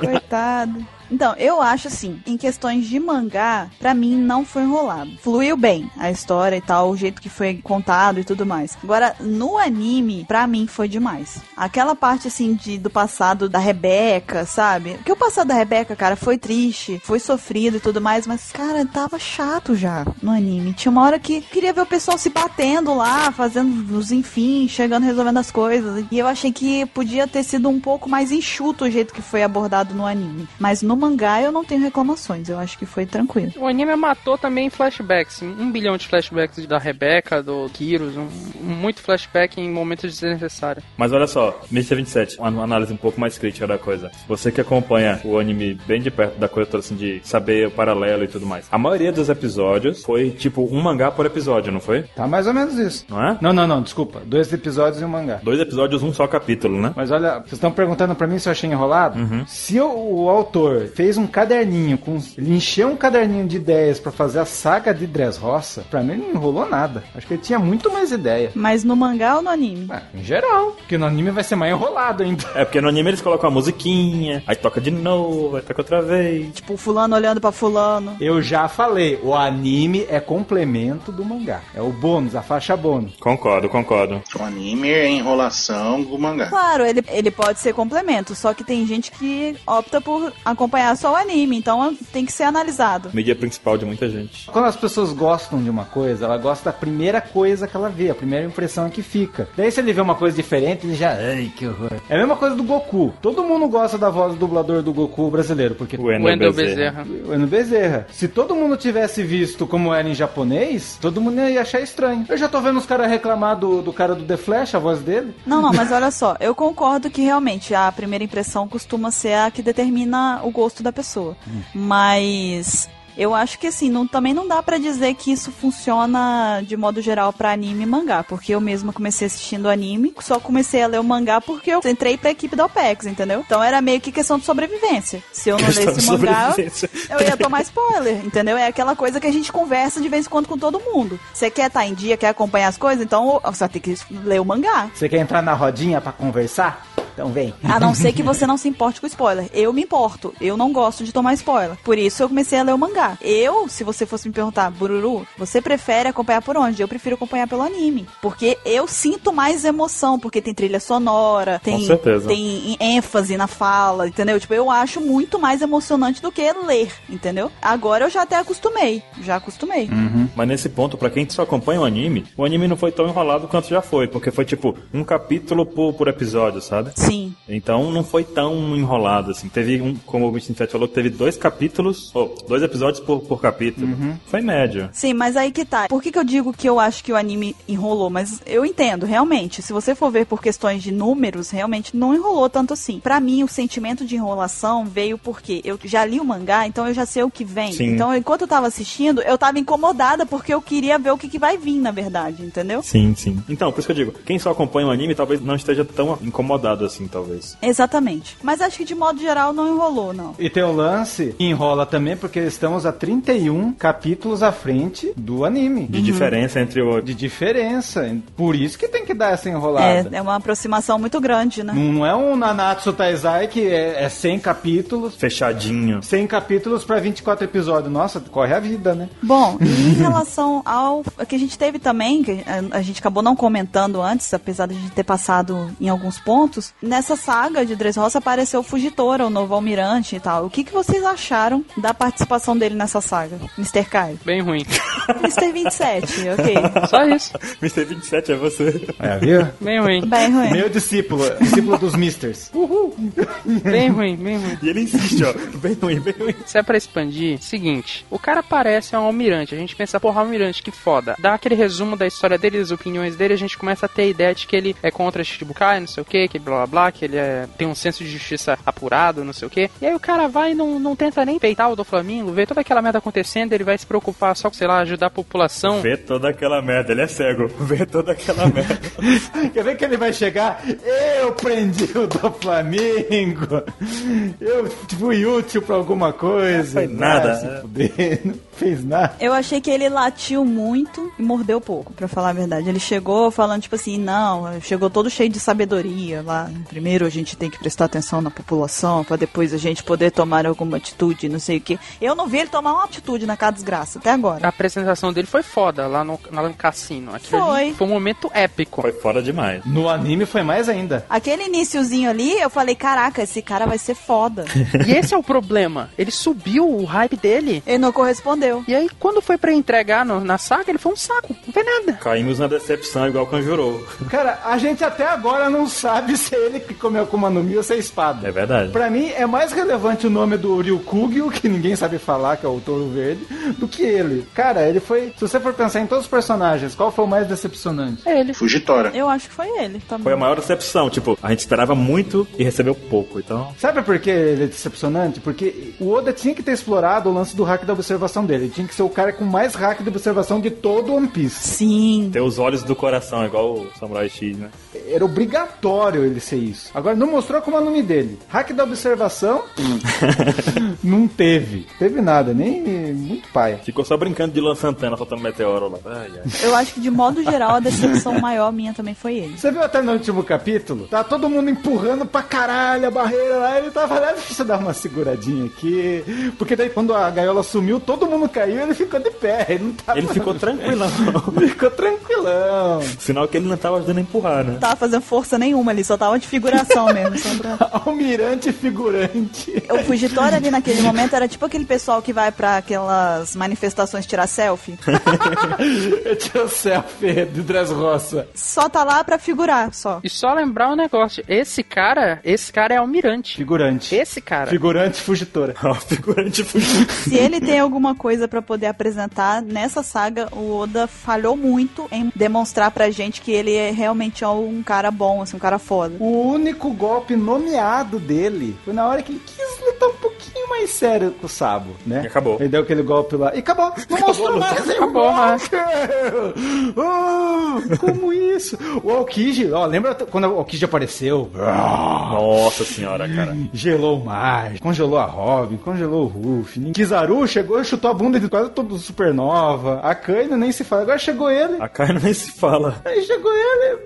Speaker 1: Coitado. Então, eu acho assim, em questões de mangá, pra mim não foi enrolado. Fluiu bem a história e tal, o jeito que foi contado e tudo mais. Agora, no anime, pra mim foi demais. Aquela parte assim de do passado da Rebeca, sabe? Porque o passado da Rebeca, cara, foi triste, foi sofrido e tudo mais, mas cara, tava chato já no anime. Tinha uma hora que queria ver o pessoal se batendo lá, fazendo os enfim, chegando resolvendo as coisas. E eu achei que podia ter sido um pouco mais enxuto o jeito que foi abordado no anime. Mas no mangá eu não tenho reclamações, eu acho que foi tranquilo.
Speaker 4: O anime matou também flashbacks. Um bilhão de flashbacks da Rebeca, do Kyrus, um- muito flashback em momentos desnecessários.
Speaker 3: Mas olha só, Mr. 27, uma análise um pouco mais crítica da coisa. Você que acompanha o anime bem de perto da coisa toda, assim, de saber o paralelo e tudo mais. A maioria dos episódios foi, tipo, um mangá por episódio, não foi?
Speaker 10: Tá mais ou menos isso.
Speaker 3: Não é?
Speaker 10: Não, não, não, desculpa. Dois episódios e um mangá.
Speaker 3: Dois episódios, um só capítulo, né?
Speaker 10: Mas olha, vocês estão perguntando pra mim se eu achei enrolado? Se eu- o autor fez um caderninho, com, uns- ele encheu um caderninho de ideias pra fazer a saga de Dressrosa, pra mim não enrolou nada. Acho que ele tinha muito mais ideia.
Speaker 1: Mas no mangá ou no anime?
Speaker 10: Ah, em geral, porque no anime vai ser mais enrolado ainda.
Speaker 3: É porque no anime eles colocam a musiquinha, aí toca de novo, aí toca outra vez.
Speaker 1: Tipo, fulano olhando pra fulano.
Speaker 10: Eu já falei, o anime é complemento do mangá. É o bônus, a faixa bônus.
Speaker 3: Concordo, concordo.
Speaker 5: O anime é enrolação do mangá.
Speaker 1: Claro, ele, ele pode ser complemento, só que tem gente que opta por acompanhar só o anime, então tem que ser analisado.
Speaker 3: Mídia principal de muita gente.
Speaker 10: Quando as pessoas gostam de uma coisa, ela gosta da primeira coisa que ela vê, a primeira impressão que fica. Daí se ele vê uma coisa diferente, ele já, ai, que horror. É a mesma coisa do Goku. Todo mundo gosta da voz do dublador do Goku brasileiro, porque
Speaker 3: O
Speaker 4: Wendel Bezerra.
Speaker 10: o Ano Bezerra. Se todo mundo tivesse visto como era em japonês, todo mundo ia achar estranho. Eu já tô vendo os caras reclamar do, do cara do The Flash, a voz dele.
Speaker 1: Não, não, mas olha só, eu concordo que realmente a primeira impressão costuma ser a que determina o gosto da pessoa. Mas eu acho que assim, não- também não dá pra dizer que isso funciona de modo geral pra anime e mangá, porque eu mesma comecei assistindo anime, só comecei a ler o mangá porque eu entrei pra equipe da OPEX, entendeu? Então era meio que questão de sobrevivência. Se eu não lesse o mangá, eu ia tomar spoiler, entendeu? É aquela coisa que a gente conversa de vez em quando com todo mundo. Você quer estar em dia, quer acompanhar as coisas, então ó, você vai ter que ler o mangá.
Speaker 10: Você quer entrar na rodinha pra conversar? Então vem.
Speaker 1: A não ser que você não se importe com spoiler. Eu me importo. Eu não gosto de tomar spoiler. Por isso eu comecei a ler o mangá. Eu, se você fosse me perguntar, Bururu, você prefere acompanhar por onde? Eu prefiro acompanhar pelo anime. Porque eu sinto mais emoção, porque tem trilha sonora, tem,
Speaker 3: certeza.
Speaker 1: tem ênfase na fala, entendeu? Tipo, eu acho muito mais emocionante do que ler, entendeu? Agora eu já até acostumei. Já acostumei.
Speaker 3: Mas nesse ponto, pra quem só acompanha o anime, o anime não foi tão enrolado quanto já foi, porque foi tipo um capítulo por, por episódio, sabe?
Speaker 1: Sim.
Speaker 3: Então não foi tão enrolado assim. Teve um, como o Vincent Fett falou, teve dois capítulos, ou dois episódios por, por capítulo. Foi médio.
Speaker 1: Sim, mas aí que tá. Por que, que eu digo que eu acho que o anime enrolou? Mas eu entendo, realmente. Se você for ver por questões de números, realmente não enrolou tanto assim. Pra mim, o sentimento de enrolação veio porque eu já li o mangá, então eu já sei o que vem.
Speaker 3: Sim.
Speaker 1: Então, enquanto eu tava assistindo, eu tava incomodada porque eu queria ver o que, que vai vir, na verdade, entendeu?
Speaker 3: Sim, sim. Então, por isso que eu digo, quem só acompanha o anime talvez não esteja tão incomodado assim, talvez.
Speaker 1: Exatamente. Mas acho que de modo geral não enrolou, não.
Speaker 10: E tem o lance que enrola também, porque estamos a 31 capítulos à frente do anime.
Speaker 3: De diferença entre o.
Speaker 10: De diferença. Por isso que tem que dar essa enrolada.
Speaker 1: É, é uma aproximação muito grande, né?
Speaker 10: Não, não é um Nanatsu Taizai que é, é 100 capítulos.
Speaker 3: Fechadinho.
Speaker 10: 100 capítulos pra 24 episódios. Nossa, corre a vida, né?
Speaker 1: Bom, e em relação ao que a gente teve também, que a, a gente acabou não comentando antes, apesar de a gente ter passado em alguns pontos, nessa saga de Dressrosa apareceu o Fugitora, o novo almirante e tal. O que, que vocês acharam da participação dele nessa saga, Mr. Kai?
Speaker 4: Bem ruim.
Speaker 1: Mr. 27, ok.
Speaker 4: Só isso.
Speaker 3: Mr. 27 é você.
Speaker 10: É, viu?
Speaker 4: Bem ruim.
Speaker 1: Bem ruim.
Speaker 10: Meu discípulo, discípulo dos misters.
Speaker 4: Bem ruim, bem ruim.
Speaker 3: E ele insiste, ó. Bem ruim, bem ruim.
Speaker 4: Se é pra expandir, seguinte, o cara parece um almirante, a gente pensa, porra, almirante, que foda. Dá aquele resumo da história dele, das opiniões dele, a gente começa a ter a ideia de que ele é contra Shichibukai, não sei o que, que blá blá blá, que ele é- tem um senso de justiça apurado, não sei o que. E aí o cara vai e não, não tenta nem peitar o do Flamengo, vê toda aquela merda acontecendo, ele vai se preocupar só com, sei lá, ajudar a população.
Speaker 3: Vê toda aquela merda, ele é cego. Vê toda aquela merda.
Speaker 10: Quer ver que ele vai chegar? Eu prendi o do Flamengo. Eu fui útil pra alguma coisa.
Speaker 3: Não foi nada.
Speaker 10: Ah, se fuder, não fez nada.
Speaker 1: Eu achei que ele latiu muito e mordeu pouco, pra falar a verdade. Ele chegou falando, tipo assim, não, chegou todo cheio de sabedoria lá, Primeiro a gente tem que prestar atenção na população para depois a gente poder tomar alguma atitude, não sei o quê. Eu não vi ele tomar uma atitude na cada desgraça até agora.
Speaker 4: A apresentação dele foi foda lá no, lá no cassino. Aquilo
Speaker 1: Foi.
Speaker 4: ali Foi um momento épico.
Speaker 3: Foi fora demais.
Speaker 10: No anime foi mais ainda.
Speaker 1: Aquele iniciozinho ali, eu falei, caraca, esse cara vai ser foda.
Speaker 4: E esse é o problema. Ele subiu o hype dele.
Speaker 1: ele não correspondeu.
Speaker 4: E aí, quando foi pra entregar no- na saga, ele foi um saco. Não foi nada.
Speaker 3: Caímos na decepção igual Kanjuro.
Speaker 10: Cara, a gente até agora não sabe se é ele que comeu com no Mi ou se é espada.
Speaker 3: É verdade.
Speaker 10: Pra mim, é mais relevante o nome do Ryukugyu, que ninguém sabe falar, que é o Touro Verde, do que ele. Cara, ele foi... Se você for pensar em todos os personagens, qual foi o mais decepcionante?
Speaker 4: É ele.
Speaker 5: Fugitora.
Speaker 1: Eu acho que foi ele tá também.
Speaker 3: Foi a maior decepção. Tipo, a gente esperava muito e recebeu pouco. Então,
Speaker 10: Sabe por que ele é decepcionante? Porque o Oda tinha que ter explorado o lance do hack da observação dele. Ele tinha que ser o cara com mais hack de observação de todo One Piece.
Speaker 1: Sim.
Speaker 3: ter os olhos do coração, igual o Samurai X, né?
Speaker 10: Era obrigatório ele ser isso. Agora, não mostrou como é o nome dele. Hack da observação? Hum. não teve. Teve nada, nem muito pai.
Speaker 3: Ficou só brincando de Lan Santana, soltando meteoro lá. Ai, ai.
Speaker 1: Eu acho que de modo geral a decepção maior minha também foi ele.
Speaker 10: Você viu até no último capítulo? Tá todo mundo empurrando pra caralho a barreira lá. Ele tava lá, deixa eu dar uma seguradinha aqui. Porque daí quando a gaiola sumiu, todo mundo caiu e ele ficou de pé. Ele não tava...
Speaker 3: Ele ficou tranquilão.
Speaker 10: Ficou tranquilão.
Speaker 3: Sinal que ele não tava ajudando a empurrar, né?
Speaker 1: Não tava fazendo força nenhuma ali, só tava de figuração mesmo. só pra-
Speaker 10: Almirante figurante.
Speaker 1: O fugitório ali naquele momento era tipo aquele pessoal que vai pra aquelas manifestações tirar selfie.
Speaker 10: Eu tinha o selfie de Dress Roça.
Speaker 1: Só tá lá pra figurar, só.
Speaker 4: E só lembrar um negócio. Esse cara, esse cara é almirante.
Speaker 10: Figurante.
Speaker 4: Esse cara.
Speaker 10: Figurante fugitora.
Speaker 3: O figurante fugiu.
Speaker 1: Se ele tem alguma coisa pra poder apresentar nessa saga, o Oda falhou muito em demonstrar pra gente que ele é realmente um cara bom, assim, um cara foda.
Speaker 10: O único golpe nomeado dele foi na hora que ele quis lutar um pouquinho mais sério com o Sabo, né?
Speaker 3: E acabou.
Speaker 10: Ele deu aquele golpe lá. E acabou. Não mostrou mais nenhum
Speaker 4: Acabou, né?
Speaker 10: golpe. Ah, como isso? O Aokiji, ó, lembra quando o Aokiji apareceu? Ah,
Speaker 3: Nossa senhora, cara.
Speaker 10: Gelou o Marge, congelou a Robin, congelou o Ruffy. Kizaru chegou e chutou a bunda de quase todo supernova. A Kaino nem se fala. Agora chegou ele.
Speaker 3: A Kaino nem se fala.
Speaker 10: Aí chegou ele.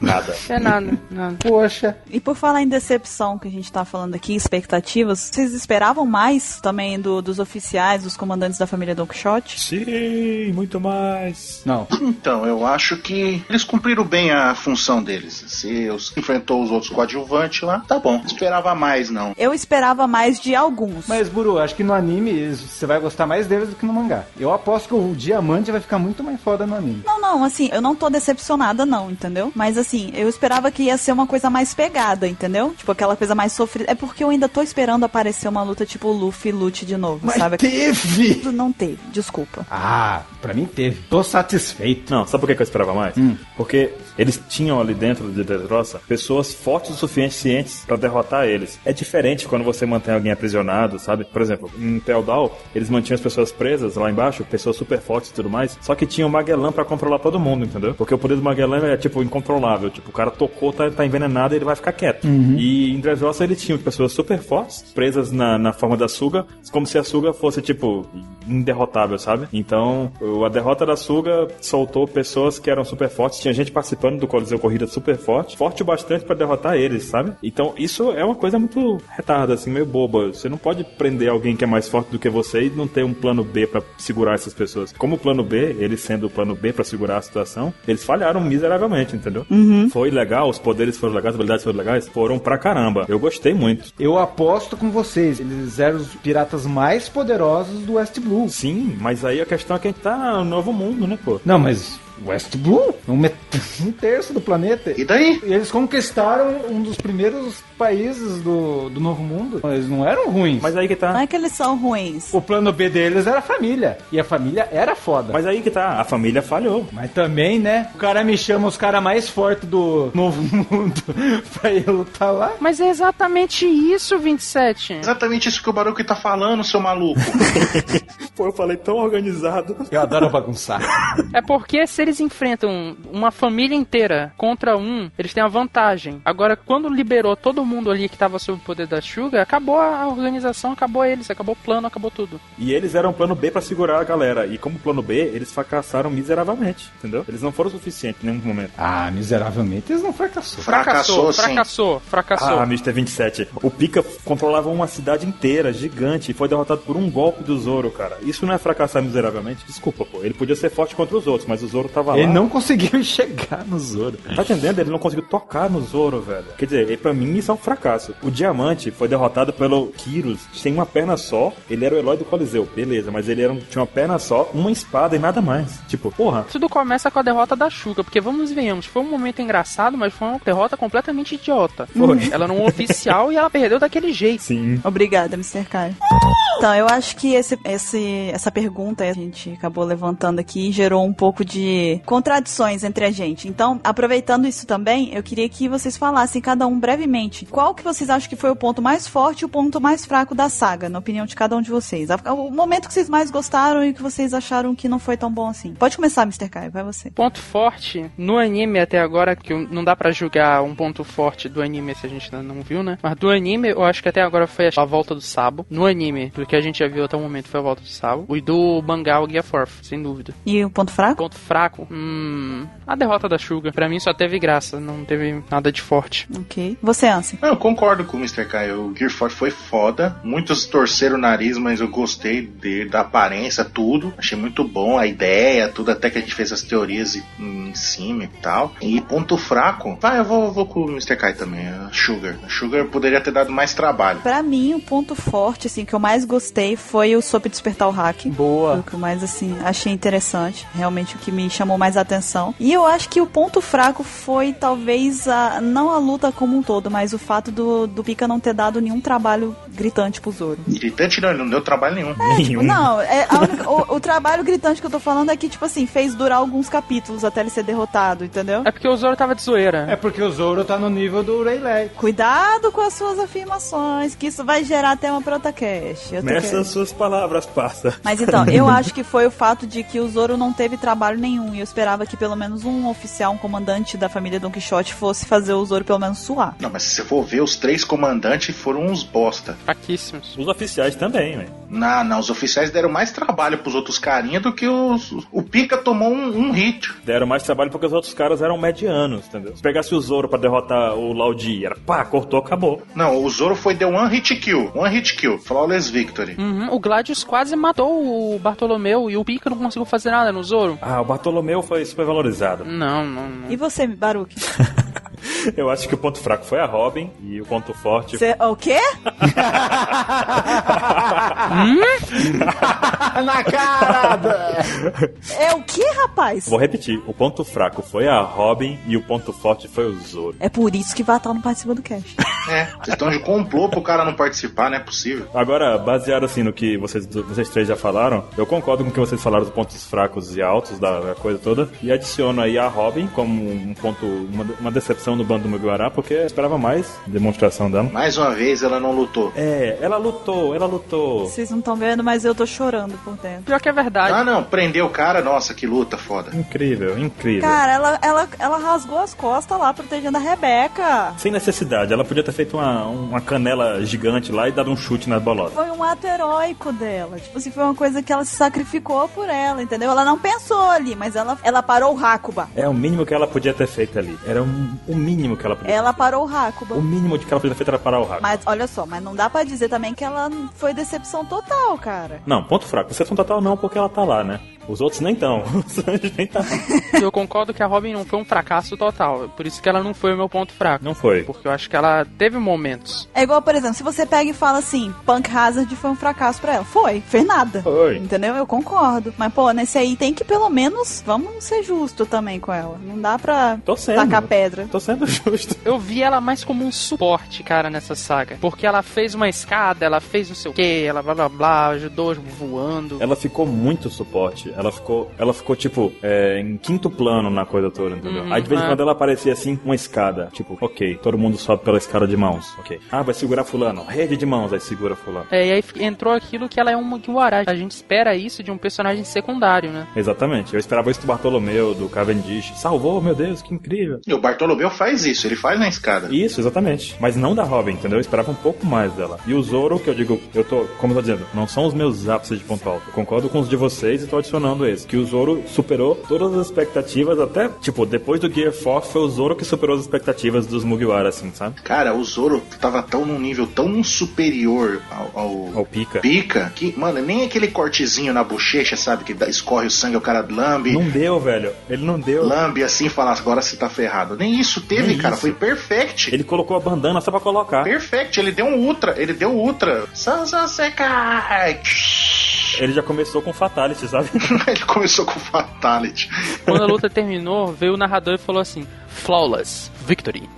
Speaker 3: Nada.
Speaker 4: É nada, nada.
Speaker 10: Poxa.
Speaker 1: E por falar em decepção que a gente tá falando aqui, expectativas, vocês esperavam mais também do- dos oficiais, dos comandantes da família Don Quixote?
Speaker 3: Sim, muito mais.
Speaker 10: Não.
Speaker 5: Então, eu acho que eles cumpriram bem a função deles. Se os- enfrentou os outros coadjuvantes lá, tá bom. Não Esperava mais, não.
Speaker 1: Eu esperava mais de alguns.
Speaker 10: Mas, Buru, acho que no anime eles- você vai gostar mais deles do que no mangá. Eu aposto que o diamante vai ficar muito mais foda no anime.
Speaker 1: Não, não, assim, eu não tô decepcionada, não, entendeu? Mas assim, eu esperava que ia ser uma coisa mais pegada, entendeu? Tipo, aquela coisa mais sofrida. É porque eu ainda tô esperando aparecer uma luta tipo Luffy e Lute de novo, sabe?
Speaker 10: teve!
Speaker 1: Não teve, desculpa.
Speaker 10: Ah, pra mim teve. Tô satisfeito.
Speaker 3: Não, sabe por que que eu esperava mais? Porque eles tinham ali dentro de Dressrosa pessoas fortes o suficientes pra derrotar eles. É diferente quando você mantém alguém aprisionado, sabe? Por exemplo, em Teodal, eles mantinham as pessoas presas lá embaixo, pessoas super fortes e tudo mais, só que tinha o Magellan pra controlar todo mundo, entendeu? Porque o poder do Magellan é, tipo, incontrolável. Tipo, o cara tocou, tá, tá envenenado e ele vai ficar quieto. E em Dressrosa eles tinham pessoas super fortes, presas na, na forma da Suga, como se a Suga fosse, tipo, inderrotável, sabe? Então, o- a derrota da Suga soltou pessoas que eram super fortes, tinha gente participando do Coliseu Corrida super forte, forte o bastante pra derrotar eles, sabe? Então, isso é uma coisa muito retarda, assim, meio boba. Você não pode prender alguém que é mais forte do que você e não ter um plano B pra segurar essas pessoas. Como o plano B, eles sendo o plano B pra segurar a situação, eles falharam miseravelmente, entendeu? Foi legal, os poderes foram legais, as habilidades foram legais, foram pra caramba. Eu gostei muito.
Speaker 10: Eu aposto com vocês, eles eram os piratas mais poderosos do West Blue.
Speaker 3: Sim, mas aí a questão é que a gente tá no novo mundo, né, pô?
Speaker 10: Não, mas West Blue? Um, met- um terço do planeta.
Speaker 5: E tá- daí?
Speaker 10: E Eles conquistaram um dos primeiros países do, do Novo Mundo. Eles não eram ruins.
Speaker 3: Mas aí que tá.
Speaker 1: Não é que eles são ruins.
Speaker 10: o plano B deles era a família. E a família era foda.
Speaker 3: Mas aí que tá, a família falhou.
Speaker 10: Mas também, né? O cara me chama os caras mais fortes do Novo Mundo pra ir lutar lá.
Speaker 4: Mas é exatamente isso, 27.
Speaker 5: Exatamente isso que o Baruco tá falando, seu maluco.
Speaker 3: Pô, eu falei tão organizado.
Speaker 10: Eu adoro bagunçar.
Speaker 4: É porque se ele eles enfrentam uma família inteira contra um, eles têm a vantagem. Agora, quando liberou todo mundo ali que tava sob o poder da Suga, acabou a organização, acabou eles, acabou o plano, acabou tudo.
Speaker 3: E eles eram plano B pra segurar a galera. E como plano B, eles fracassaram miseravelmente, entendeu? Eles não foram o suficiente em nenhum momento.
Speaker 10: Ah, miseravelmente eles não fracassaram.
Speaker 4: Fracassou, fracassou, fracassou.
Speaker 3: Ah, Mr. 27. O Pika controlava uma cidade inteira, gigante, e foi derrotado por um golpe do Zoro, cara. Isso não é fracassar miseravelmente? Desculpa, pô. Ele podia ser forte contra os outros, mas o Zoro tava
Speaker 10: Ele
Speaker 3: lá.
Speaker 10: não conseguiu chegar no Zoro.
Speaker 3: Tá entendendo? Ele não conseguiu tocar no Zoro, velho. Quer dizer, ele- pra mim isso é um fracasso. O Diamante foi derrotado pelo Kyrus. Tem uma perna só. Ele era o herói do Coliseu. Beleza, mas ele era um- tinha uma perna só, uma espada e nada mais. Tipo, porra.
Speaker 4: Tudo começa com a derrota da Shuka, porque vamos e venhamos, foi um momento engraçado, mas foi uma derrota completamente idiota.
Speaker 3: Foi.
Speaker 4: Ela era um oficial e ela perdeu daquele jeito.
Speaker 3: Sim.
Speaker 1: Obrigada, Mr. Kai. Então, eu acho que esse, esse- essa pergunta a gente acabou levantando aqui gerou um pouco de contradições entre a gente. Então, aproveitando isso também, eu queria que vocês falassem cada um brevemente qual que vocês acham que foi o ponto mais forte e o ponto mais fraco da saga, na opinião de cada um de vocês. A- O momento que vocês mais gostaram e que vocês acharam que não foi tão bom assim. Pode começar, Mr. Kai, vai você.
Speaker 4: Ponto forte no anime até agora, que não dá pra julgar um ponto forte do anime se a gente ainda não viu, né? Mas do anime, eu acho que até agora foi a volta do Sabo. No anime, do que a gente já viu até o momento foi a volta do Sabo. E do mangá, o Guia Forth, sem dúvida.
Speaker 1: E o ponto fraco?
Speaker 4: Ponto fraco, hum. A derrota da Suga. Pra mim só teve graça, não teve nada de forte.
Speaker 1: Ok. Você, Ansem.
Speaker 5: Não, eu concordo com o Mr. Kai. O Gear 4 foi foda. Muitos torceram o nariz, mas eu gostei de- da aparência, tudo. Achei muito bom a ideia, tudo. Até que a gente fez as teorias e- em cima e tal. E ponto fraco. Ah, eu vou, vou com o Mr. Kai também. A Sugar. A Sugar poderia ter dado mais trabalho.
Speaker 1: Pra mim, o ponto forte, assim, que eu mais gostei foi o Sob Despertar o Hack. Foi o
Speaker 10: Boa.
Speaker 1: que eu mais, assim, achei interessante. Realmente o que me chamou mais a atenção. E eu acho que o ponto fraco foi, talvez, a, não a luta como um todo, mas o fato do, do Pika não ter dado nenhum trabalho gritante pro Zoro.
Speaker 5: Gritante não, ele não deu trabalho nenhum.
Speaker 3: nenhum.
Speaker 1: Não, é, a única- o, o trabalho gritante que eu tô falando é que, tipo assim, fez durar alguns capítulos até ele ser derrotado, entendeu?
Speaker 4: É porque o Zoro tava de zoeira.
Speaker 10: É porque o Zoro tá no nível do Rayleigh.
Speaker 1: Cuidado com as suas afirmações, que isso vai gerar tema pra outra cast. Outra
Speaker 3: Meça
Speaker 1: cast.
Speaker 3: as suas palavras, parça.
Speaker 1: Mas então, eu acho que foi o fato de que o Zoro não teve trabalho nenhum. E eu esperava que pelo menos um oficial, um comandante da família Don Quixote, fosse fazer o Zoro pelo menos suar.
Speaker 5: Não, mas se você for ver, os três comandantes foram uns bosta.
Speaker 4: Fraquíssimos.
Speaker 3: Os oficiais também, velho.
Speaker 5: Não, não, os oficiais deram mais trabalho pros outros carinha do que os. O Pica tomou um, um hit.
Speaker 3: Deram mais trabalho porque os outros caras eram medianos, entendeu? Se pegasse o Zoro pra derrotar o Laudi, era pá, cortou, acabou.
Speaker 5: Não, o Zoro foi deu one hit kill. One hit kill. Flawless Victory.
Speaker 4: Uhum, o Gladius quase matou o Bartolomeu e o Pika não conseguiu fazer nada no Zoro.
Speaker 3: Ah, o Bartolomeu foi super valorizado.
Speaker 1: Hum.
Speaker 4: Não, não, não.
Speaker 1: E você, Baruque?
Speaker 3: Eu acho que o ponto fraco foi a Robin e o ponto forte
Speaker 1: Você, é o quê?
Speaker 10: Ah, Na cara! da-
Speaker 1: É o quê, rapaz?
Speaker 3: Vou repetir, o ponto fraco foi a Robin e o ponto forte foi o Zoro.
Speaker 1: É por isso que Vatal não participa do cast.
Speaker 5: É, vocês estão de complô pro cara não participar, não é possível.
Speaker 3: Agora, baseado assim no que vocês, vocês três já falaram, eu concordo com o que vocês falaram dos pontos fracos e altos da, da coisa toda, e adiciono aí a Robin como um ponto, uma, uma decepção do bando do Mugiwara, porque eu esperava mais demonstração dela.
Speaker 5: Mais uma vez ela não lutou.
Speaker 3: É, ela lutou, ela lutou.
Speaker 1: Vocês não estão vendo, mas eu tô chorando por dentro.
Speaker 4: Pior que é verdade.
Speaker 5: Ah, não, prendeu o cara, nossa, que luta foda.
Speaker 3: Incrível, incrível.
Speaker 1: Cara, ela, ela, ela rasgou as costas lá protegendo a Rebeca.
Speaker 3: Sem necessidade, ela podia ter feito uma, um, uma canela gigante lá e dado um chute na bolota.
Speaker 1: Foi um ato heróico dela. Tipo assim, foi uma coisa que ela se sacrificou por ela, entendeu? Ela não pensou ali, mas ela, ela parou o Hakuba.
Speaker 3: É o mínimo que ela podia ter feito ali. Era um- o mínimo que ela podia
Speaker 1: Ela
Speaker 3: ter
Speaker 1: parou o Hakuba.
Speaker 3: feito. O mínimo de que ela podia ter feito era parar o rato.
Speaker 1: Mas olha só, mas não dá pra dizer também que ela foi decepção total, cara.
Speaker 3: Não, ponto fraco. Exceção total não, porque ela tá lá, né? Os outros nem estão. Os anjos nem tá.
Speaker 4: Eu concordo que a Robin não foi um fracasso total. Por isso que ela não foi o meu ponto fraco.
Speaker 3: Não foi.
Speaker 4: Porque eu acho que ela teve momentos.
Speaker 1: É igual, por exemplo, se você pega e fala assim, Punk Hazard foi um fracasso pra ela. Foi, fez nada.
Speaker 3: Foi.
Speaker 1: Entendeu? Eu concordo. Mas, pô, nesse aí tem que pelo menos, vamos ser justo também com ela. Não dá pra
Speaker 3: Tô sendo.
Speaker 1: tacar pedra.
Speaker 3: Tô sendo justo.
Speaker 4: Eu vi ela mais como um suporte, cara, nessa saga. Porque ela fez uma escada, ela fez não sei o que, ela blá blá blá, ajudou voando.
Speaker 3: Ela ficou muito suporte. Ela, Ela ficou, ela ficou tipo, é, em quinto plano na coisa toda, entendeu?
Speaker 11: Uhum.
Speaker 3: Aí de vez em
Speaker 11: Ah.
Speaker 3: quando ela aparecia assim, uma escada. Tipo, ok, todo mundo sobe pela escada de mãos. Ok. Ah, vai segurar fulano. Rede de mãos, aí segura fulano.
Speaker 4: É, e aí f- entrou aquilo que ela é um Mugiwara. A gente espera isso de um personagem secundário, né?
Speaker 3: Exatamente. Eu esperava isso do Bartolomeu, do Cavendish. Salvou, meu Deus, que incrível.
Speaker 5: E o Bartolomeu faz isso, ele faz na escada.
Speaker 3: Isso, exatamente. Mas não da Robin, entendeu? Eu esperava um pouco mais dela. E o Zoro, que eu digo, eu tô, como eu tô dizendo, não são os meus ápices de ponto alto. Eu concordo com os de vocês e tô adicionando esse. Que o Zoro superou todas as expectativas, até, tipo, depois do Gear 4 foi o Zoro que superou as expectativas dos Mugiwara, assim, sabe?
Speaker 5: Cara, o Zoro tava tão num nível tão superior ao, ao,
Speaker 3: Pica.
Speaker 5: Pica que, mano, nem aquele cortezinho na bochecha, sabe? Que dá- escorre o sangue, o cara lambe.
Speaker 3: Não deu, velho. Ele não deu.
Speaker 5: Lambe assim e fala, agora você tá ferrado. Nem isso teve,
Speaker 3: Nem
Speaker 5: cara.
Speaker 3: isso.
Speaker 5: Foi perfect.
Speaker 3: Ele tá- colocou a bandana só pra colocar.
Speaker 5: Perfect, ele deu um ultra, ele deu um ultra. Sansa seca!
Speaker 3: Ele já começou com Fatality, sabe?
Speaker 5: ele começou com Fatality.
Speaker 4: Quando a luta terminou, veio o narrador e falou assim: Flawless Victory.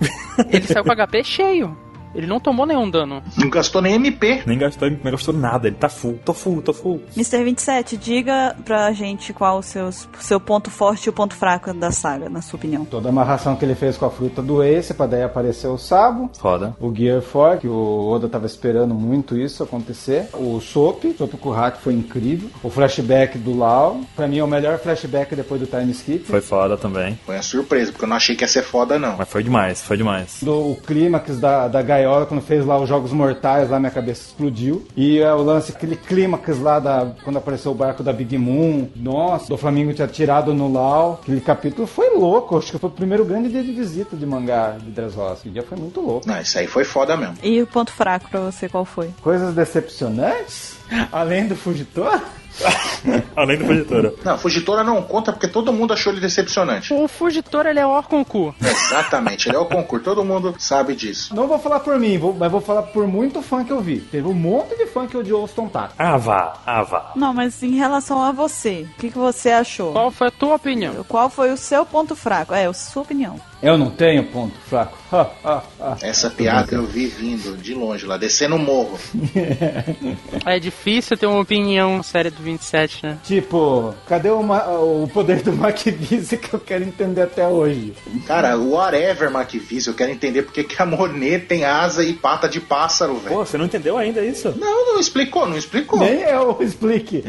Speaker 4: Ele saiu com HP cheio. Ele não tomou nenhum dano.
Speaker 5: Não gastou nem MP.
Speaker 3: Nem gastou, não gastou nada. Ele tá full. Tô full, tô full.
Speaker 1: Mr. 27, diga pra gente qual o seu, seu ponto forte e o ponto fraco da saga, na sua opinião.
Speaker 10: Toda a amarração que ele fez com a fruta do Ace, pra daí aparecer o Sabo.
Speaker 3: Foda.
Speaker 10: O Gear 4, que o Oda tava esperando muito isso acontecer. O Soap, o Soap Kuhak foi incrível. O flashback do Lau, pra mim é o melhor flashback depois do time skip.
Speaker 3: Foi foda também.
Speaker 5: Foi uma surpresa, porque eu não achei que ia ser foda, não.
Speaker 3: Mas foi demais, foi demais.
Speaker 10: Do, o clímax da, da gaiola, quando fez lá os Jogos Mortais, lá minha cabeça explodiu. E é, o lance, aquele clímax lá da, quando apareceu o barco da Big Moon. Nossa, do Flamengo tinha atirado no Lau. Aquele capítulo foi louco. Acho que foi o primeiro grande dia de visita de mangá de Dressrosa. Aquele dia foi muito louco.
Speaker 5: Não, isso aí foi foda mesmo.
Speaker 1: E o ponto fraco pra você, qual foi?
Speaker 10: Coisas decepcionantes? Além do Fugitor?
Speaker 3: Além do Fugitora.
Speaker 5: Não, Fugitora não conta porque todo mundo achou ele decepcionante.
Speaker 4: O Fugitor, ele é o Orconcu.
Speaker 5: Exatamente, ele é o concurso, todo mundo sabe disso.
Speaker 10: Não vou falar por mim, vou- mas vou falar por muito fã que eu vi. Teve um monte de fã que odiou os Tontatos.
Speaker 3: Ah, vá, ah, vá.
Speaker 1: Não, mas em relação a você, o que, que você achou?
Speaker 4: Qual foi a tua opinião?
Speaker 1: Qual foi o seu ponto fraco? É, a sua opinião.
Speaker 10: Eu não tenho ponto fraco. Ha, ha, ha.
Speaker 5: Essa piada eu vi vindo de longe lá, descendo o morro.
Speaker 4: É difícil ter uma opinião séria do 27, né?
Speaker 10: Tipo, cadê o, ma- o poder do Macbise que eu quero entender até hoje?
Speaker 5: Cara, whatever, McVis, eu quero entender porque que a Monet tem asa e pata de pássaro, velho.
Speaker 3: Pô, você não entendeu ainda isso?
Speaker 5: Não, não explicou, não explicou.
Speaker 10: Nem eu explique.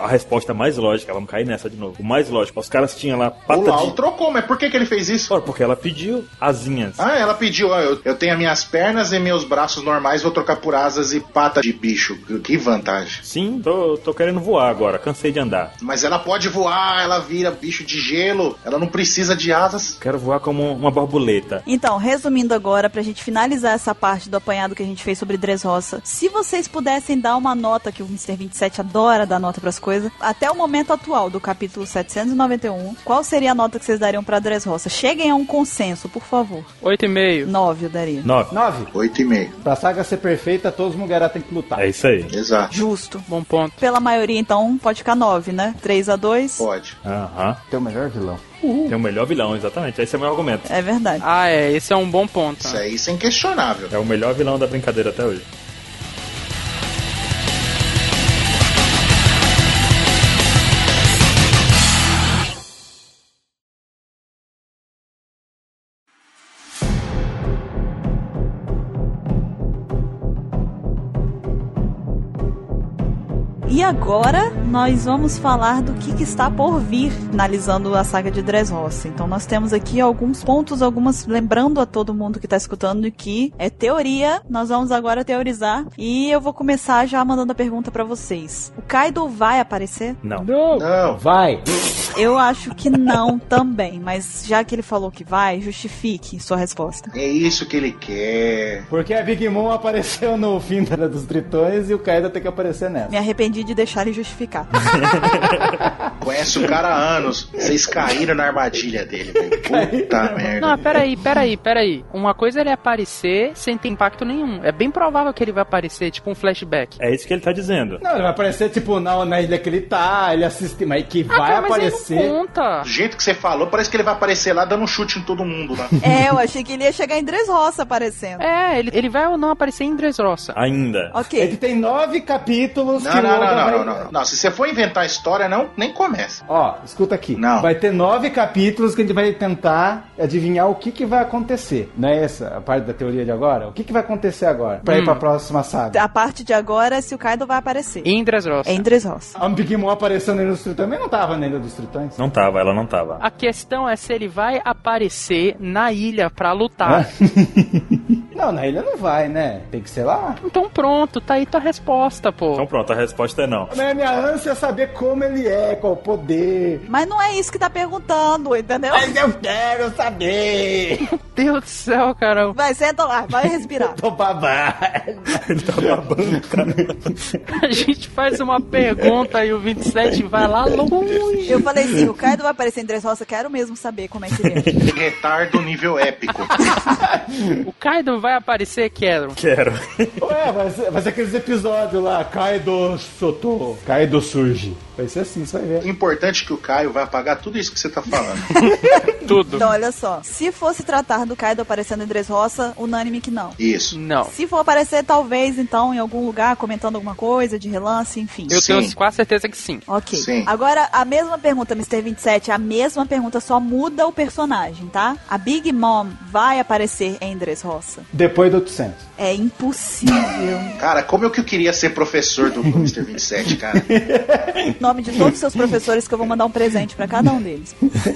Speaker 3: A resposta mais lógica, vamos cair nessa de novo. O mais lógico, os caras tinham lá pata
Speaker 5: o Lau
Speaker 3: de.
Speaker 5: trocou, mas por que, que ele fez isso?
Speaker 3: Ora, porque ela pediu asinhas.
Speaker 5: Ah, ela pediu, ó, eu, eu tenho as minhas pernas e meus braços normais, vou trocar por asas e pata de bicho. Que vantagem.
Speaker 3: Sim, tô, tô querendo voar agora, cansei de andar.
Speaker 5: Mas ela pode voar, ela vira bicho de gelo, ela não precisa de asas.
Speaker 3: Quero voar como uma borboleta.
Speaker 1: Então, resumindo agora, pra gente finalizar essa parte do apanhado que a gente fez sobre Dressrosa, se vocês pudessem dar uma nota, que o Mr. 27 adora dar nota pras coisas, até o momento atual do capítulo 791, qual seria a nota que vocês dariam pra Dressrosa? Cheguem a um consenso, por favor.
Speaker 4: 8,5.
Speaker 1: 9 eu daria.
Speaker 3: Nove.
Speaker 10: Nove.
Speaker 5: Oito e meio.
Speaker 10: Pra saga ser perfeita, todos os Mugará tem que lutar.
Speaker 3: É isso aí.
Speaker 5: Exato.
Speaker 1: Justo.
Speaker 4: Bom ponto.
Speaker 1: Pela maioria, então, pode ficar 9, né? 3 a 2.
Speaker 5: Pode.
Speaker 3: Aham.
Speaker 10: Teu melhor vilão.
Speaker 3: Tem o melhor vilão, exatamente. Esse é o meu argumento.
Speaker 1: É verdade.
Speaker 4: Ah, é, esse é um bom ponto.
Speaker 3: Tá.
Speaker 5: Isso aí, isso é inquestionável.
Speaker 3: É o melhor vilão da brincadeira até hoje.
Speaker 1: E agora nós vamos falar do que, que está por vir, analisando a saga de Dressrosa. Então nós temos aqui alguns pontos, algumas lembrando a todo mundo que está escutando que é teoria. Nós vamos agora teorizar e eu vou começar já mandando a pergunta para vocês. O Kaido vai aparecer?
Speaker 3: Não.
Speaker 5: Não,
Speaker 10: Vai!
Speaker 1: Eu acho que não também, mas já que ele falou que vai, justifique sua resposta.
Speaker 5: é isso que ele quer.
Speaker 10: Porque a Big Mom apareceu no fim da Era dos Tritões e o Kaido tem que aparecer
Speaker 1: Me
Speaker 10: nessa.
Speaker 1: arrependi de deixar ele justificar.
Speaker 5: Conhece o cara há anos. Vocês caíram na armadilha dele, velho. Puta merda.
Speaker 4: Não, peraí, peraí, peraí. Uma coisa é ele aparecer sem ter impacto nenhum. É bem provável que ele vai aparecer, tipo um flashback.
Speaker 3: É isso que ele tá dizendo.
Speaker 10: Não, ele vai aparecer, tipo, na, na ilha que ele tá, ele assiste, mas
Speaker 5: Ah,
Speaker 10: que
Speaker 5: tá,
Speaker 10: vai
Speaker 4: Ah, cara, mas ele
Speaker 10: aparecer.
Speaker 4: não conta.
Speaker 5: Do jeito que você falou, parece que ele vai aparecer lá dando um chute em todo mundo lá.
Speaker 1: é, eu achei que ele ia chegar em Dressrosa aparecendo.
Speaker 4: É, ele, ele vai ou não aparecer em Dressrosa.
Speaker 3: Ainda.
Speaker 1: Ok.
Speaker 10: É que tem nove capítulos
Speaker 5: Não,
Speaker 10: que né? o
Speaker 5: não,
Speaker 10: Oda
Speaker 5: não, não,
Speaker 10: vai-
Speaker 5: não, não, não. Não, se você for inventar a história, não, nem começa.
Speaker 10: Ó, escuta aqui.
Speaker 5: Não.
Speaker 10: Vai ter nove capítulos que a gente vai tentar adivinhar o que, que vai acontecer. Não é essa a parte da teoria de agora? O que, que vai acontecer agora? Pra ir
Speaker 1: Hum.
Speaker 10: pra próxima saga.
Speaker 1: A parte de agora é se o Kaido vai aparecer.
Speaker 4: Indras Ross.
Speaker 1: É Indres Ross.
Speaker 10: A Big Mom apareceu na Ilha dos Tritões, mas não tava na Ilha dos Tritões.
Speaker 3: Não tava, ela não tava.
Speaker 4: A questão é se ele vai aparecer na ilha pra lutar.
Speaker 10: Não, na ilha não vai, né? Tem que ser lá.
Speaker 4: Então pronto, tá aí tua resposta, pô.
Speaker 3: Então pronto, a resposta é não.
Speaker 10: Né, Minha ânsia é saber como ele é, qual o poder.
Speaker 1: Mas não é isso que tá perguntando, entendeu?
Speaker 10: Mas eu quero saber!
Speaker 4: Meu Deus do céu, cara.
Speaker 1: Vai, senta lá, vai respirar.
Speaker 10: Tô babado! Tô tá babando,
Speaker 4: A gente faz uma pergunta e o 27 vai lá longe.
Speaker 1: Eu falei assim, o Kaido vai aparecer em Indres Ross, eu quero mesmo saber como é que ele é.
Speaker 5: Retardo nível épico.
Speaker 4: O Kaido vai aparecer, Kedron.
Speaker 3: Quero.
Speaker 10: Ué, vai ser, vai ser aqueles episódios lá, Kaido Soto, Kaido surge. Vai ser assim, você vai ver.
Speaker 5: O importante é que o Caio vai apagar tudo isso que você tá falando.
Speaker 4: Tudo.
Speaker 1: Então, olha só. Se fosse tratar do Kaido aparecendo em Indres Roça, unânime que não.
Speaker 5: Isso.
Speaker 4: Não.
Speaker 1: Se for aparecer, talvez, então, em algum lugar, comentando alguma coisa, de relance, enfim.
Speaker 4: Eu
Speaker 5: Sim.
Speaker 4: tenho quase certeza que sim.
Speaker 1: Ok.
Speaker 5: Sim.
Speaker 1: Agora, a mesma pergunta, Mr. 27, a mesma pergunta, só muda o personagem, tá? A Big Mom vai aparecer em Andres Roça?
Speaker 10: Depois do 800.
Speaker 1: É impossível.
Speaker 5: Cara, como eu que eu queria ser professor do, do Mr. 27, cara?
Speaker 1: em nome de todos os seus professores, que eu vou mandar um presente pra cada um deles.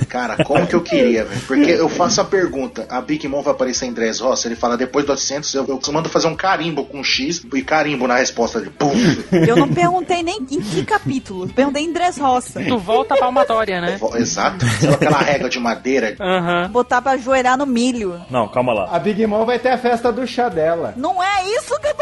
Speaker 5: Cara, como que eu queria, velho? Porque eu faço a pergunta, a Big Mom vai aparecer em Dress Ross? Ele fala, depois do 800, eu, eu mando fazer um carimbo com X e carimbo na resposta de pum.
Speaker 1: Eu não perguntei nem em que capítulo, eu perguntei em Andres Roça.
Speaker 4: Tu volta pra Almatória, né?
Speaker 5: Vo- Exato. Sabe aquela regra de madeira?
Speaker 4: Aham.
Speaker 1: Botar pra ajoelhar no milho.
Speaker 3: Não, calma lá.
Speaker 10: A Big Mom vai ter a festa do chá dela.
Speaker 1: Não é isso que eu tô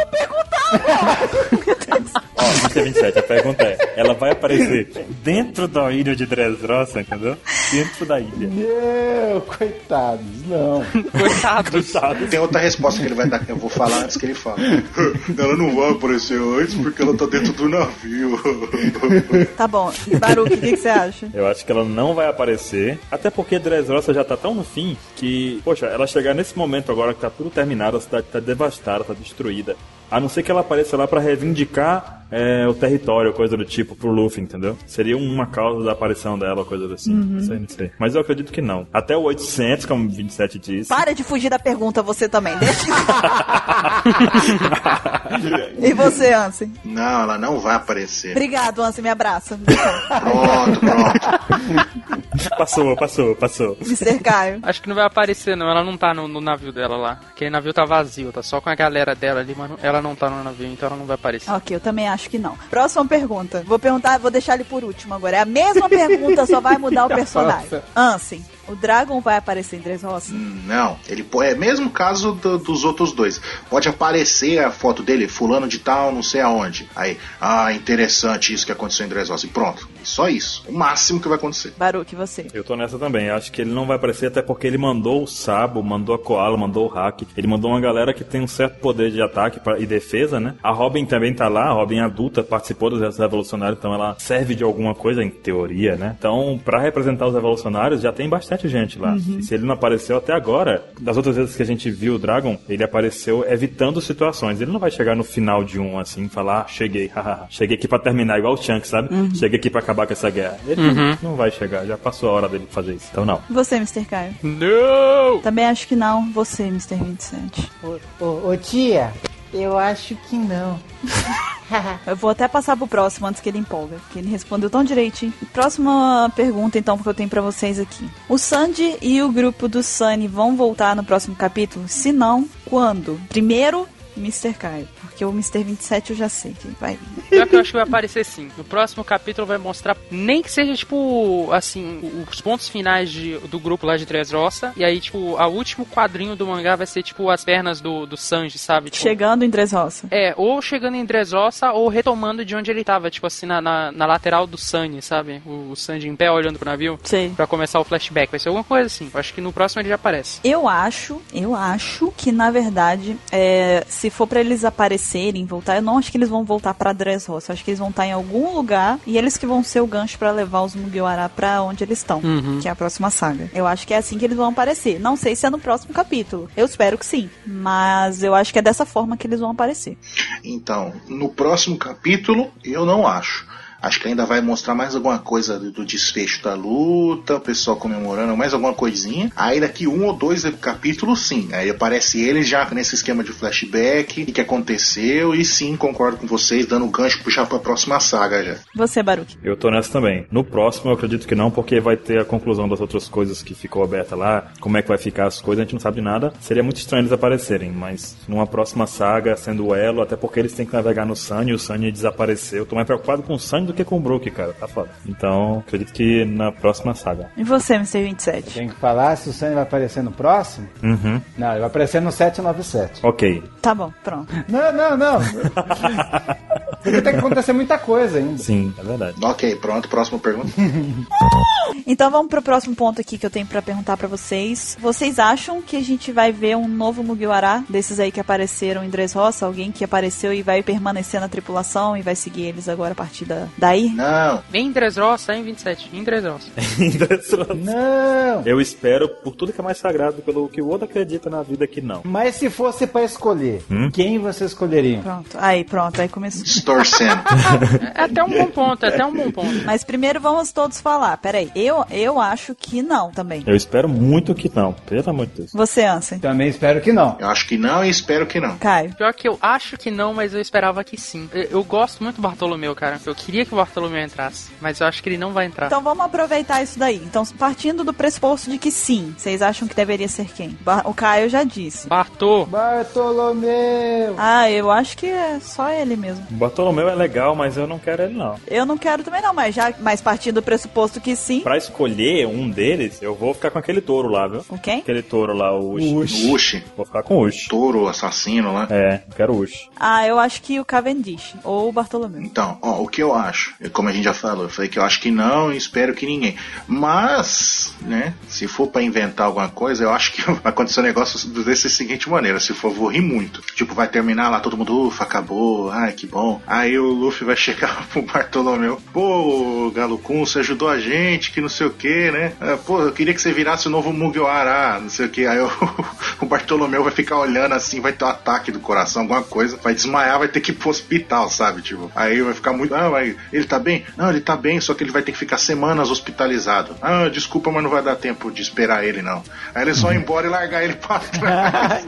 Speaker 1: perguntando!
Speaker 3: Ó, Mr. 27, a pergunta é: ela vai aparecer dentro da ilha de Dressrosa, entendeu? Dentro da ilha.
Speaker 10: Meu, coitados, não.
Speaker 4: Coitados.
Speaker 3: Sabe?
Speaker 5: Tem outra resposta que ele vai dar, que eu vou falar antes que ele fala. Ela não vai aparecer antes porque ela tá dentro do navio.
Speaker 1: tá bom, e Baruque, o que que você acha?
Speaker 3: Eu acho que ela não vai aparecer, até porque Dressrosa já tá tão no fim que, poxa, ela chegar nesse momento agora que tá tudo terminado, a cidade tá devastada, tá destruída. A não ser que ela apareça lá pra reivindicar é, o território, coisa do tipo, pro Luffy, entendeu? Seria uma causa da aparição dela, coisa assim. Não sei, não sei. Mas eu acredito que não. Até o 800, como o 27 disse.
Speaker 1: Para de fugir da pergunta, você também. Deixa. e você, Ansem?
Speaker 5: Não, ela não vai aparecer.
Speaker 1: Obrigado, Ansem, me abraça.
Speaker 5: Pronto, pronto.
Speaker 3: Passou, passou, passou.
Speaker 1: Mr. Caio.
Speaker 4: Acho que não vai aparecer, não. Ela não tá no, no navio dela lá. Aquele navio tá vazio, tá só com a galera dela ali, mas não- ela não tá no navio, então ela não vai aparecer.
Speaker 1: Ok, eu também acho que não. Próxima pergunta. Vou perguntar, vou deixar ele por último agora. É a mesma pergunta, só vai mudar o personagem. Ansem, o Dragon vai aparecer em Dress Roça?
Speaker 5: Não, ele po- é mesmo caso do- dos outros dois. Pode aparecer a foto dele, fulano de tal, não sei aonde. Aí, ah, interessante isso que aconteceu em Dressrosa. E pronto, só isso. O máximo que vai acontecer.
Speaker 1: Baruque, você.
Speaker 3: Eu tô nessa também. Acho que ele não vai aparecer, até porque ele mandou o Sabo, mandou a Koala, mandou o Hack. Ele mandou uma galera que tem um certo poder de ataque pra- e defesa, né? A Robin também tá lá. A Robin adulta participou dos revolucionários, então ela serve de alguma coisa, em teoria, né? Então, pra representar os revolucionários, já tem bastante gente lá. E se ele não apareceu até agora, das outras vezes que a gente viu o Dragon, ele apareceu evitando situações. Ele não vai chegar no final de um assim e falar, ah, cheguei, hahaha. cheguei aqui pra terminar, igual o Chunks, sabe? Cheguei aqui pra acabar com essa guerra. Ele não vai chegar, já passou a hora dele fazer isso. Então não.
Speaker 1: E Você, Mr. Caio.
Speaker 4: Não!
Speaker 1: Também acho que não. Você, Mr. 27.
Speaker 11: Ô, ô, tia, eu acho que não.
Speaker 1: Eu vou até passar pro próximo antes que ele empolga, porque ele respondeu tão direitinho. Próxima pergunta, então, que eu tenho pra vocês aqui. O Sandy e o grupo do Sunny vão voltar no próximo capítulo? Se não, quando? Primeiro, Mr. Caio. Porque o Mr. 27 eu já sei que vai vir.
Speaker 4: Pior que eu acho que vai aparecer sim. No próximo capítulo vai mostrar, nem que seja, tipo, assim, o- os pontos finais de- do grupo lá de Três Roça. E aí, tipo, a- o último quadrinho do mangá vai ser, tipo, as pernas do, do Sanji, sabe? Tipo,
Speaker 1: Chegando em Dressrosa.
Speaker 4: É, ou chegando em Dressrosa ou retomando de onde ele tava, tipo assim, na, na, na lateral do Sunny, sabe? O, o Sanji em pé olhando pro navio
Speaker 1: Sei.
Speaker 4: pra começar o flashback. Vai ser alguma coisa assim. Eu acho que no próximo ele já aparece.
Speaker 1: Eu acho, eu acho que na verdade, é, se for pra eles aparecerem vencerem, voltar, eu não acho que eles vão voltar pra Dressrosa, eu acho que eles vão estar em algum lugar e eles que vão ser o gancho pra levar os Mugiwara pra onde eles estão,
Speaker 4: Uhum.
Speaker 1: que é a próxima saga. Eu acho que é assim que eles vão aparecer. Não sei se é no próximo capítulo. Eu espero que sim, mas eu acho que é dessa forma que eles vão aparecer.
Speaker 5: Então, no próximo capítulo, eu não acho. Acho que ainda vai mostrar mais alguma coisa do do desfecho da luta, o pessoal comemorando, mais alguma coisinha. Aí daqui um ou dois capítulos, sim. Aí aparece ele já nesse esquema de flashback, o que aconteceu, e sim, concordo com vocês, dando gancho pro- já pra próxima saga já.
Speaker 1: Você, Baruque.
Speaker 3: Eu tô nessa também. No próximo eu acredito que não, porque vai ter a conclusão das outras coisas que ficou aberta lá, como é que vai ficar as coisas, a gente não sabe de nada. Seria muito estranho eles aparecerem, mas numa próxima saga, sendo o Elo, até porque eles têm que navegar no Sunny, o Sunny desapareceu. Eu tô mais preocupado com o Sunny do que com o Brook, cara, tá foda. Então, acredito que na próxima saga.
Speaker 1: E você, Mr. 27?
Speaker 10: Tem que falar se o Sunny vai aparecer no próximo?
Speaker 3: Uhum.
Speaker 10: Não, ele vai aparecer no 797.
Speaker 3: Ok.
Speaker 1: Tá bom, pronto.
Speaker 10: Não, não, não. Porque tem que acontecer muita coisa ainda.
Speaker 3: Sim, é verdade.
Speaker 5: Ok, pronto, próxima pergunta.
Speaker 1: Então vamos pro próximo ponto aqui que eu tenho pra perguntar pra vocês. Vocês acham que a gente vai ver um novo Mugiwara desses aí que apareceram em Dressrosa, alguém que apareceu e vai permanecer na tripulação e vai seguir eles agora a partir da, daí?
Speaker 5: Não.
Speaker 4: Em Dressrosa, hein, 27? Em Dressrosa.
Speaker 10: Não!
Speaker 3: Eu espero, por tudo que é mais sagrado, pelo que o Oda acredita na vida, que não.
Speaker 10: Mas se fosse pra escolher, quem você escolheria?
Speaker 1: Pronto, aí pronto, aí começou.
Speaker 5: Distorcendo.
Speaker 4: É até um bom ponto, é até um bom ponto.
Speaker 1: Mas primeiro vamos todos falar. Peraí, eu, eu acho que não também.
Speaker 3: Eu espero muito que não, pelo amor de Deus.
Speaker 1: Você, Ansem.
Speaker 10: Também espero que não.
Speaker 5: Eu acho que não e espero que não.
Speaker 1: Caio.
Speaker 4: Pior que eu acho que não, mas eu esperava que sim. Eu, eu gosto muito do Bartolomeu, cara. Eu queria que o Bartolomeu entrasse, mas eu acho que ele não vai entrar.
Speaker 1: Então vamos aproveitar isso daí. Então, partindo do pressuposto de que sim, vocês acham que deveria ser quem? Ba- o Caio já disse.
Speaker 4: Bartô.
Speaker 10: Bartolomeu!
Speaker 1: Ah, eu acho que é só ele mesmo.
Speaker 3: O Bartolomeu é legal, mas eu não quero ele não.
Speaker 1: Eu não quero também não, mas já, mas partindo do pressuposto que sim.
Speaker 3: Pra escolher um deles, eu vou ficar com aquele touro lá, viu?
Speaker 1: Com quem?
Speaker 3: Aquele touro lá, o Ush.
Speaker 5: Ushi. Ushi.
Speaker 3: Vou ficar com o Ush.
Speaker 5: Touro, assassino lá.
Speaker 3: É, eu quero o Ush.
Speaker 1: Ah, eu acho que o Cavendish ou o Bartolomeu.
Speaker 5: Então, ó, o que eu acho, eu- como a gente já falou, eu falei que eu acho que não e espero que ninguém. Mas, né, se for pra inventar alguma coisa, eu acho que vai acontecer um negócio desse seguinte maneira, se for, vou rir muito. Tipo, vai terminar lá todo mundo, ufa, acabou, ai, que bom. Aí o Luffy vai chegar pro Bartolomeu, pô, Galo Kun, você ajudou a gente, que não sei o que, né? Ah, Pô, eu queria que você virasse o novo Mugiwara, não sei o que. Aí o, o Bartolomeu vai ficar olhando assim, vai ter um ataque do coração, alguma coisa, vai desmaiar, vai ter que ir pro hospital, sabe? Tipo, aí vai ficar muito. Ah, mas ele tá bem? Não, ele tá bem, só que ele vai ter que ficar semanas hospitalizado. Ah, desculpa, mas não vai dar tempo de esperar ele, não. Aí ele é só ir embora e largar ele pra trás.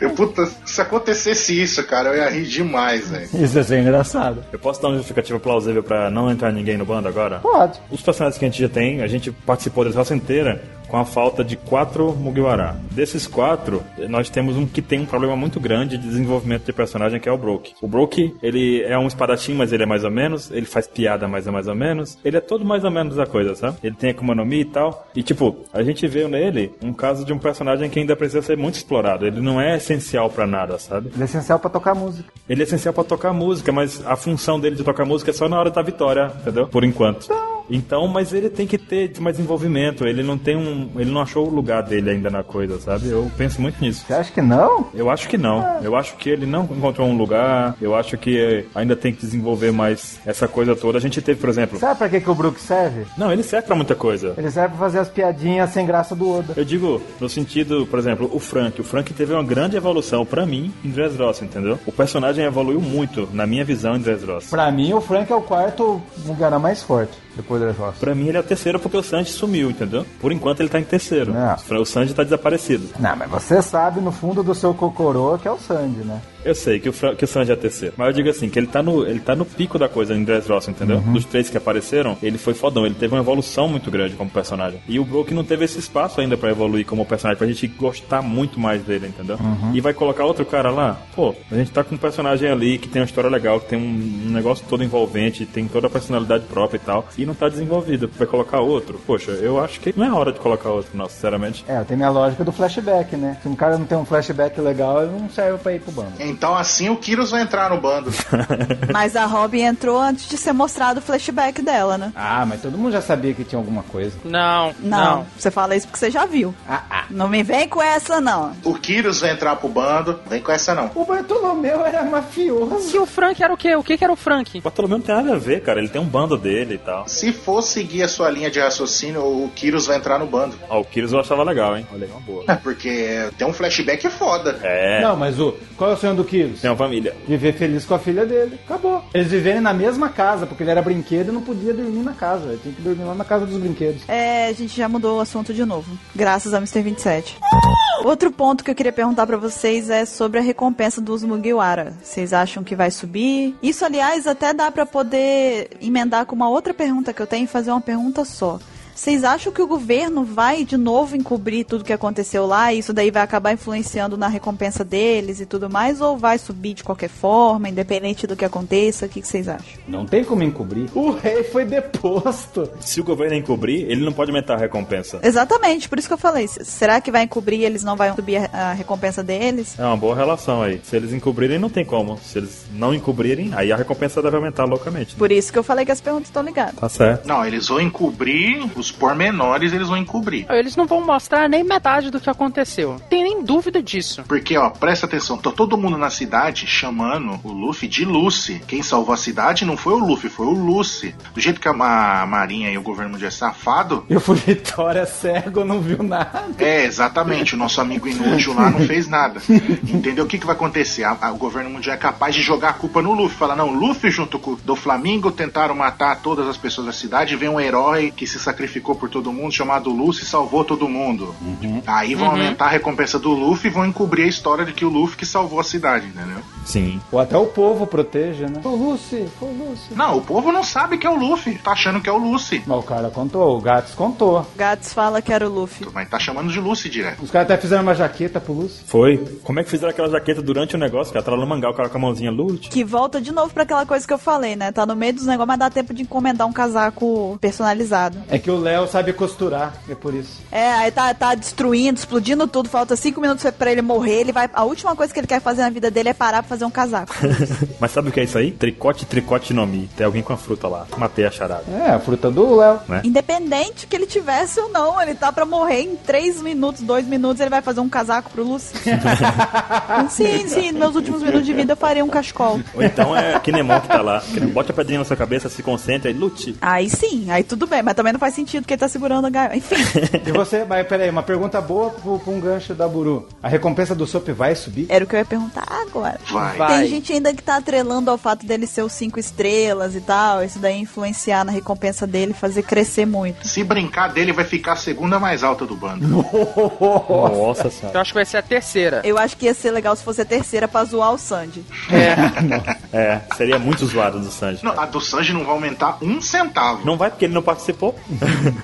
Speaker 5: eu, puta, se acontecesse isso, cara, eu ia rir demais, velho.
Speaker 10: Isso ia ser é engraçado.
Speaker 3: Eu posso dar uma justificativa plausível pra não entrar ninguém no bando agora?
Speaker 10: Pode.
Speaker 3: Os personagens que a gente já tem, a gente participou da raça inteira com a falta de quatro Mugiwara. Desses quatro, nós temos um que tem um problema muito grande de desenvolvimento de personagem, que é o Brook. O Brook, ele é um espadachim, mas ele é mais ou menos, ele faz piada mais ou mais ou menos, ele é todo mais ou menos a coisa, sabe? Ele tem Akuma no Mi e tal, e tipo, a gente vê nele um caso de um personagem que ainda precisa ser muito explorado, ele não é essencial pra nada, sabe?
Speaker 10: Ele é essencial pra tocar música.
Speaker 3: Ele é essencial pra tocar música, mas a função dele de tocar música é só na hora da vitória, entendeu? Por enquanto. Então, mas ele tem que ter mais envolvimento. Ele não tem um, ele não achou o lugar dele ainda na coisa, sabe? Eu penso muito nisso.
Speaker 10: Você acha que não?
Speaker 3: Eu acho que não. Eu acho que ele não encontrou um lugar. Eu acho que ainda tem que desenvolver mais essa coisa toda. A gente teve, por exemplo,
Speaker 10: Sabe pra que, que o Brook serve?
Speaker 3: não, ele serve pra muita coisa.
Speaker 10: Ele serve pra fazer as piadinhas sem graça do Oda.
Speaker 3: Eu digo, no sentido, por exemplo, o Frank. O Frank teve uma grande evolução pra mim em Dressrosa, entendeu? O personagem evoluiu muito, na minha visão, em Dressrosa.
Speaker 10: Pra mim, o Frank é o quarto lugar mais forte depois do Dressrosa.
Speaker 3: Pra mim ele é o terceiro porque o Sanji sumiu, entendeu? Por enquanto ele tá em terceiro.
Speaker 10: É.
Speaker 3: O Sanji tá desaparecido.
Speaker 10: Não, mas você sabe no fundo do seu cocorô que é o Sandy, né?
Speaker 3: Eu sei que o, Fran- que o Sanji é terceiro. Mas eu digo assim, que ele tá no, ele tá no pico da coisa em Dressrosa, entendeu? Dos três que apareceram, ele foi fodão. Ele teve uma evolução muito grande como personagem. E o Brook não teve esse espaço ainda pra evoluir como personagem, pra gente gostar muito mais dele, entendeu? E vai colocar outro cara lá? Pô, a gente tá com um personagem ali que tem uma história legal, que tem um, um negócio todo envolvente, tem toda a personalidade própria e tal, e não tá desenvolvido. Vai colocar outro? Poxa, eu acho que não é hora de colocar outro, não, sinceramente.
Speaker 10: É, tem minha lógica do flashback, né? Se um cara não tem um flashback legal, ele não serve pra ir pro bando.
Speaker 5: É, Então assim o Kyrus vai entrar no bando.
Speaker 1: Mas a Robin entrou antes de ser mostrado o flashback dela, né?
Speaker 10: Ah, mas todo mundo já sabia que tinha alguma coisa.
Speaker 4: Não,
Speaker 1: Não, você fala isso porque você já viu. Não me vem com essa, não.
Speaker 5: O Kyrus vai entrar pro bando. Vem com essa não.
Speaker 10: O Bartolomeu era mafioso.
Speaker 4: E o Frank era o quê? O que que era o Frank?
Speaker 3: Bartolomeu não tem nada a ver, cara. Ele tem um bando dele e tal.
Speaker 5: Se for seguir a sua linha de raciocínio, o Kyrus vai entrar no bando.
Speaker 3: Ó, o Kyrus eu achava legal, hein? Olha aí, uma boa.
Speaker 5: É, Porque tem um flashback foda.
Speaker 3: É.
Speaker 10: Não, mas o. Qual é o sonho do Kyrus?
Speaker 3: Tem uma família.
Speaker 10: Viver feliz com a filha dele. Acabou. Eles viverem na mesma casa, porque ele era brinquedo e não podia dormir na casa. Ele tinha que dormir lá na casa dos brinquedos.
Speaker 1: É, a gente já mudou o assunto de novo. Graças ao Mr. 27. Outro ponto que eu queria perguntar pra vocês é sobre a recompensa dos Mugiwara. Vocês acham que vai subir? Isso, aliás, até dá pra poder emendar com uma outra pergunta que eu tenho e fazer uma pergunta só. Vocês acham que o governo vai de novo encobrir tudo que aconteceu lá e isso daí vai acabar influenciando na recompensa deles e tudo mais? Ou vai subir de qualquer forma, independente do que aconteça? O que que vocês acham?
Speaker 10: Não tem como encobrir. O rei foi deposto.
Speaker 3: Se o governo encobrir, ele não pode aumentar a recompensa.
Speaker 1: Exatamente, por isso que eu falei. S- Será que vai encobrir e eles não vão subir a, a recompensa deles?
Speaker 3: É uma boa relação aí. Se eles encobrirem, não tem como. Se eles não encobrirem, aí a recompensa deve aumentar loucamente.
Speaker 1: Por isso que eu falei que as perguntas estão ligadas.
Speaker 3: Tá certo.
Speaker 5: Não, eles vão encobrir os pormenores, eles vão encobrir.
Speaker 4: Eles não vão mostrar nem metade do que aconteceu. Tem nem dúvida disso.
Speaker 5: Porque, ó, presta atenção, tá todo mundo na cidade chamando o Luffy de Lucy. Quem salvou a cidade não foi o Luffy, foi o Lucy. Do jeito que a ma- Marinha e o governo mundial é safado.
Speaker 10: Eu fui vitória cego, não viu nada.
Speaker 5: É, exatamente, o nosso amigo inútil lá não fez nada. Entendeu? O que, que vai acontecer? A- a- o governo mundial é capaz de jogar a culpa no Luffy. Falar, não, Luffy junto com o do Flamingo tentaram matar todas as pessoas da cidade. Vem um herói que se sacrificou por todo mundo, chamado Lucy, salvou todo mundo. Aí vão
Speaker 10: Uhum.
Speaker 5: aumentar a recompensa do Luffy e vão encobrir a história de que o Luffy que salvou a cidade, entendeu?
Speaker 3: Sim.
Speaker 10: Ou até o povo proteja, né?
Speaker 11: Foi o Lucy, foi o Lucy.
Speaker 5: Não, o povo não sabe que é o Luffy, tá achando que é o Lucy.
Speaker 10: Mas o cara contou, o Gats contou.
Speaker 1: Gats fala que era o Luffy.
Speaker 5: Mas tá chamando de Lucy direto.
Speaker 10: Os caras até fizeram uma jaqueta pro Lúcio.
Speaker 3: Foi. Como é que fizeram aquela jaqueta durante o negócio, cara? Tá lá no mangá, o cara com a mãozinha lute.
Speaker 1: Que volta de novo pra aquela coisa que eu falei, né? Tá no meio dos negócios, mas dá tempo de encomendar um casaco personalizado.
Speaker 10: É que o Léo sabe costurar, é por isso.
Speaker 1: É, aí tá, tá destruindo, explodindo tudo, falta cinco minutos pra ele morrer, ele vai. A última coisa que ele quer fazer na vida dele é parar pra fazer um casaco.
Speaker 3: Mas sabe o que é isso aí? Tricote, tricote no Mi. Tem alguém com a fruta lá. Matei a charada.
Speaker 10: É, a fruta do Léo.
Speaker 3: Né?
Speaker 1: Independente que ele tivesse ou não, ele tá pra morrer em três minutos, dois minutos, ele vai fazer um casaco pro Lucy. sim, sim, nos meus últimos minutos de vida eu faria um cachecol.
Speaker 3: Ou então é Kinemon que tá lá. Kinemon, Bote a pedrinha na sua cabeça, se concentra e lute.
Speaker 1: Aí sim, aí tudo bem, mas também não faz sentido que ele tá segurando a gaiola. Enfim,
Speaker 10: E você, mas peraí, uma pergunta boa pro, pro um gancho da Buru. A recompensa do Sop vai subir?
Speaker 1: era o que eu ia perguntar agora.
Speaker 5: Vai.
Speaker 10: Vai.
Speaker 1: Tem gente ainda que tá atrelando ao fato dele ser os cinco estrelas e tal, isso daí influenciar na recompensa dele, fazer crescer muito.
Speaker 5: Se brincar dele, vai ficar a segunda mais alta do bando.
Speaker 3: Nossa senhora.
Speaker 4: Eu acho que vai ser a terceira.
Speaker 1: Eu acho que ia ser legal se fosse a terceira pra zoar o Sandy.
Speaker 3: É, seria muito zoado do Sanji.
Speaker 5: Não, a do Sanji não vai aumentar um centavo.
Speaker 3: Não vai porque ele não participou.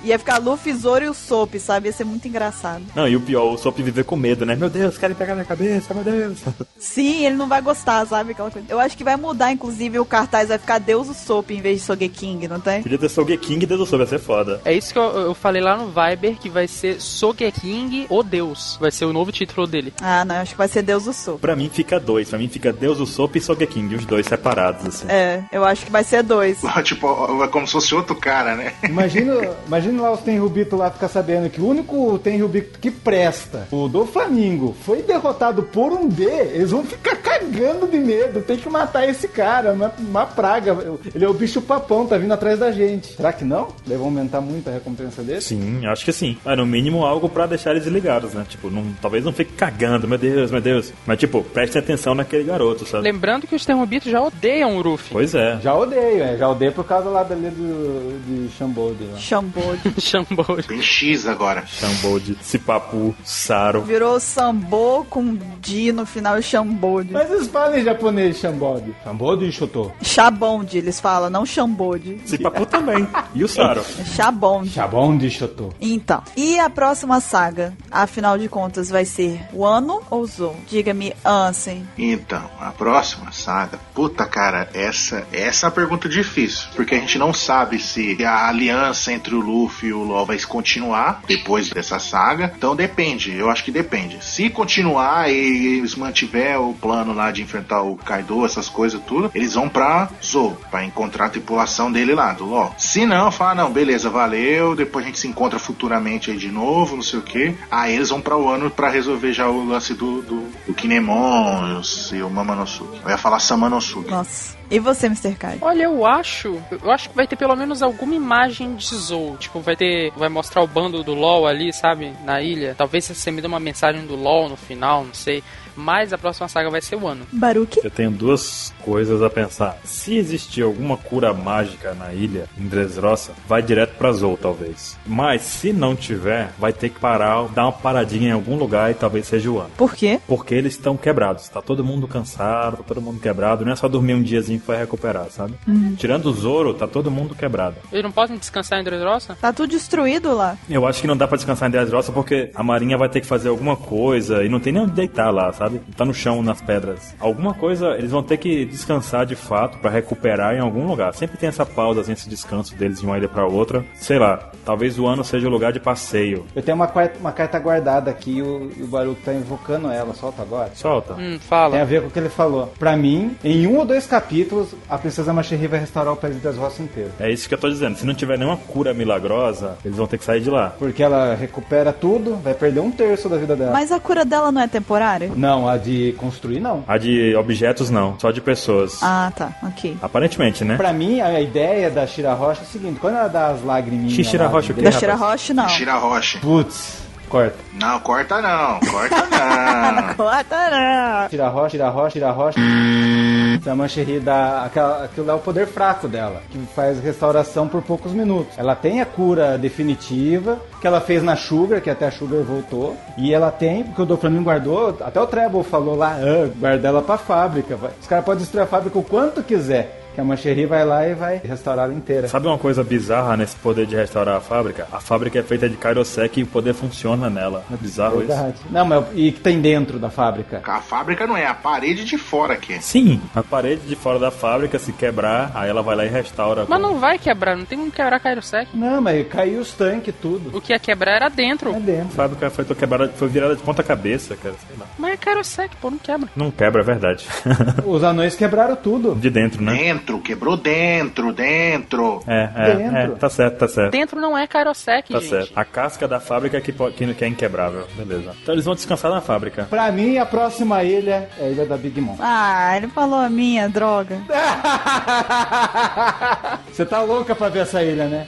Speaker 1: Ia ficar Luffy, Zoro e o Soap, sabe? Ia ser muito engraçado.
Speaker 3: Não, e o pior, o Sop viver com medo, né? Meu Deus, querem pegar minha cabeça, meu Deus.
Speaker 1: Sim, ele não vai gostar, sabe? Aquela coisa. Eu acho que vai mudar, inclusive, o cartaz vai ficar Deus o Soap em vez de Sogeking, não tem?
Speaker 3: Podia ter Sogeking e Dedo Sop, ia ser foda.
Speaker 4: É isso que eu, eu falei lá no Viber, que vai ser Sogeking ou Deus. Vai ser o novo título dele.
Speaker 1: Ah, não, eu acho que vai ser Deus o Soap.
Speaker 3: Pra mim fica dois, pra mim fica Deus o Sop e Sogeking, os dois separados, assim.
Speaker 1: É, eu acho que vai ser dois.
Speaker 5: Tipo, ó, é como se fosse outro cara, né?
Speaker 10: Imagina, imagina lá os Tenryubito lá ficar sabendo que o único Tenryubito que presta, o do Flamingo, foi derrotado por um D, eles vão ficar cagando de medo, tem que matar esse cara, uma, uma praga. Ele é o bicho papão, tá vindo atrás da gente. Será que não? Deve aumentar muito a recompensa dele?
Speaker 3: Sim, acho que sim. É, no mínimo algo pra deixar eles ligados, né? Tipo, não, talvez não fique cagando, meu Deus, meu Deus. Mas, tipo, prestem atenção naquele garoto, sabe?
Speaker 4: Lembrando que os Termobitos já odeiam o Ruffy.
Speaker 3: Pois é.
Speaker 10: Já odeio, é, já odeio por causa lá dali do, de Shambolde lá.
Speaker 1: Xambode.
Speaker 4: Xambode.
Speaker 5: Tem X agora.
Speaker 3: Xambode, Cipapu, Saro.
Speaker 1: Virou Sambô com D no final e Xambode.
Speaker 10: Mas eles falam em japonês, Shambode. Shambode e Shoto.
Speaker 1: Xabonde, eles falam, não Xambode.
Speaker 3: Cipapu também. E o Saro.
Speaker 1: É Xabonde.
Speaker 10: Shabonde e Shoto.
Speaker 1: Então, e a próxima saga? Afinal de contas, vai ser Wano ou Zou? Diga-me, Ansem.
Speaker 5: Então, a próxima saga. Puta, cara, essa, essa é uma pergunta difícil. Porque a gente não sabe se a aliança entre o Luffy e o LOL vai continuar depois dessa saga. Então depende, eu acho que depende. Se continuar e eles mantiver o plano lá de enfrentar o Kaido, essas coisas tudo, eles vão pra Zou, pra encontrar a tripulação dele lá, do LOL. Se não, fala, não, beleza, valeu, depois a gente se encontra futuramente aí de novo, não sei o que. Aí eles vão pra Wano pra resolver já o lance do, do, do Kinemon e o Mamanosuke. Eu ia falar Samanosuke.
Speaker 1: Nossa. E você, Mr. Kai?
Speaker 4: Olha, eu acho. Eu acho que vai ter pelo menos alguma imagem de Zou. Tipo, vai ter. Vai mostrar o bando do LOL ali, sabe? Na ilha. Talvez você me dê uma mensagem do LOL no final, não sei. Mas a próxima saga vai ser o ano.
Speaker 1: Baruque?
Speaker 3: Eu tenho duas coisas a pensar. Se existir alguma cura mágica na ilha, em Dressrosa, vai direto pra Zou, talvez. Mas se não tiver, vai ter que parar, dar uma paradinha em algum lugar e talvez seja o ano.
Speaker 1: Por quê?
Speaker 3: Porque eles estão quebrados. Tá todo mundo cansado, tá todo mundo quebrado. Não é só dormir um diazinho que vai recuperar, sabe?
Speaker 1: Uhum.
Speaker 3: Tirando o Zoro, tá todo mundo quebrado.
Speaker 4: Eles não podem descansar em Dressrosa?
Speaker 1: Tá tudo destruído lá.
Speaker 3: Eu acho que não dá pra descansar em Dressrosa porque a marinha vai ter que fazer alguma coisa e não tem nem onde deitar lá, sabe? Tá no chão, nas pedras. Alguma coisa, eles vão ter que descansar de fato para recuperar em algum lugar. Sempre tem essa pausa, assim, esse descanso deles de uma ilha para outra. Sei lá, talvez o ano seja o lugar de passeio.
Speaker 10: Eu tenho uma, quarta- uma carta guardada aqui e o, e o Baruco tá invocando ela. Solta agora.
Speaker 3: Solta.
Speaker 4: Hum, fala.
Speaker 3: É.
Speaker 10: Tem a ver com o que ele falou. Pra mim, em um ou dois capítulos, a Princesa Machiri vai restaurar o país das roças inteiro.
Speaker 3: É isso que eu tô dizendo. Se não tiver nenhuma cura milagrosa, eles vão ter que sair de lá.
Speaker 10: Porque ela recupera tudo, vai perder um terço da vida dela.
Speaker 1: Mas a cura dela não é temporária?
Speaker 10: Não, a de construir não.
Speaker 3: A de objetos não, só de pessoas.
Speaker 1: Ah, tá. Ok.
Speaker 3: Aparentemente, né?
Speaker 10: Pra mim, a ideia da Shira Rocha é o seguinte: quando ela dá as lagriminhas.
Speaker 3: Xixira
Speaker 10: lá
Speaker 3: Rocha o
Speaker 10: de
Speaker 3: quê,
Speaker 1: Da
Speaker 10: dentro-
Speaker 1: Shira Roche, não.
Speaker 5: Shira Roche.
Speaker 10: Putz, corta.
Speaker 5: Não, corta não, corta
Speaker 1: Ah,
Speaker 5: não.
Speaker 1: Corta, não.
Speaker 10: Tira rocha, tira rocha, tira rocha. A Mancherry dá. Aquela, aquilo é o poder fraco dela, que faz restauração por poucos minutos. Ela tem a cura definitiva, que ela fez na Sugar, que até a Sugar voltou. E ela tem, porque o Doflamingo guardou, até o Treble falou lá, ah, guarda ela pra fábrica. vai." Os caras podem destruir a fábrica o quanto quiser. Que a Mancherry vai lá e vai restaurar ela inteira.
Speaker 3: Sabe uma coisa bizarra nesse poder de restaurar a fábrica? A fábrica é feita de Kairosek e o poder funciona nela. É bizarro isso.
Speaker 10: Verdade. Não, mas e que tem dentro da fábrica?
Speaker 5: A fábrica não é, a parede de fora aqui.
Speaker 3: Sim, a parede de fora da fábrica se quebrar, aí ela vai lá e restaura.
Speaker 4: Mas não vai quebrar, não tem como quebrar Kairosek.
Speaker 10: Não, mas caiu os tanques, tudo.
Speaker 4: O que ia quebrar era dentro.
Speaker 10: É dentro.
Speaker 3: A fábrica foi, quebrada, foi virada de ponta cabeça, cara. Sei lá.
Speaker 4: Mas é Kairosek, pô, não quebra.
Speaker 3: Não quebra, é verdade.
Speaker 10: Os anões quebraram tudo.
Speaker 3: de dentro, né?
Speaker 5: Dentro, quebrou dentro, dentro.
Speaker 3: É, é, é,
Speaker 10: Dentro.
Speaker 3: tá certo, tá certo.
Speaker 4: Dentro não é Kairosek,
Speaker 3: Tá
Speaker 4: gente.
Speaker 3: certo. A casca da fábrica que, po- que, que é inquebrável. Beleza. Então eles vão descansar na fábrica.
Speaker 10: Pra mim, a próxima ilha é a ilha da Big Mom.
Speaker 1: Ah, ele falou a minha, droga.
Speaker 10: Você tá louca pra ver essa ilha, né?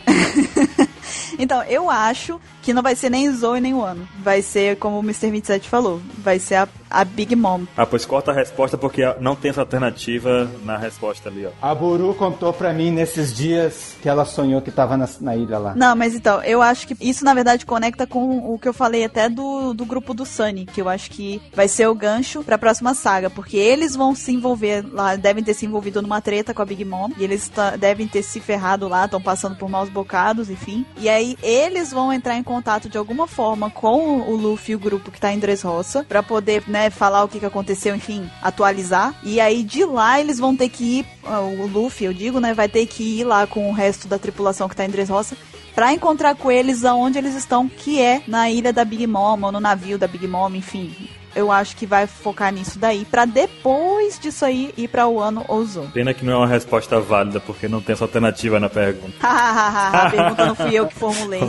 Speaker 1: Então, eu acho que não vai ser nem Zoe nem Wano. Vai ser, como o Mr. 27 falou, vai ser a, a Big Mom.
Speaker 3: Ah, pois corta a resposta porque não tem essa alternativa na resposta ali, ó.
Speaker 10: A Buru contou pra mim nesses dias que ela sonhou que tava na, na ilha lá.
Speaker 1: Não, mas então, eu acho que isso na verdade conecta com o que eu falei até do, do grupo do Sunny, que eu acho que vai ser o gancho pra próxima saga, porque eles vão se envolver lá, devem ter se envolvido numa treta com a Big Mom, e eles tá- devem ter se ferrado lá, estão passando por maus bocados, enfim. E aí eles vão entrar em contato de alguma forma com o Luffy e o grupo que tá em Dressrosa, pra poder, né, falar o que, que aconteceu, enfim, atualizar. E aí de lá eles vão ter que ir, ah, o Luffy, eu digo, né, vai ter que ir lá com o resto da tripulação que tá em Dressrosa Pra encontrar com eles aonde eles estão, que é na ilha da Big Mom, ou no navio da Big Mom, enfim. Eu acho que vai focar nisso daí, pra depois disso aí ir pra Wano ou Zoom.
Speaker 3: Pena que não é uma resposta válida porque não tem essa alternativa na pergunta.
Speaker 1: a pergunta não fui eu que formulei.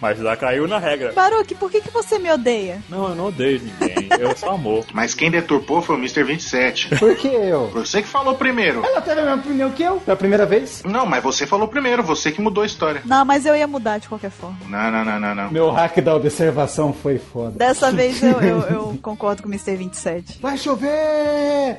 Speaker 3: Mas lá caiu na regra.
Speaker 1: Baruque, por que, que você me odeia?
Speaker 3: Não, eu não odeio ninguém. Eu só amor.
Speaker 5: Mas quem deturpou foi o Mr. 27.
Speaker 10: Por que eu?
Speaker 5: Foi Você que falou primeiro.
Speaker 10: Ela teve a mesma opinião que eu? Pela primeira vez?
Speaker 5: Não, mas você falou primeiro, você que mudou a história.
Speaker 1: Não, mas eu ia mudar de qualquer forma.
Speaker 5: Não, não, não, não, não.
Speaker 10: Meu hack da observação foi foda.
Speaker 1: Dessa vez eu, eu, eu concordo com o Mr. 27.
Speaker 10: Vai chover!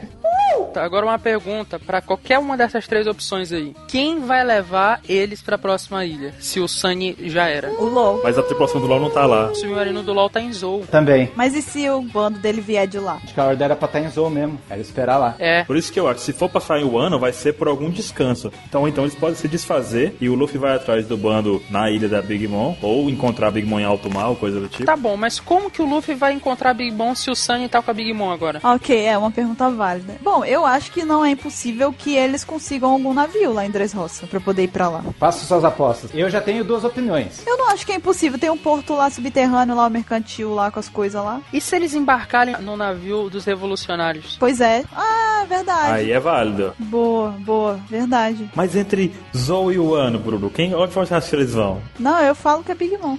Speaker 4: Tá, agora uma pergunta pra qualquer uma dessas três opções aí. Quem vai levar eles pra próxima ilha? Se o Sunny já era.
Speaker 1: O LOL.
Speaker 3: Mas a tripulação do LOL não tá lá.
Speaker 4: O submarino do LoL tá em Zou.
Speaker 10: Também.
Speaker 1: Mas e se o bando dele vier de lá?
Speaker 10: Acho que a ordem era pra estar em Zou mesmo. Era esperar lá.
Speaker 4: É.
Speaker 3: Por isso que eu acho, que se for passar em Wano, vai ser por algum descanso. Então, então eles podem se desfazer e o Luffy vai atrás do bando na ilha da Big Mom, ou encontrar a Big Mom em alto mar, ou coisa do tipo.
Speaker 4: Tá bom, mas como que o Luffy vai encontrar a Big Mom se o Sunny tá com a Big Mom agora?
Speaker 1: Ok, é uma pergunta válida. Bom, Bom, eu acho que não é impossível que eles consigam algum navio lá em Dressrosa pra poder ir pra lá.
Speaker 10: Faça suas apostas. Eu já tenho duas opiniões.
Speaker 1: Eu não acho que é impossível. Tem um porto lá subterrâneo, lá o mercantil, lá com as coisas lá.
Speaker 4: E se eles embarcarem no navio dos revolucionários?
Speaker 1: Pois é. Ah, verdade.
Speaker 3: Aí é válido.
Speaker 1: Boa, boa, verdade.
Speaker 3: Mas entre Zoe e o ano, Bruno, quem, onde você acha que eles vão?
Speaker 1: Não, eu falo que é Big Mom.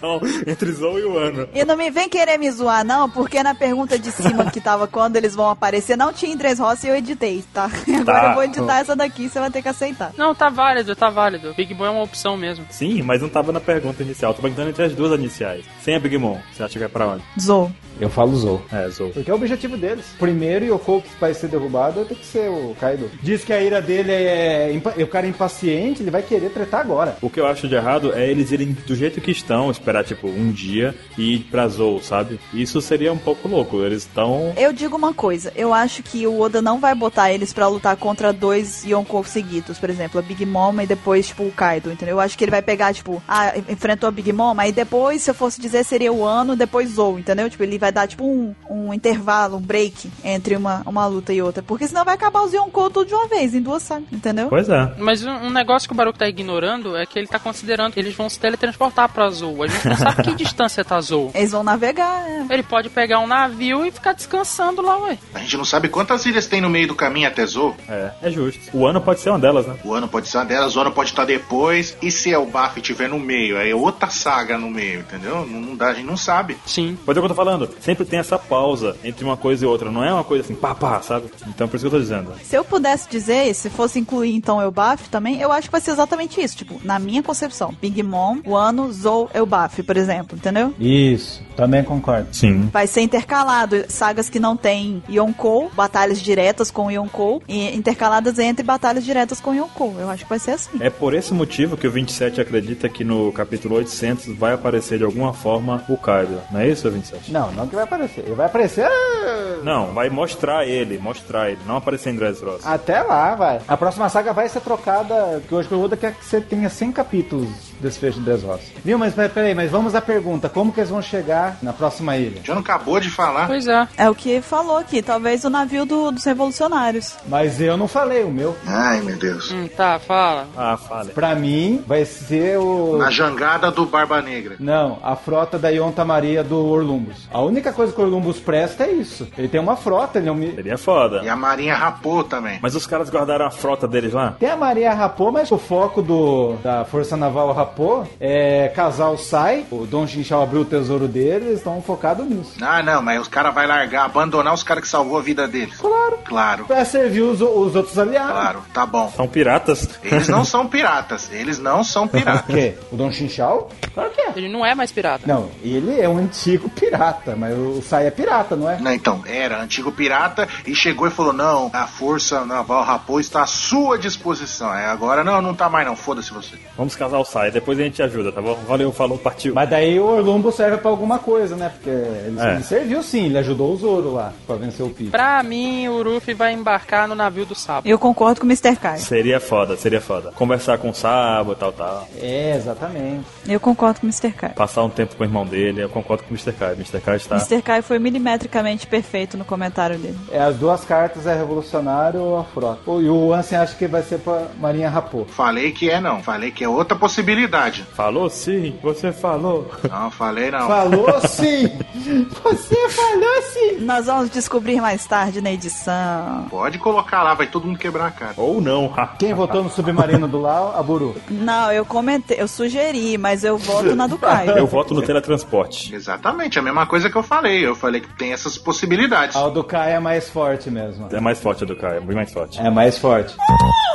Speaker 3: Não, entre Zoe e o ano.
Speaker 1: E não me vem querer me zoar, não, porque na pergunta de cima que tava quando eles vão aparecer, não tinha Andrés Rossi e eu editei, tá? Agora eu vou editar essa daqui, você vai ter que aceitar.
Speaker 4: Não, tá válido, tá válido. Big Mom é uma opção mesmo.
Speaker 3: Sim, mas não tava na pergunta inicial. Tô perguntando entre as duas iniciais. Sem a Big Mom, você acha que vai pra onde?
Speaker 1: Zou.
Speaker 10: Eu falo Zou.
Speaker 3: É, Zou.
Speaker 10: Porque é o objetivo deles. Primeiro, Yoko que vai ser derrubado, tem que ser o Kaido. Diz que a ira dele é. impa- O cara é impaciente, ele vai querer tretar agora.
Speaker 3: O que eu acho de errado é eles irem do jeito que estão, esperar tipo um dia e ir pra Zou, sabe? Isso seria um pouco louco. Eles estão.
Speaker 1: Eu digo uma coisa, eu acho que o Oda não vai botar eles pra lutar contra dois Yonkou seguidos, por exemplo, a Big Mom e depois, tipo, o Kaido, entendeu? Eu acho que ele vai pegar, tipo, ah, enfrentou a Big Mom, aí depois, se eu fosse dizer, seria o ano, depois Zou, entendeu? Tipo, ele vai dar, tipo, um, um intervalo, um break entre uma, uma luta e outra, porque senão vai acabar os Yonkou tudo de uma vez, em duas sagas, entendeu?
Speaker 3: Pois é.
Speaker 4: Mas um, um negócio que o Baruco tá ignorando é que ele tá considerando que eles vão se teletransportar pra Azul. A gente não sabe que distância tá Azul.
Speaker 1: Eles vão navegar, é.
Speaker 4: Ele pode pegar um navio e ficar descansando lá, ué.
Speaker 5: A gente não sabe quantas ilhas tem no meio do caminho até Zou.
Speaker 3: É, é justo. O ano pode ser uma delas, né?
Speaker 5: O ano pode ser uma delas, o ano pode estar depois. E se é o Baf estiver no meio? Aí é outra saga no meio, entendeu? Não, não dá, a gente não sabe.
Speaker 4: Sim.
Speaker 3: Mas é o que eu tô falando. Sempre tem essa pausa entre uma coisa e outra. Não é uma coisa assim, pá, pá, sabe? Então por isso que eu tô dizendo.
Speaker 1: Se eu pudesse dizer, se fosse incluir então Elbaf também, eu acho que vai ser exatamente isso. Tipo, na minha concepção, Big Mom, Wano, Zou, Elbaf, por exemplo, entendeu?
Speaker 10: Isso, também concordo.
Speaker 3: Sim.
Speaker 1: Vai ser intercalado sagas que não tem Yonkou, batalhas diretas com Yonkou, e intercaladas entre batalhas diretas com Yonkou. Eu acho que vai ser assim.
Speaker 3: É por esse motivo que o 27 acredita que no capítulo 800 vai aparecer de alguma forma o Kaido. Não é isso, 27?
Speaker 10: Não, não que vai aparecer. Ele vai aparecer ah,
Speaker 3: Não, vai mostrar ele, mostrar ele. Não aparecer em Dressrosa.
Speaker 10: até lá, vai. A próxima saga vai ser trocada, que hoje que o Oda quer que você tenha 100 capítulos desse fecho de Dressrosa. Viu, mas mas peraí, mas vamos à pergunta. Como que eles vão chegar na próxima ilha?
Speaker 5: O Jano acabou de falar.
Speaker 4: Pois é.
Speaker 1: É o que falou aqui, talvez o navio do- dos revolucionários.
Speaker 10: Mas eu não falei o meu.
Speaker 5: Ai, meu Deus.
Speaker 4: Hum, tá, fala.
Speaker 3: Ah, fala.
Speaker 10: Pra mim, vai ser o...
Speaker 5: Na jangada do Barba Negra.
Speaker 10: Não, a frota da Yonta Maria do Orlumbus. A única coisa que o Orlumbus presta é isso. Ele tem uma frota, ele é um...
Speaker 3: Seria foda.
Speaker 5: E a Marinha rapou também.
Speaker 3: Mas os caras guardaram a frota deles lá?
Speaker 10: Tem a Maria Rapô, mas o foco do, da Força Naval Rapô é casal sai, o Don Chinchal abriu o tesouro dele, eles estão focados nisso.
Speaker 5: Ah, não, mas os caras vão largar, abandonar os caras que salvou a vida deles.
Speaker 10: Claro.
Speaker 5: Claro,
Speaker 10: Pra servir os, os outros aliados.
Speaker 5: claro, tá bom.
Speaker 3: São piratas?
Speaker 5: Eles não são piratas, eles não são
Speaker 10: O
Speaker 5: piratas.
Speaker 10: quê? O Don Chinchal? Claro que é.
Speaker 4: Ele não é mais pirata.
Speaker 10: Não, ele é um antigo pirata, mas o Sai é pirata, não é?
Speaker 5: Não, então, era antigo pirata e chegou e falou: Não, a força naval rapô está à sua disposição. É agora, não, não tá mais, não, foda-se você.
Speaker 3: Vamos casar o Sai, depois a gente ajuda, tá bom? Valeu, falou, partiu.
Speaker 10: Mas daí o Orlumbo serve pra alguma coisa, né? Porque ele,
Speaker 3: É.
Speaker 10: ele serviu sim, ele ajudou o Zoro lá pra vencer o Pi.
Speaker 4: Pra mim, o Ruffy vai embarcar no navio do sapo.
Speaker 1: Eu concordo com o Mr. Kai.
Speaker 3: Seria foda, seria foda. Conversar com o Sabo, tal, tal.
Speaker 10: É, exatamente.
Speaker 1: Eu concordo com o Mr. Kai.
Speaker 3: Passar um tempo com o irmão dele, eu concordo com o Mr. Kai. Mr. Kai está.
Speaker 1: Mr. Kai foi milimetricamente perfeito no comentário dele.
Speaker 10: É, as duas cartas é revolucionário ou a frota. Pô, E o Ansem acha que vai ser pra Marinha Rapô.
Speaker 5: Falei que é, não. Falei que é outra possibilidade.
Speaker 3: Falou sim, você falou.
Speaker 5: Não, falei não.
Speaker 10: Falou sim! Você falou sim!
Speaker 1: Nós vamos descobrir mais tarde na edição.
Speaker 5: Pode colocar lá, vai todo mundo quebrar a cara.
Speaker 3: Ou não.
Speaker 10: Quem votou no submarino do Lau? A Buru.
Speaker 1: Não, eu comentei, eu sugeri, mas eu voto na do Caio.
Speaker 3: Eu voto no teletransporte.
Speaker 5: Exatamente, a mesma coisa que eu falei. Eu falei que tem essas possibilidades.
Speaker 10: A do Kai é mais forte mesmo.
Speaker 3: É mais forte a do Kai, é bem mais forte.
Speaker 10: É mais forte.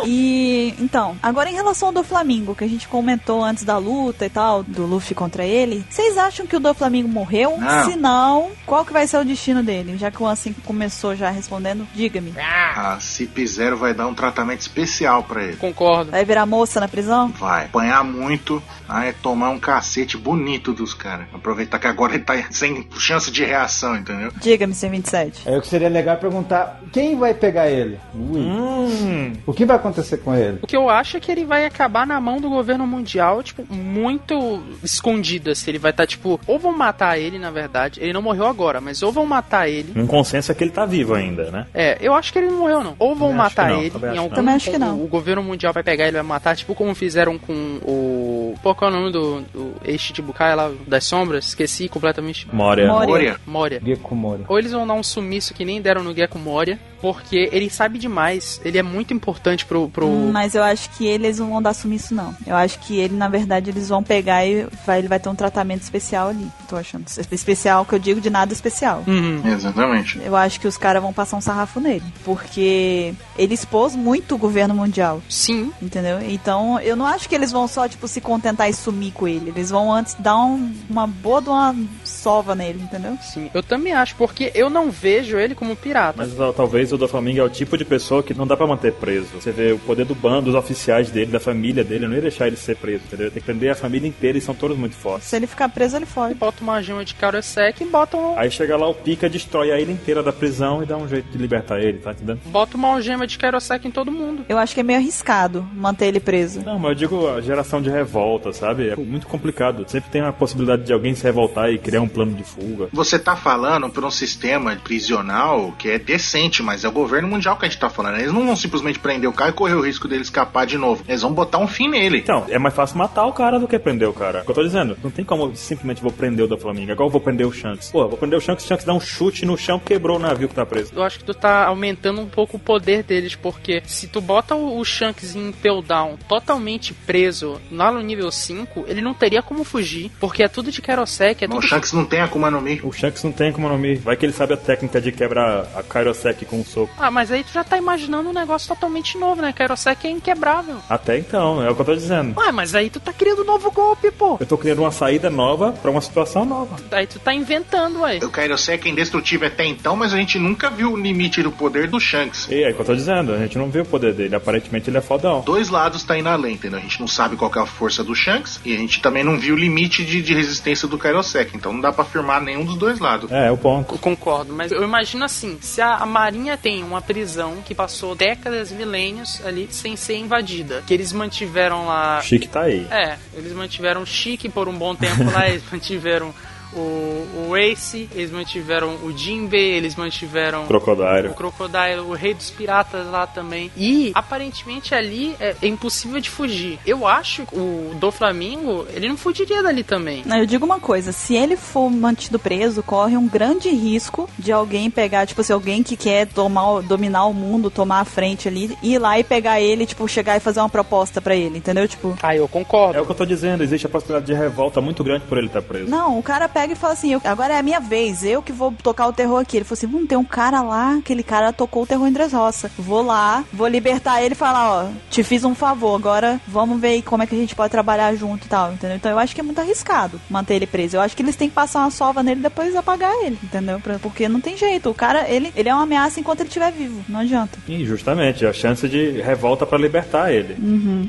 Speaker 1: E então, agora em relação ao do Flamengo, que a gente comentou antes da luta e tal, do Luffy contra ele, vocês acham que o do Flamengo morreu?
Speaker 5: Não.
Speaker 1: Se não, qual que vai ser o destino dele? Já que o Ansem começou já respondendo, diga-me.
Speaker 5: A Cip Zero Ah, vai dar um tratamento especial pra ele.
Speaker 4: Concordo.
Speaker 1: Vai virar moça na prisão?
Speaker 5: Vai apanhar muito, ah, é tomar um cacete bonito dos caras. Aproveitar que agora ele tá sem chance de reação, entendeu?
Speaker 1: Diga-me, seu 27.
Speaker 10: Aí o que seria legal é perguntar quem vai pegar ele? Ui.
Speaker 3: Hum.
Speaker 10: O que vai acontecer com ele?
Speaker 4: O que eu acho é que ele vai acabar na mão do governo mundial, tipo, muito escondidas. Ele vai estar, tipo, ou vão matar ele, na verdade. Ele não morreu agora, mas ou vão matar ele.
Speaker 3: Um consenso é que ele tá vivo ainda, né?
Speaker 4: É, eu acho que ele não morreu, não. Ou vão
Speaker 3: Também acho
Speaker 4: matar
Speaker 3: que não,
Speaker 4: ele
Speaker 3: também
Speaker 4: em
Speaker 3: acho que
Speaker 4: algum
Speaker 3: não. Também
Speaker 1: acho que não.
Speaker 4: O, o governo mundial vai pegar ele e vai matar, tipo como fizeram com o. Pô, qual é o nome do, do ex Chichibukai lá das sombras? Esqueci completamente.
Speaker 3: Moria.
Speaker 4: Moria. Moria.
Speaker 10: Gecko Moria.
Speaker 4: Ou eles vão dar um sumiço que nem deram no Gecko Moria, porque ele sabe demais. Ele é muito importante pro. pro...
Speaker 1: Mas eu acho que eles não vão dar sumiço, não. Eu acho que ele, na verdade, eles vão pegar e vai, ele vai ter um tratamento especial ali. Tô achando. Especial que eu digo de nada especial.
Speaker 4: Uhum.
Speaker 5: Exatamente.
Speaker 1: Eu acho que os caras vão passar um sarrafo nele. Porque ele expôs muito o governo mundial.
Speaker 4: Sim.
Speaker 1: Entendeu? Então, eu não acho que eles vão só, tipo, se contentar e sumir com ele. Eles vão antes dar um- uma boa de uma sova nele, entendeu?
Speaker 4: Sim. Eu também acho, porque eu não vejo ele como pirata.
Speaker 3: Mas tal- talvez o Doflamingo é o tipo de pessoa que não dá pra manter preso. Você vê o poder do bando, dos oficiais dele, da família dele, eu não ia deixar ele ser preso, entendeu? Tem que prender a família inteira e são todos muito fortes.
Speaker 1: Se ele ficar preso, ele foge.
Speaker 4: Bota uma gema de Karosek e bota um.
Speaker 3: Aí chega lá o Pica, destrói a ilha inteira da prisão e dá um jeito de libertar ele, tá entendendo?
Speaker 4: Bota uma algema de Kairosek em todo mundo.
Speaker 1: Eu acho que é meio arriscado manter ele preso.
Speaker 3: Não, mas eu digo a geração de revolta, sabe? É muito complicado. Sempre tem a possibilidade de alguém se revoltar e criar um plano de fuga.
Speaker 5: Você tá falando por um sistema prisional que é decente, mas é o governo mundial que a gente tá falando. Eles não vão simplesmente prender o cara e correr o risco dele escapar de novo. Eles vão botar um fim nele.
Speaker 3: Então, é mais fácil matar o cara do que prender o cara. É o que eu tô dizendo, não tem como eu simplesmente vou prender o da Flamengo, igual eu vou prender o Shanks. Pô, eu vou prender o Shanks, o Shanks dá um chute no chão, quebrou o navio que tá preso.
Speaker 4: Eu acho que tu tá aumentando um pouco o poder deles, porque se tu bota o o Shanks em Peldown totalmente preso lá no nível 5, ele não teria como fugir, porque é tudo de Kairosek, é
Speaker 5: O
Speaker 4: tudo
Speaker 5: Shanks não tem Akuma no Mi.
Speaker 3: O Shanks não tem Akuma no Mi. Vai que ele sabe a técnica de quebrar a Kairosek com um soco.
Speaker 4: Ah, mas aí tu já tá imaginando um negócio totalmente novo, né? Kairosek é inquebrável.
Speaker 3: Até então, é o que eu tô dizendo.
Speaker 4: Ué, mas aí tu tá criando um novo golpe, pô.
Speaker 3: Eu tô criando uma saída nova pra uma situação nova.
Speaker 4: Aí tu tá inventando, ué.
Speaker 5: O Kairosek é indestrutível até então, mas a gente nunca viu o limite do poder do Shanks.
Speaker 3: E é o que eu tô dizendo, a gente não vê o poder dele. Aparentemente ele é fodão.
Speaker 5: Dois lados tá indo além, entendeu? A gente não sabe qual que é a força do Shanks e a gente também não viu o limite de, de resistência do Kairosek. Então não dá pra afirmar nenhum dos dois lados.
Speaker 3: É, é o ponto.
Speaker 4: Eu concordo, mas eu imagino assim: se a, a Marinha tem uma prisão que passou décadas, milênios ali sem ser invadida, que eles mantiveram lá.
Speaker 3: Chique tá aí.
Speaker 4: É, eles mantiveram o Chique por um bom tempo lá, eles mantiveram o, o Ace, eles mantiveram o Jinbe, eles mantiveram. O
Speaker 3: Crocodile.
Speaker 4: Crocodile, o rei dos piratas lá também. E aparentemente ali é, é impossível de fugir. Eu acho que o do Flamingo, ele não fugiria dali também.
Speaker 1: Não, Eu digo uma coisa, se ele for mantido preso, corre um grande risco de alguém pegar, tipo, se alguém que quer tomar, o- dominar o mundo, tomar a frente ali, ir lá e pegar ele, tipo, chegar e fazer uma proposta pra ele, entendeu? Tipo,
Speaker 4: Ah, eu concordo.
Speaker 3: É o que eu tô dizendo, existe a possibilidade de revolta muito grande por ele estar preso.
Speaker 1: não, o cara pega e fala assim, "Eu- agora é a minha vez, eu que vou tocar o terror aqui. Ele falou assim, hum, tem um cara lá, aquele cara tocou o terror em Dressrosa. Vou lá, vou libertar ele e falar, ó, te fiz um favor, agora vamos ver aí como é que a gente pode trabalhar junto e tal, entendeu? Então eu acho que é muito arriscado manter ele preso. Eu acho que eles têm que passar uma sova nele e depois apagar ele, entendeu? Pra- Porque não tem jeito, o cara, ele, ele é uma ameaça enquanto ele estiver vivo, não adianta.
Speaker 3: E justamente, a chance de revolta pra libertar ele.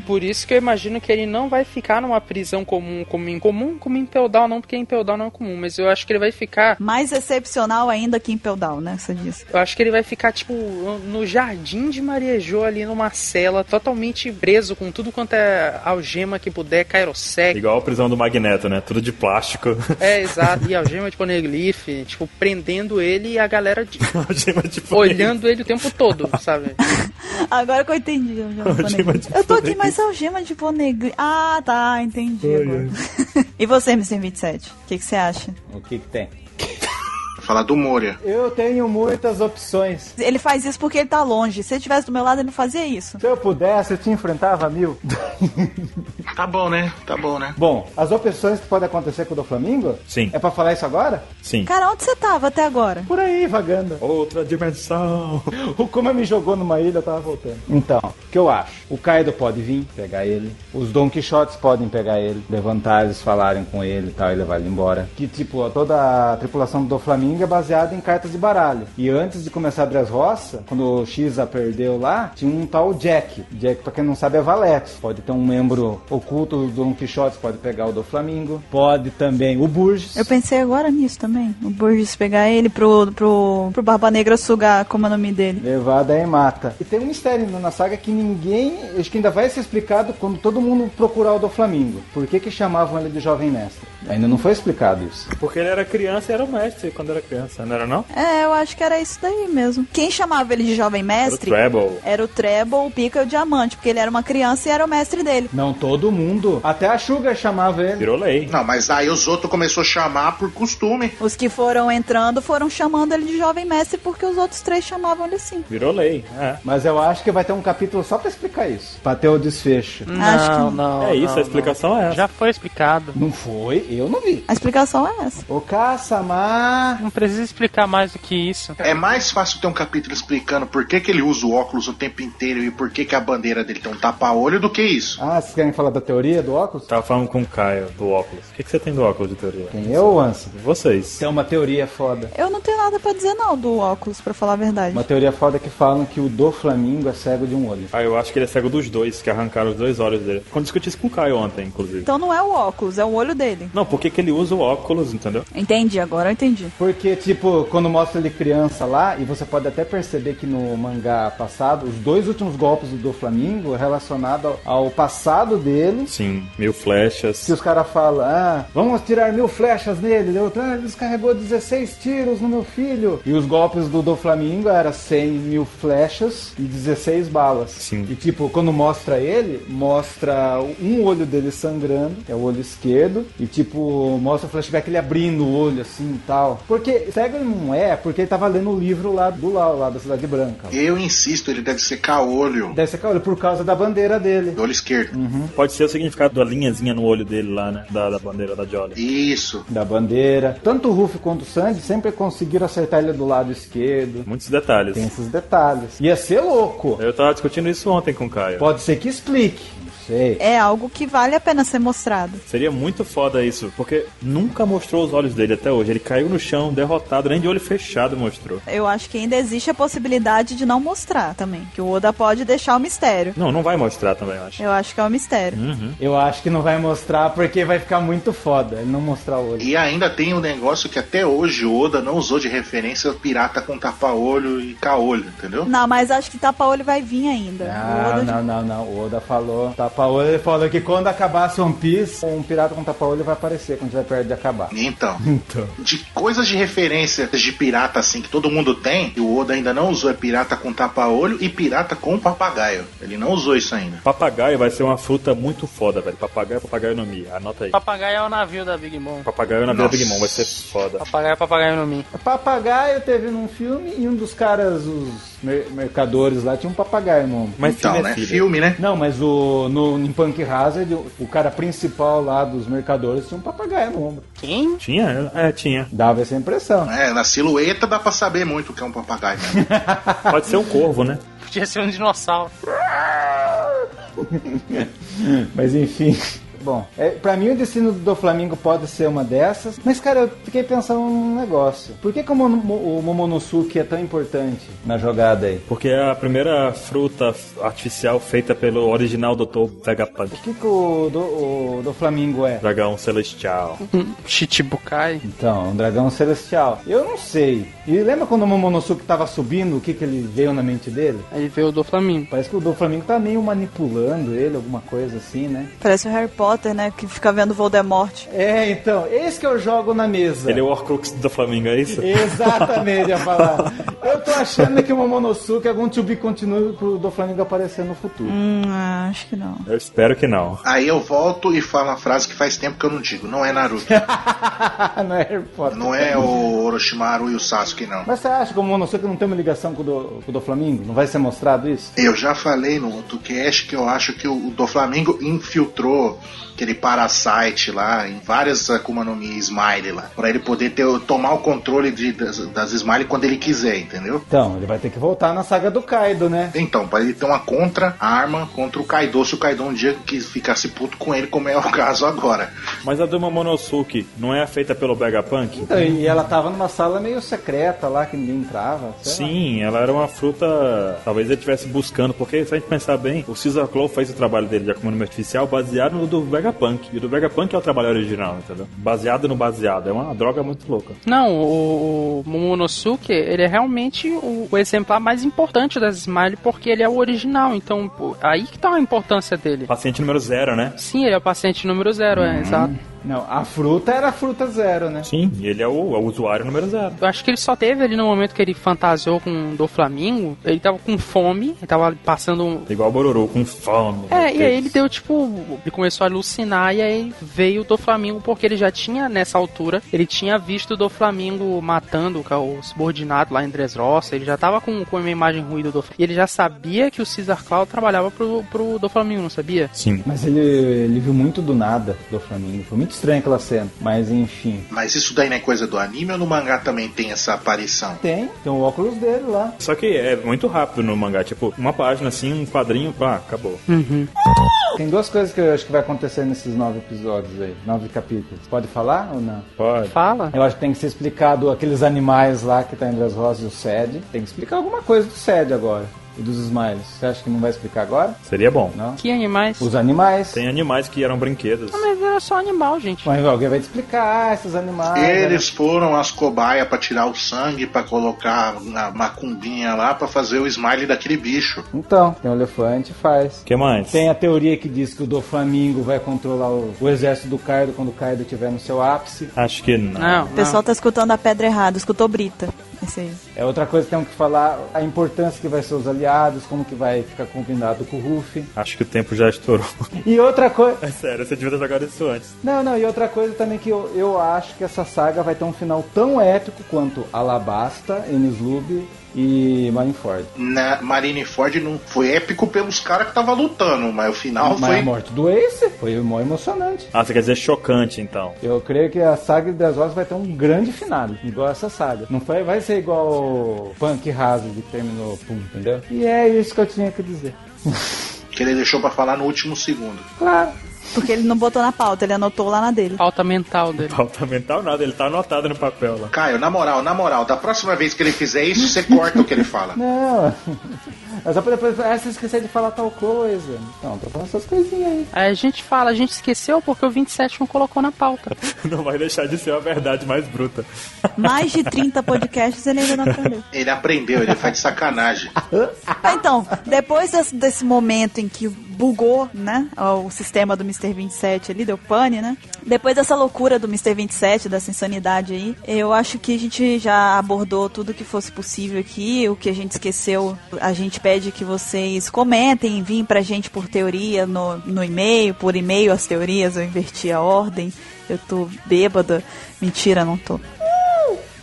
Speaker 4: Por isso que eu imagino que ele não vai ficar numa prisão comum, como em comum, como em Peldown não, porque em Peldown não é comum, mas eu acho que ele vai ficar.
Speaker 1: Mais excepcional ainda que em Peldown, né, você disse.
Speaker 4: Eu acho que ele vai ficar, tipo, no jardim de Maria Jo, ali numa cela, totalmente preso com tudo quanto é algema que puder, Kairosek.
Speaker 3: Igual a prisão do Magneto, né? Tudo de plástico.
Speaker 4: É, exato. E algema de poneglyph, tipo, prendendo ele e a galera de-
Speaker 3: Algema de poneglyph.
Speaker 4: olhando ele o tempo todo, sabe?
Speaker 1: Agora que eu entendi. Eu, já não tô
Speaker 3: Algema
Speaker 1: negra.
Speaker 3: de
Speaker 1: eu tô aqui,
Speaker 3: Vonnegut.
Speaker 1: mas é algema de Vonnegut. Ah, tá, entendi agora. e você, Mr. 27? O que que você acha?
Speaker 10: O que que tem?
Speaker 5: Falar do Moria.
Speaker 10: Eu tenho muitas opções.
Speaker 1: Ele faz isso porque ele tá longe. Se ele tivesse do meu lado, ele não fazia isso.
Speaker 10: Se eu pudesse, eu te enfrentava mil.
Speaker 5: Tá bom, né? Tá bom, né?
Speaker 10: Bom, as opções que podem acontecer com o do Flamengo?
Speaker 3: Sim.
Speaker 10: É pra falar isso agora?
Speaker 3: Sim.
Speaker 1: Cara, onde você tava até agora?
Speaker 10: Por aí, vagando.
Speaker 3: Outra dimensão.
Speaker 10: O Kuma me jogou numa ilha, eu tava voltando. Então, o que eu acho? O Kaido pode vir, pegar ele. Os Don Quixotes podem pegar ele, levantar eles, falarem com ele e tal, e levar ele embora. Que, tipo, ó, toda a tripulação do Flamingo é baseada em cartas de baralho. E antes de começar a Dressrosa, quando o Xisa perdeu lá, tinha um tal Jack. Jack, pra quem não sabe, é Valex. Pode Então, um membro oculto do Don Quixote pode pegar o do Flamingo. Pode também o Burgess.
Speaker 1: Eu pensei agora nisso também. O Burgess pegar ele pro, pro, pro Barba Negra sugar, como é o nome dele.
Speaker 10: Levada em mata. E tem um mistério ainda na saga que ninguém. Acho que ainda vai ser explicado quando todo mundo procurar o do Flamingo. Por que, que chamavam ele de Jovem Mestre? Ainda não foi explicado isso.
Speaker 12: Porque ele era criança e
Speaker 3: um
Speaker 12: era o mestre quando era criança, não era não?
Speaker 1: É, eu acho que era isso daí mesmo. Quem chamava ele de Jovem Mestre
Speaker 3: Era o Treble.
Speaker 1: era o Treble, o Pica e o Diamante, porque ele era uma criança e era o mestre dele.
Speaker 10: Não todo mundo. Até a Sugar chamava ele.
Speaker 3: Virou lei.
Speaker 5: Não, mas aí os outros começou a chamar por costume.
Speaker 1: Os que foram entrando foram chamando ele de Jovem Mestre porque os outros três chamavam ele assim.
Speaker 3: Virou lei. É.
Speaker 10: Mas eu acho que vai ter um capítulo só pra explicar isso. Pra ter o desfecho.
Speaker 4: Não, Acho que não. não,
Speaker 3: É isso,
Speaker 4: não,
Speaker 3: a explicação é essa.
Speaker 4: Já foi explicado.
Speaker 10: Não foi? Eu não vi.
Speaker 1: A explicação é essa.
Speaker 10: O Caçamar.
Speaker 4: Não precisa explicar mais do que isso.
Speaker 5: É mais fácil ter um capítulo explicando por que, que ele usa o óculos o tempo inteiro e por que, que a bandeira dele tem um tapa-olho do que isso.
Speaker 10: Ah, vocês querem falar da teoria do óculos?
Speaker 3: Tava falando com o Caio do óculos. O que, que você tem do óculos de teoria?
Speaker 10: Tem eu Então- ou Ansa?
Speaker 3: Vocês.
Speaker 10: Tem uma teoria foda.
Speaker 1: Eu não tenho nada pra dizer não do óculos, pra falar a verdade.
Speaker 10: Uma teoria foda que falam que o do Flamingo é cego de um olho.
Speaker 3: Ah, eu acho que ele é cego dos dois, que arrancaram os dois olhos dele. Quando discuti isso com o Caio ontem, inclusive.
Speaker 1: Então não é o óculos, é o olho dele.
Speaker 3: Não, por que que ele usa o óculos, entendeu?
Speaker 1: Entendi, agora eu entendi.
Speaker 10: Porque, tipo, quando mostra ele criança lá, e você pode até perceber que no mangá passado, os dois últimos golpes do Flamingo relacionado ao- ao passado dele.
Speaker 3: Sim, mil flechas.
Speaker 10: Se os caras falam, ah, vamos tirar mil flechas nele, deu, ah, ele descarregou 16 tiros no meu filho. E os golpes do do Flamingo era 100 mil flechas e 16 balas.
Speaker 3: Sim.
Speaker 10: E tipo, quando mostra ele, mostra um olho dele sangrando, que é o olho esquerdo, e tipo, mostra o flashback ele abrindo o olho assim e tal. Porque cego ele não é, porque ele tava lendo o livro lá do Lau, lá da Cidade Branca.
Speaker 5: Eu insisto, ele deve ser caolho.
Speaker 10: Deve ser olho por causa da bandeira dele.
Speaker 5: Do olho esquerdo.
Speaker 3: Pode ser o significado da linhazinha no olho dele lá, né? Da, da bandeira da Jolly.
Speaker 5: Isso.
Speaker 10: Da bandeira. Tanto o Ruff quanto o Sandy sempre conseguiram acertar ele do lado esquerdo.
Speaker 3: Muitos detalhes.
Speaker 10: Tem esses detalhes. Ia ser louco.
Speaker 3: Eu tava discutindo isso ontem com o Caio.
Speaker 10: Pode ser que explique. Não sei.
Speaker 1: É algo que vale a pena ser mostrado.
Speaker 3: Seria muito foda isso, porque nunca mostrou os olhos dele até hoje. Ele caiu no chão, derrotado, nem de olho fechado mostrou.
Speaker 1: Eu acho que ainda existe a possibilidade de não mostrar também. Que o Oda pode deixar o mistério.
Speaker 3: Não, não vai mostrar também, eu acho.
Speaker 1: Eu acho que é o mistério.
Speaker 3: Uhum.
Speaker 10: Eu acho que não vai mostrar porque vai ficar muito foda ele não mostrar o olho.
Speaker 5: E ainda tem um negócio que até hoje o Oda não usou de referência pirata com tapa-olho e caolho, entendeu?
Speaker 1: Não, mas acho que tapa-olho vai vir ainda. O
Speaker 10: Ah, Não,
Speaker 1: Oda-
Speaker 10: não, não, não. O Oda falou. Tapa-olho, ele falou que quando acabasse One Piece, um pirata com tapa-olho vai aparecer quando estiver perto de acabar.
Speaker 5: Então,
Speaker 10: Então.
Speaker 5: de coisas de referência de pirata assim que todo mundo tem, e o Oda ainda não usou é pirata com tapa-olho e pirata com papagaio. Ele não usou isso ainda.
Speaker 3: Papagaio vai ser uma fruta muito foda, velho. Papagaio, papagaio no Mi. Anota aí.
Speaker 4: Papagaio é o navio da Big Mom.
Speaker 3: Papagaio na beira
Speaker 5: Nossa.
Speaker 3: Big Mom vai ser foda.
Speaker 4: Papagaio é papagaio no mim.
Speaker 10: Papagaio teve num filme e um dos caras, os mer- mercadores lá, tinha um papagaio no ombro.
Speaker 3: Mas
Speaker 5: então,
Speaker 3: filme é
Speaker 5: né?
Speaker 3: filho.
Speaker 5: Filme, né?
Speaker 10: Não, mas o, no, em Punk Hazard, o, o cara principal lá dos mercadores tinha um papagaio no ombro.
Speaker 4: Quem?
Speaker 3: Tinha? É, tinha.
Speaker 10: Dava essa impressão.
Speaker 5: É, na silhueta dá pra saber muito o que é um papagaio. né?
Speaker 3: Pode ser um corvo, né?
Speaker 4: Podia ser um dinossauro.
Speaker 10: Mas enfim. Bom, é, pra mim o destino do Flamengo pode ser uma dessas, mas cara, eu fiquei pensando num negócio. Por que, que o, Mono- o Momonosuke é tão importante na jogada aí?
Speaker 3: Porque é a primeira fruta artificial feita pelo original Dr.
Speaker 10: O
Speaker 3: Vegapunk.
Speaker 10: que, que o, do, o do Flamengo é?
Speaker 3: Dragão Celestial.
Speaker 4: Chichibukai.
Speaker 10: Então, um dragão celestial. Eu não sei. E lembra quando o Momonosuke tava subindo, o que, que ele veio na mente dele?
Speaker 4: Aí veio o do Flamingo.
Speaker 10: Parece que o do Flamengo tá meio manipulando ele, alguma coisa assim, né?
Speaker 1: Parece o Harry Potter, né? Que fica vendo Voldemort.
Speaker 10: É, então, esse que eu jogo na mesa.
Speaker 3: Ele é o Horcrux do Flamengo, é isso?
Speaker 10: Exatamente, ia falar. Eu tô achando que o Momonosuke, algum tubi continue pro do Flamengo aparecer no futuro.
Speaker 1: Hum, acho que não.
Speaker 3: Eu espero que não.
Speaker 5: Aí eu volto e falo uma frase que faz tempo que eu não digo. Não é Naruto.
Speaker 10: não é Harry Potter.
Speaker 5: não é o Orochimaru e o Sasuke, não.
Speaker 10: Mas você acha que o Momonosuke não tem uma ligação com o do, com o do Flamengo? Não vai ser mostrado isso?
Speaker 5: Eu já falei no outro cast que eu acho que o do Flamengo infiltrou aquele parasite lá, em várias Akuma no Mi Smile lá, pra ele poder ter, tomar o controle de- das, das Smile quando ele quiser, entendeu?
Speaker 10: Então, ele vai ter que voltar na saga do Kaido, né?
Speaker 5: Então, pra ele ter uma contra-arma contra o Kaido, se o Kaido um dia que ficasse puto com ele, como é o caso agora.
Speaker 3: Mas a Duma Monosuke não é feita pelo Vegapunk?
Speaker 10: Então, E ela tava numa sala meio secreta lá que ninguém entrava. sei lá.
Speaker 3: Sim, ela era uma fruta. Talvez ele estivesse buscando, porque se a gente pensar bem, o Caesar Claw fez o trabalho dele de acúmulo artificial baseado no do Vegapunk. E o do Vegapunk é o trabalho original, entendeu? Baseado no baseado. É uma droga muito louca.
Speaker 4: Não, o, o Momonosuke, ele é realmente o, o exemplar mais importante das Smile, porque ele é o original, então pô, aí que tá a importância dele.
Speaker 3: Paciente número zero, né?
Speaker 4: Sim, ele é o paciente número zero, é, exato.
Speaker 10: Não, a fruta era a fruta zero, né?
Speaker 3: Sim, e ele é o, é o usuário número zero.
Speaker 4: Eu acho que ele só teve ali no momento que ele fantasiou com do Flamingo, ele tava com fome, ele tava passando um...
Speaker 3: Igual o Bororô, com fome.
Speaker 4: É, e aí ele deu tipo. Ele começou a alucinar e aí veio o do Flamengo, porque ele já tinha, nessa altura, ele tinha visto o do Flamengo matando o ca- o subordinado lá em Dressrosa, ele já tava com, com uma imagem ruim do Flamengo. E ele já sabia que o Cesar Cloud trabalhava pro, pro do Flamengo, não sabia?
Speaker 3: Sim.
Speaker 10: Mas ele, ele viu muito do nada do Flamengo. Foi muito estranho aquela cena. Mas enfim.
Speaker 5: Mas isso daí não é coisa do anime ou no mangá também tem essa aparição?
Speaker 10: Tem, tem o óculos dele lá.
Speaker 3: Só que é muito rápido no mangá. Tipo, uma página assim, um quadrinho, pá, acabou.
Speaker 4: Hum.
Speaker 10: Tem duas coisas que eu acho que vai acontecer nesses nove episódios aí, nove capítulos. Pode falar ou não?
Speaker 3: Pode.
Speaker 4: Fala.
Speaker 10: Eu acho que tem que ser explicado aqueles animais lá que tá entre as rosas e o Sed. Tem que explicar alguma coisa do Sed agora. E dos Smiles. Você acha que não vai explicar agora?
Speaker 3: Seria bom.
Speaker 10: Não?
Speaker 4: Que animais?
Speaker 10: Os animais.
Speaker 3: Tem animais que eram brinquedos.
Speaker 4: Mas era só animal, gente.
Speaker 10: Mas alguém vai te explicar ah, esses animais. né?
Speaker 5: Eles foram as cobaias pra tirar o sangue, pra colocar na macumbinha lá, pra fazer o smile daquele bicho.
Speaker 10: Então, tem o elefante faz.
Speaker 3: que mais?
Speaker 10: Tem a teoria que diz que o do Flamingo vai controlar o, o exército do Kaido quando o Kaido estiver no seu ápice.
Speaker 3: Acho que não.
Speaker 1: O pessoal tá escutando a pedra errada, escutou Brita. Esse aí.
Speaker 10: É outra coisa que temos que falar, a importância que vai ser os aliados, como que vai ficar combinado com o Ruffy.
Speaker 4: Ah.
Speaker 3: Acho que o tempo já estourou.
Speaker 10: E outra coisa...
Speaker 3: É sério, você devia ter jogado isso antes.
Speaker 10: Não, não, e outra coisa também que eu, eu acho que essa saga vai ter um final tão épico quanto Alabasta, Enislub e Marineford.
Speaker 5: Na Marineford não foi épico pelos caras que tava lutando, mas o final
Speaker 10: Mas
Speaker 5: Ah, foi.
Speaker 10: a morte do Ace foi mó emocionante.
Speaker 3: Ah, você quer dizer chocante, então.
Speaker 10: Eu creio que a saga de 10 horas vai ter um grande final, igual essa saga. Não vai, vai ser igual o Punk Raso que terminou, pum, entendeu? E é isso que eu tinha que dizer.
Speaker 5: Que ele deixou pra falar no último segundo.
Speaker 10: Claro.
Speaker 1: Porque ele não botou na pauta, ele anotou lá na dele.
Speaker 4: Pauta mental dele.
Speaker 3: Pauta mental nada, ele tá anotado no papel lá.
Speaker 5: Caio, na moral, na moral, da próxima vez que ele fizer isso, você corta o que ele fala.
Speaker 10: Não. É só pra depois. Ah, você esqueceu de falar tal coisa. Então, tô falando essas coisinhas aí.
Speaker 4: Aí É, a gente fala, a gente esqueceu porque o 27 não colocou na pauta.
Speaker 3: Não vai deixar de ser a verdade mais bruta.
Speaker 1: Mais de 30 podcasts ele ainda não aprendeu.
Speaker 5: Ele aprendeu, ele faz de sacanagem.
Speaker 1: Ah, Então, depois desse, desse momento em que bugou, né, o sistema do Mr. 27 ali, deu pane, né? Depois dessa loucura do Mr. 27, dessa insanidade aí, eu acho que a gente já abordou tudo que fosse possível aqui, o que a gente esqueceu, a gente pede que vocês comentem, vim pra gente por teoria no, no e-mail, por e-mail as teorias, eu inverti a ordem, eu tô bêbada. Mentira, não tô.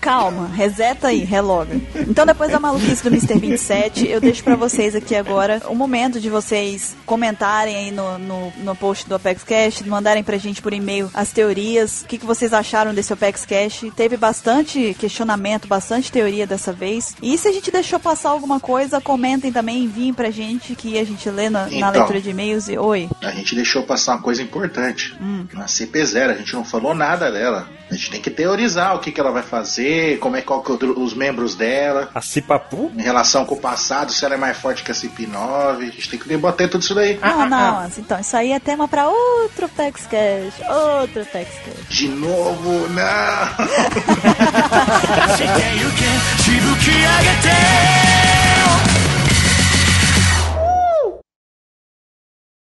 Speaker 1: Calma, reseta aí, reloga. Então, depois da maluquice do Mr. 27, eu deixo pra vocês aqui agora o momento de vocês comentarem aí no, no, no post do Apex Cash, mandarem pra gente por e-mail as teorias, o que, que vocês acharam desse Apex Cash. Teve bastante questionamento, bastante teoria dessa vez. E se a gente deixou passar alguma coisa, comentem também, enviem pra gente que a gente lê na, na
Speaker 5: Então.
Speaker 1: leitura de e-mails e oi.
Speaker 5: A gente deixou passar uma coisa importante. Na CP0, a gente não falou nada dela. A gente tem que teorizar o que, que ela vai fazer, como é qual que é o- os membros dela.
Speaker 3: A Cipapu?
Speaker 5: Em relação com o passado, se ela é mais forte que a CP9. A gente tem que debater tudo isso daí.
Speaker 1: Não, não, assim, então, isso aí é tema pra outro Apex Cash, outro Apex Cash.
Speaker 5: De novo, não!
Speaker 13: してゆけしぶき上げて